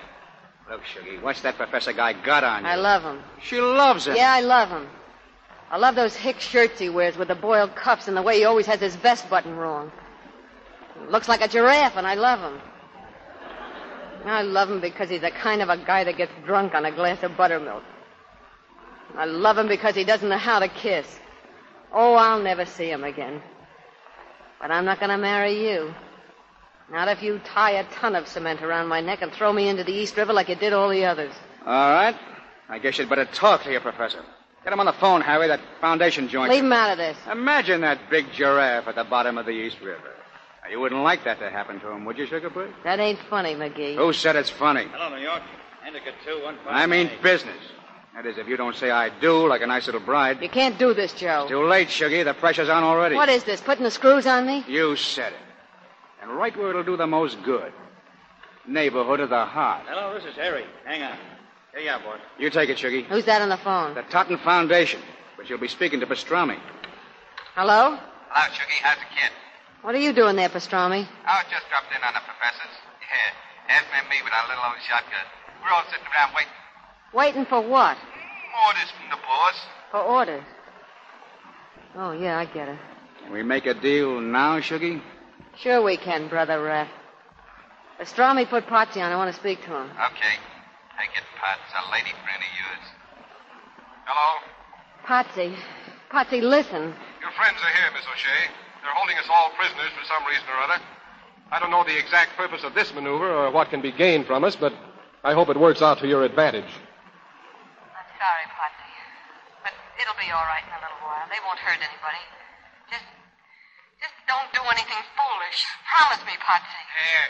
S29: Look, Shuggy, what's that professor guy got on you?
S24: I love him.
S29: She loves him.
S24: Yeah, I love him. I love those hick shirts he wears with the boiled cuffs and the way he always has his vest button wrong. Looks like a giraffe, and I love him. I love him because he's the kind of a guy that gets drunk on a glass of buttermilk. I love him because he doesn't know how to kiss. Oh, I'll never see him again. But I'm not going to marry you. Not if you tie a ton of cement around my neck and throw me into the East River like you did all the others.
S29: All right. I guess you'd better talk to your professor. Get him on the phone, Harry, that foundation joint.
S24: Leave him out of this.
S29: Imagine that big giraffe at the bottom of the East River. Now, you wouldn't like that to happen to him, would you, Sugar Pig?
S24: That ain't funny, McGee.
S29: Who said it's funny?
S34: Hello, New York. Indica 2, 1,
S29: I mean business. That is, if you don't say I do, like a nice little bride.
S24: You can't do this, Joe.
S29: Too late, Shuggy. The pressure's on already.
S24: What is this? Putting the screws on me?
S29: You said it. And right where it'll do the most good. Neighborhood of the heart.
S34: Hello, this is Harry. Hang on. Here you are, boy.
S29: You take it, Shuggy.
S24: Who's that on the phone?
S29: The Totten Foundation. But you'll be speaking to Pastrami.
S24: Hello?
S35: Hello, Shuggy. Ah, How's the kid?
S24: What are you doing there, Pastrami?
S35: I was just dropped in on the professors. Yeah. F and me with our little old shotgun. We're all sitting around waiting.
S24: Waiting for what?
S35: Orders from the boss.
S24: For orders. Oh, yeah, I get it.
S29: Can we make a deal now, Shuggy?
S24: Sure we can, Brother Raff. Pastrami put Patsy on. I want to speak to him.
S35: Okay. Take it, Potts. A lady friend of yours. Hello?
S24: Patsy. Patsy, listen.
S35: Your friends are here, Miss O'Shea. They're holding us all prisoners for some reason or other.
S16: I don't know the exact purpose of this maneuver or what can be gained from us, but I hope it works out to your advantage.
S36: I'm sorry, Potsy. But it'll be all right in a little while. They won't hurt anybody. Just just don't do anything foolish. Promise me, Potsy.
S35: Here.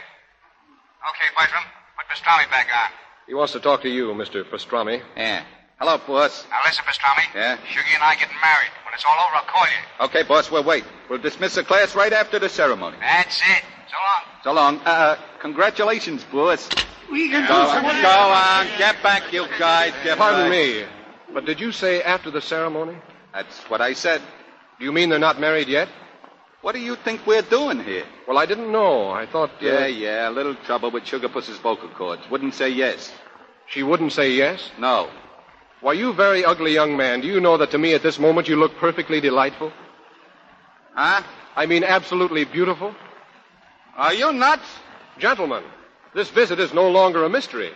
S35: Okay, Bertram. Put Pastrami back on.
S16: He wants to talk to you, Mr. Pastrami.
S29: Yeah. Hello, boss.
S35: Now listen, Pastrami.
S29: Yeah?
S35: Shuggy and I getting married. When it's all over, I'll call you.
S37: Okay, boss, we'll wait. We'll dismiss the class right after the ceremony.
S35: That's it. So long.
S37: So long. Uh, congratulations, boss.
S35: We can
S37: Go, go on. Get back, you guys. Get
S16: Pardon
S37: back.
S16: me, but did you say after the ceremony?
S37: That's what I said.
S16: Do you mean they're not married yet?
S37: What do you think we're doing here?
S16: Well, I didn't know. I thought. Uh,
S37: Yeah, yeah, a little trouble with Sugar Puss's vocal cords. Wouldn't say yes.
S16: She wouldn't say yes?
S37: No.
S16: Why, you very ugly young man, do you know that to me at this moment you look perfectly delightful?
S37: Huh?
S16: I mean, absolutely beautiful.
S37: Are you nuts?
S16: Gentlemen, this visit is no longer a mystery.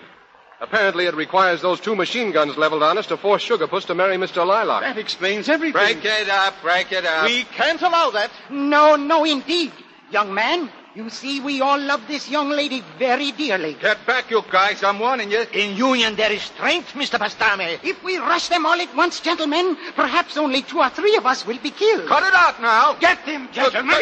S16: Apparently, it requires those two machine guns leveled on us to force Sugarpuss to marry Mr. Lilac.
S38: That explains everything.
S37: Break it up, break it up.
S38: We can't allow that.
S25: No, no, indeed. Young man, you see, we all love this young lady very dearly.
S37: Get back, you guys. I'm warning you.
S38: In union, there is strength, Mr. Pastame.
S25: If we rush them all at once, gentlemen, perhaps only two or three of us will be killed.
S37: Cut it out now.
S38: Get him, gentlemen.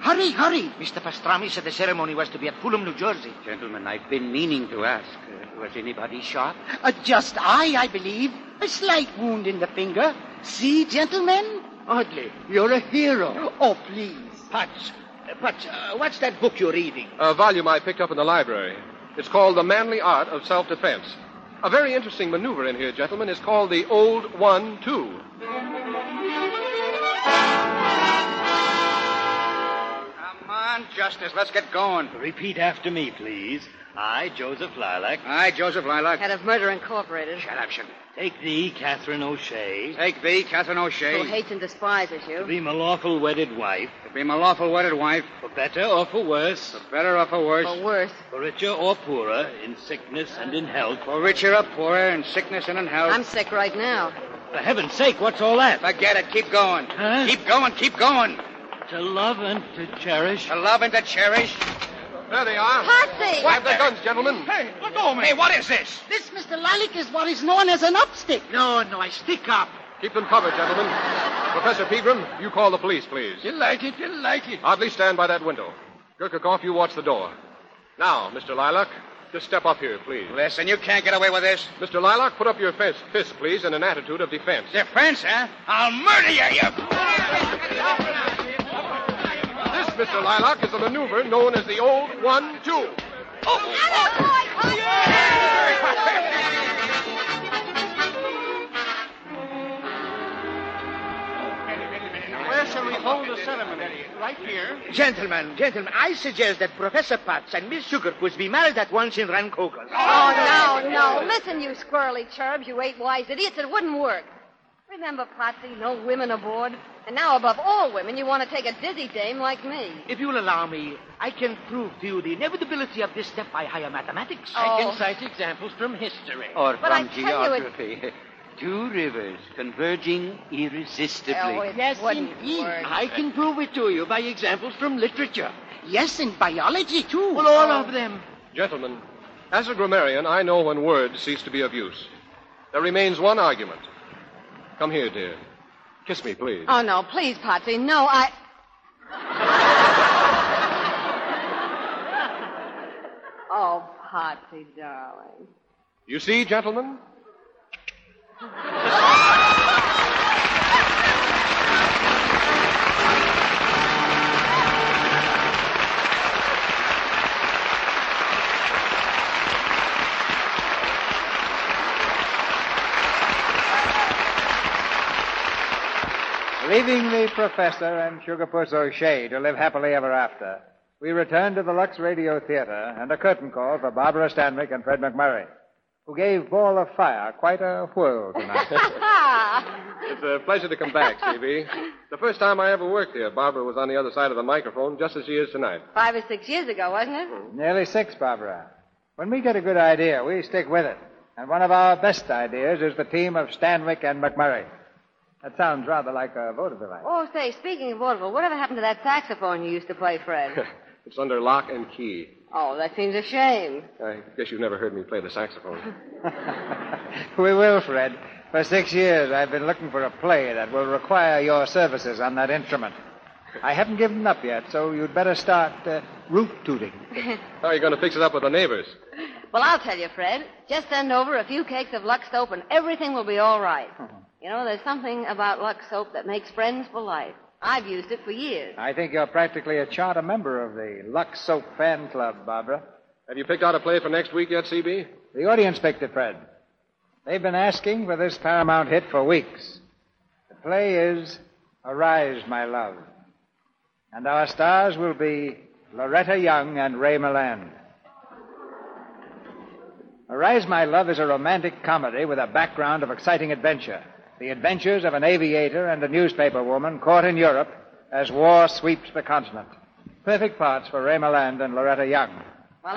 S25: Hurry, hurry.
S38: Mr. Pastrami said the ceremony was to be at Fulham, New Jersey. Gentlemen, I've been meaning to ask. uh, was anybody shot?
S25: Uh, just I, I believe. A slight wound in the finger. See, gentlemen?
S38: Oddly, you're a hero. Oh, please. Potts, uh, Potts, uh, what's that book you're reading?
S16: A volume I picked up in the library. It's called The Manly Art of Self Defense. A very interesting maneuver in here, gentlemen, is called the Old One Two.
S29: Come on, Justice. Let's get going.
S6: Repeat after me, please. I, Joseph Lilac.
S29: I, Joseph Lilac.
S24: Head of Murder Incorporated.
S29: Shut up, Sugar.
S6: Take thee, Catherine O'Shea.
S29: Take thee, Catherine
S24: Who
S29: O'Shea.
S24: hates and despises you.
S6: To be my lawful wedded wife.
S29: To be my lawful wedded wife.
S6: For better or for worse.
S29: For better or for worse.
S24: Or worse.
S6: For richer or poorer, in sickness and in health.
S29: For richer or poorer, in sickness and in health.
S24: I'm sick right now.
S6: For heaven's sake, what's all that?
S29: Forget it. Keep going. Keep going. Keep going.
S6: To love and to cherish.
S29: To love and to cherish.
S16: There they are.
S24: Patsy!
S16: Grab their guns, gentlemen.
S24: Hey,
S16: let go of me. Hey, what is this?
S4: This, Mr. Lalick, is what is known as an upstick.
S16: No, no, I stick up. Keep them covered, gentlemen. Professor Pegram, you call the police, please. You like it, you like it. Oddly, stand by that window. Gurkakov, you watch the door. Now, Mr. Lilac, just step up here, please.
S18: Listen, you can't get away with this.
S16: Mr. Lilac, put up your fist, fist please, in an attitude of defense.
S18: Defense, huh? I'll murder you, you.
S16: This, Mr. Lilac, is a maneuver known as the old one-two.
S25: Where shall we hold the ceremony? Right here. Gentlemen, gentlemen, I suggest that Professor Potts and Miss Sugarpuss be married at once in Rancogan.
S24: Oh, no, no. Listen, you squirrely cherubs, you eight wise idiots, it wouldn't work. Remember, Patsy, no women aboard. And now, above all women, you want to take a dizzy dame like me.
S25: If you'll allow me, I can prove to you the inevitability of this step by higher mathematics.
S24: I can Oh.
S25: cite examples from history.
S21: Or
S24: But I
S21: from
S24: tell you it-
S21: geography. Two rivers converging irresistibly.
S24: Oh,
S25: yes, indeed. I can prove it to you by examples from literature.
S4: Yes, in biology, too.
S25: Well, all
S24: Oh.
S25: of them.
S16: Gentlemen, as a grammarian, I know when words cease to be of use. There remains one argument. Come here, dear. Kiss me, please.
S24: Oh, no, please, Patsy. No, I. oh, Patsy, darling.
S16: You see, gentlemen?
S28: Leaving the professor and Sugarpuss O'Shea to live happily ever after, we return to the Lux Radio Theater and a curtain call for Barbara Stanwyck and Fred McMurray, who gave Ball of Fire quite a whirl tonight.
S16: It's a pleasure to come back, C.B. The first time I ever worked here, Barbara was on the other side of the microphone, just as she is tonight.
S8: Five or six years ago, wasn't it?
S28: Nearly six, Barbara. When we get a good idea, we stick with it. And one of our best ideas is the team of Stanwyck and McMurray. That sounds rather like a vaudeville act.
S8: Oh, say, speaking of vaudeville, whatever happened to that saxophone you used to play, Fred?
S16: It's under lock and key.
S8: oh, that seems a shame.
S16: I guess you've never heard me play the saxophone.
S28: We will, Fred. For six years, I've been looking for a play that will require your services on that instrument. I haven't given up yet, so you'd better start uh, root tooting.
S16: How are you going to fix it up with the neighbors?
S8: Well, I'll tell you, Fred. Just send over a few cakes of Lux soap and everything will be all right. You know, there's something about Lux soap that makes friends for life. I've used it for years.
S28: I think you're practically a charter member of the Lux Soap Fan Club, Barbara.
S16: Have you picked out a play for next week yet, C.B.?
S28: The audience picked it, Fred. They've been asking for this Paramount hit for weeks. The play is Arise, My Love. And our stars will be Loretta Young and Ray Milland. Arise, My Love is a romantic comedy with a background of exciting adventure. The adventures of an aviator and a newspaper woman caught in Europe as war sweeps the continent. Perfect parts for Ray Milland and Loretta Young.
S8: Well,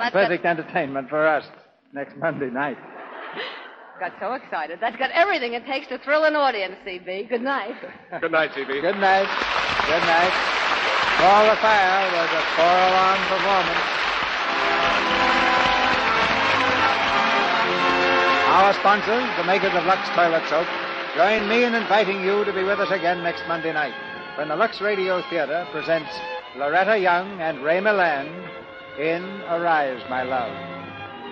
S28: And
S8: that's
S28: perfect entertainment for us next Monday night.
S8: got, got so excited. That's got everything it takes to thrill an audience, CB. Good night.
S16: Good night, C.B.
S28: Good night. Good night. Ball of Fire was a four-alarm performance. Our sponsors, the makers of Lux Toilet Soap, join me in inviting you to be with us again next Monday night when the Lux Radio Theater presents Loretta Young and Ray Milland in Arise, My Love.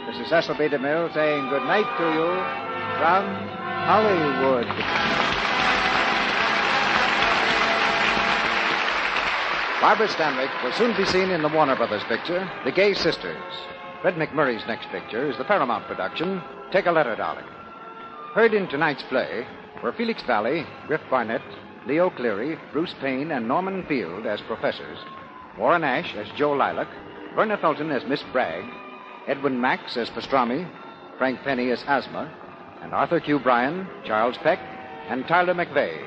S28: This is Cecil B. DeMille saying good night to you from Hollywood.
S15: Barbara Stanwyck will soon be seen in the Warner Brothers picture, The Gay Sisters. Fred McMurray's next picture is the Paramount production, Take a Letter, Darling. Heard in tonight's play were Felix Valley, Griff Barnett, Leo Cleary, Bruce Payne, and Norman Field as professors, Warren Ash as Joe Lilac, Verna Felton as Miss Bragg, Edwin Max as Pastrami, Frank Penny as Asma, and Arthur Q. Bryan, Charles Peck, and Tyler McVeigh.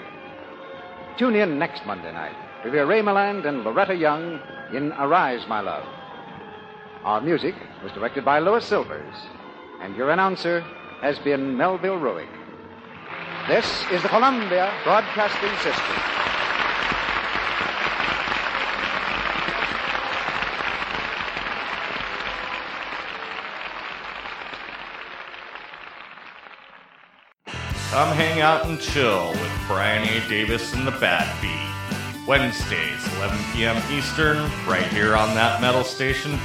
S15: Tune in next Monday night to hear Ray Milland and Loretta Young in Arise, My Love. Our music was directed by Louis Silvers, and your announcer has been Melville Ruick. This is the Columbia Broadcasting System.
S1: Come hang out and chill with Brian A. Davis and the Bad Beat. Wednesdays, 11 p.m. Eastern, right here on thatmetalstation.com.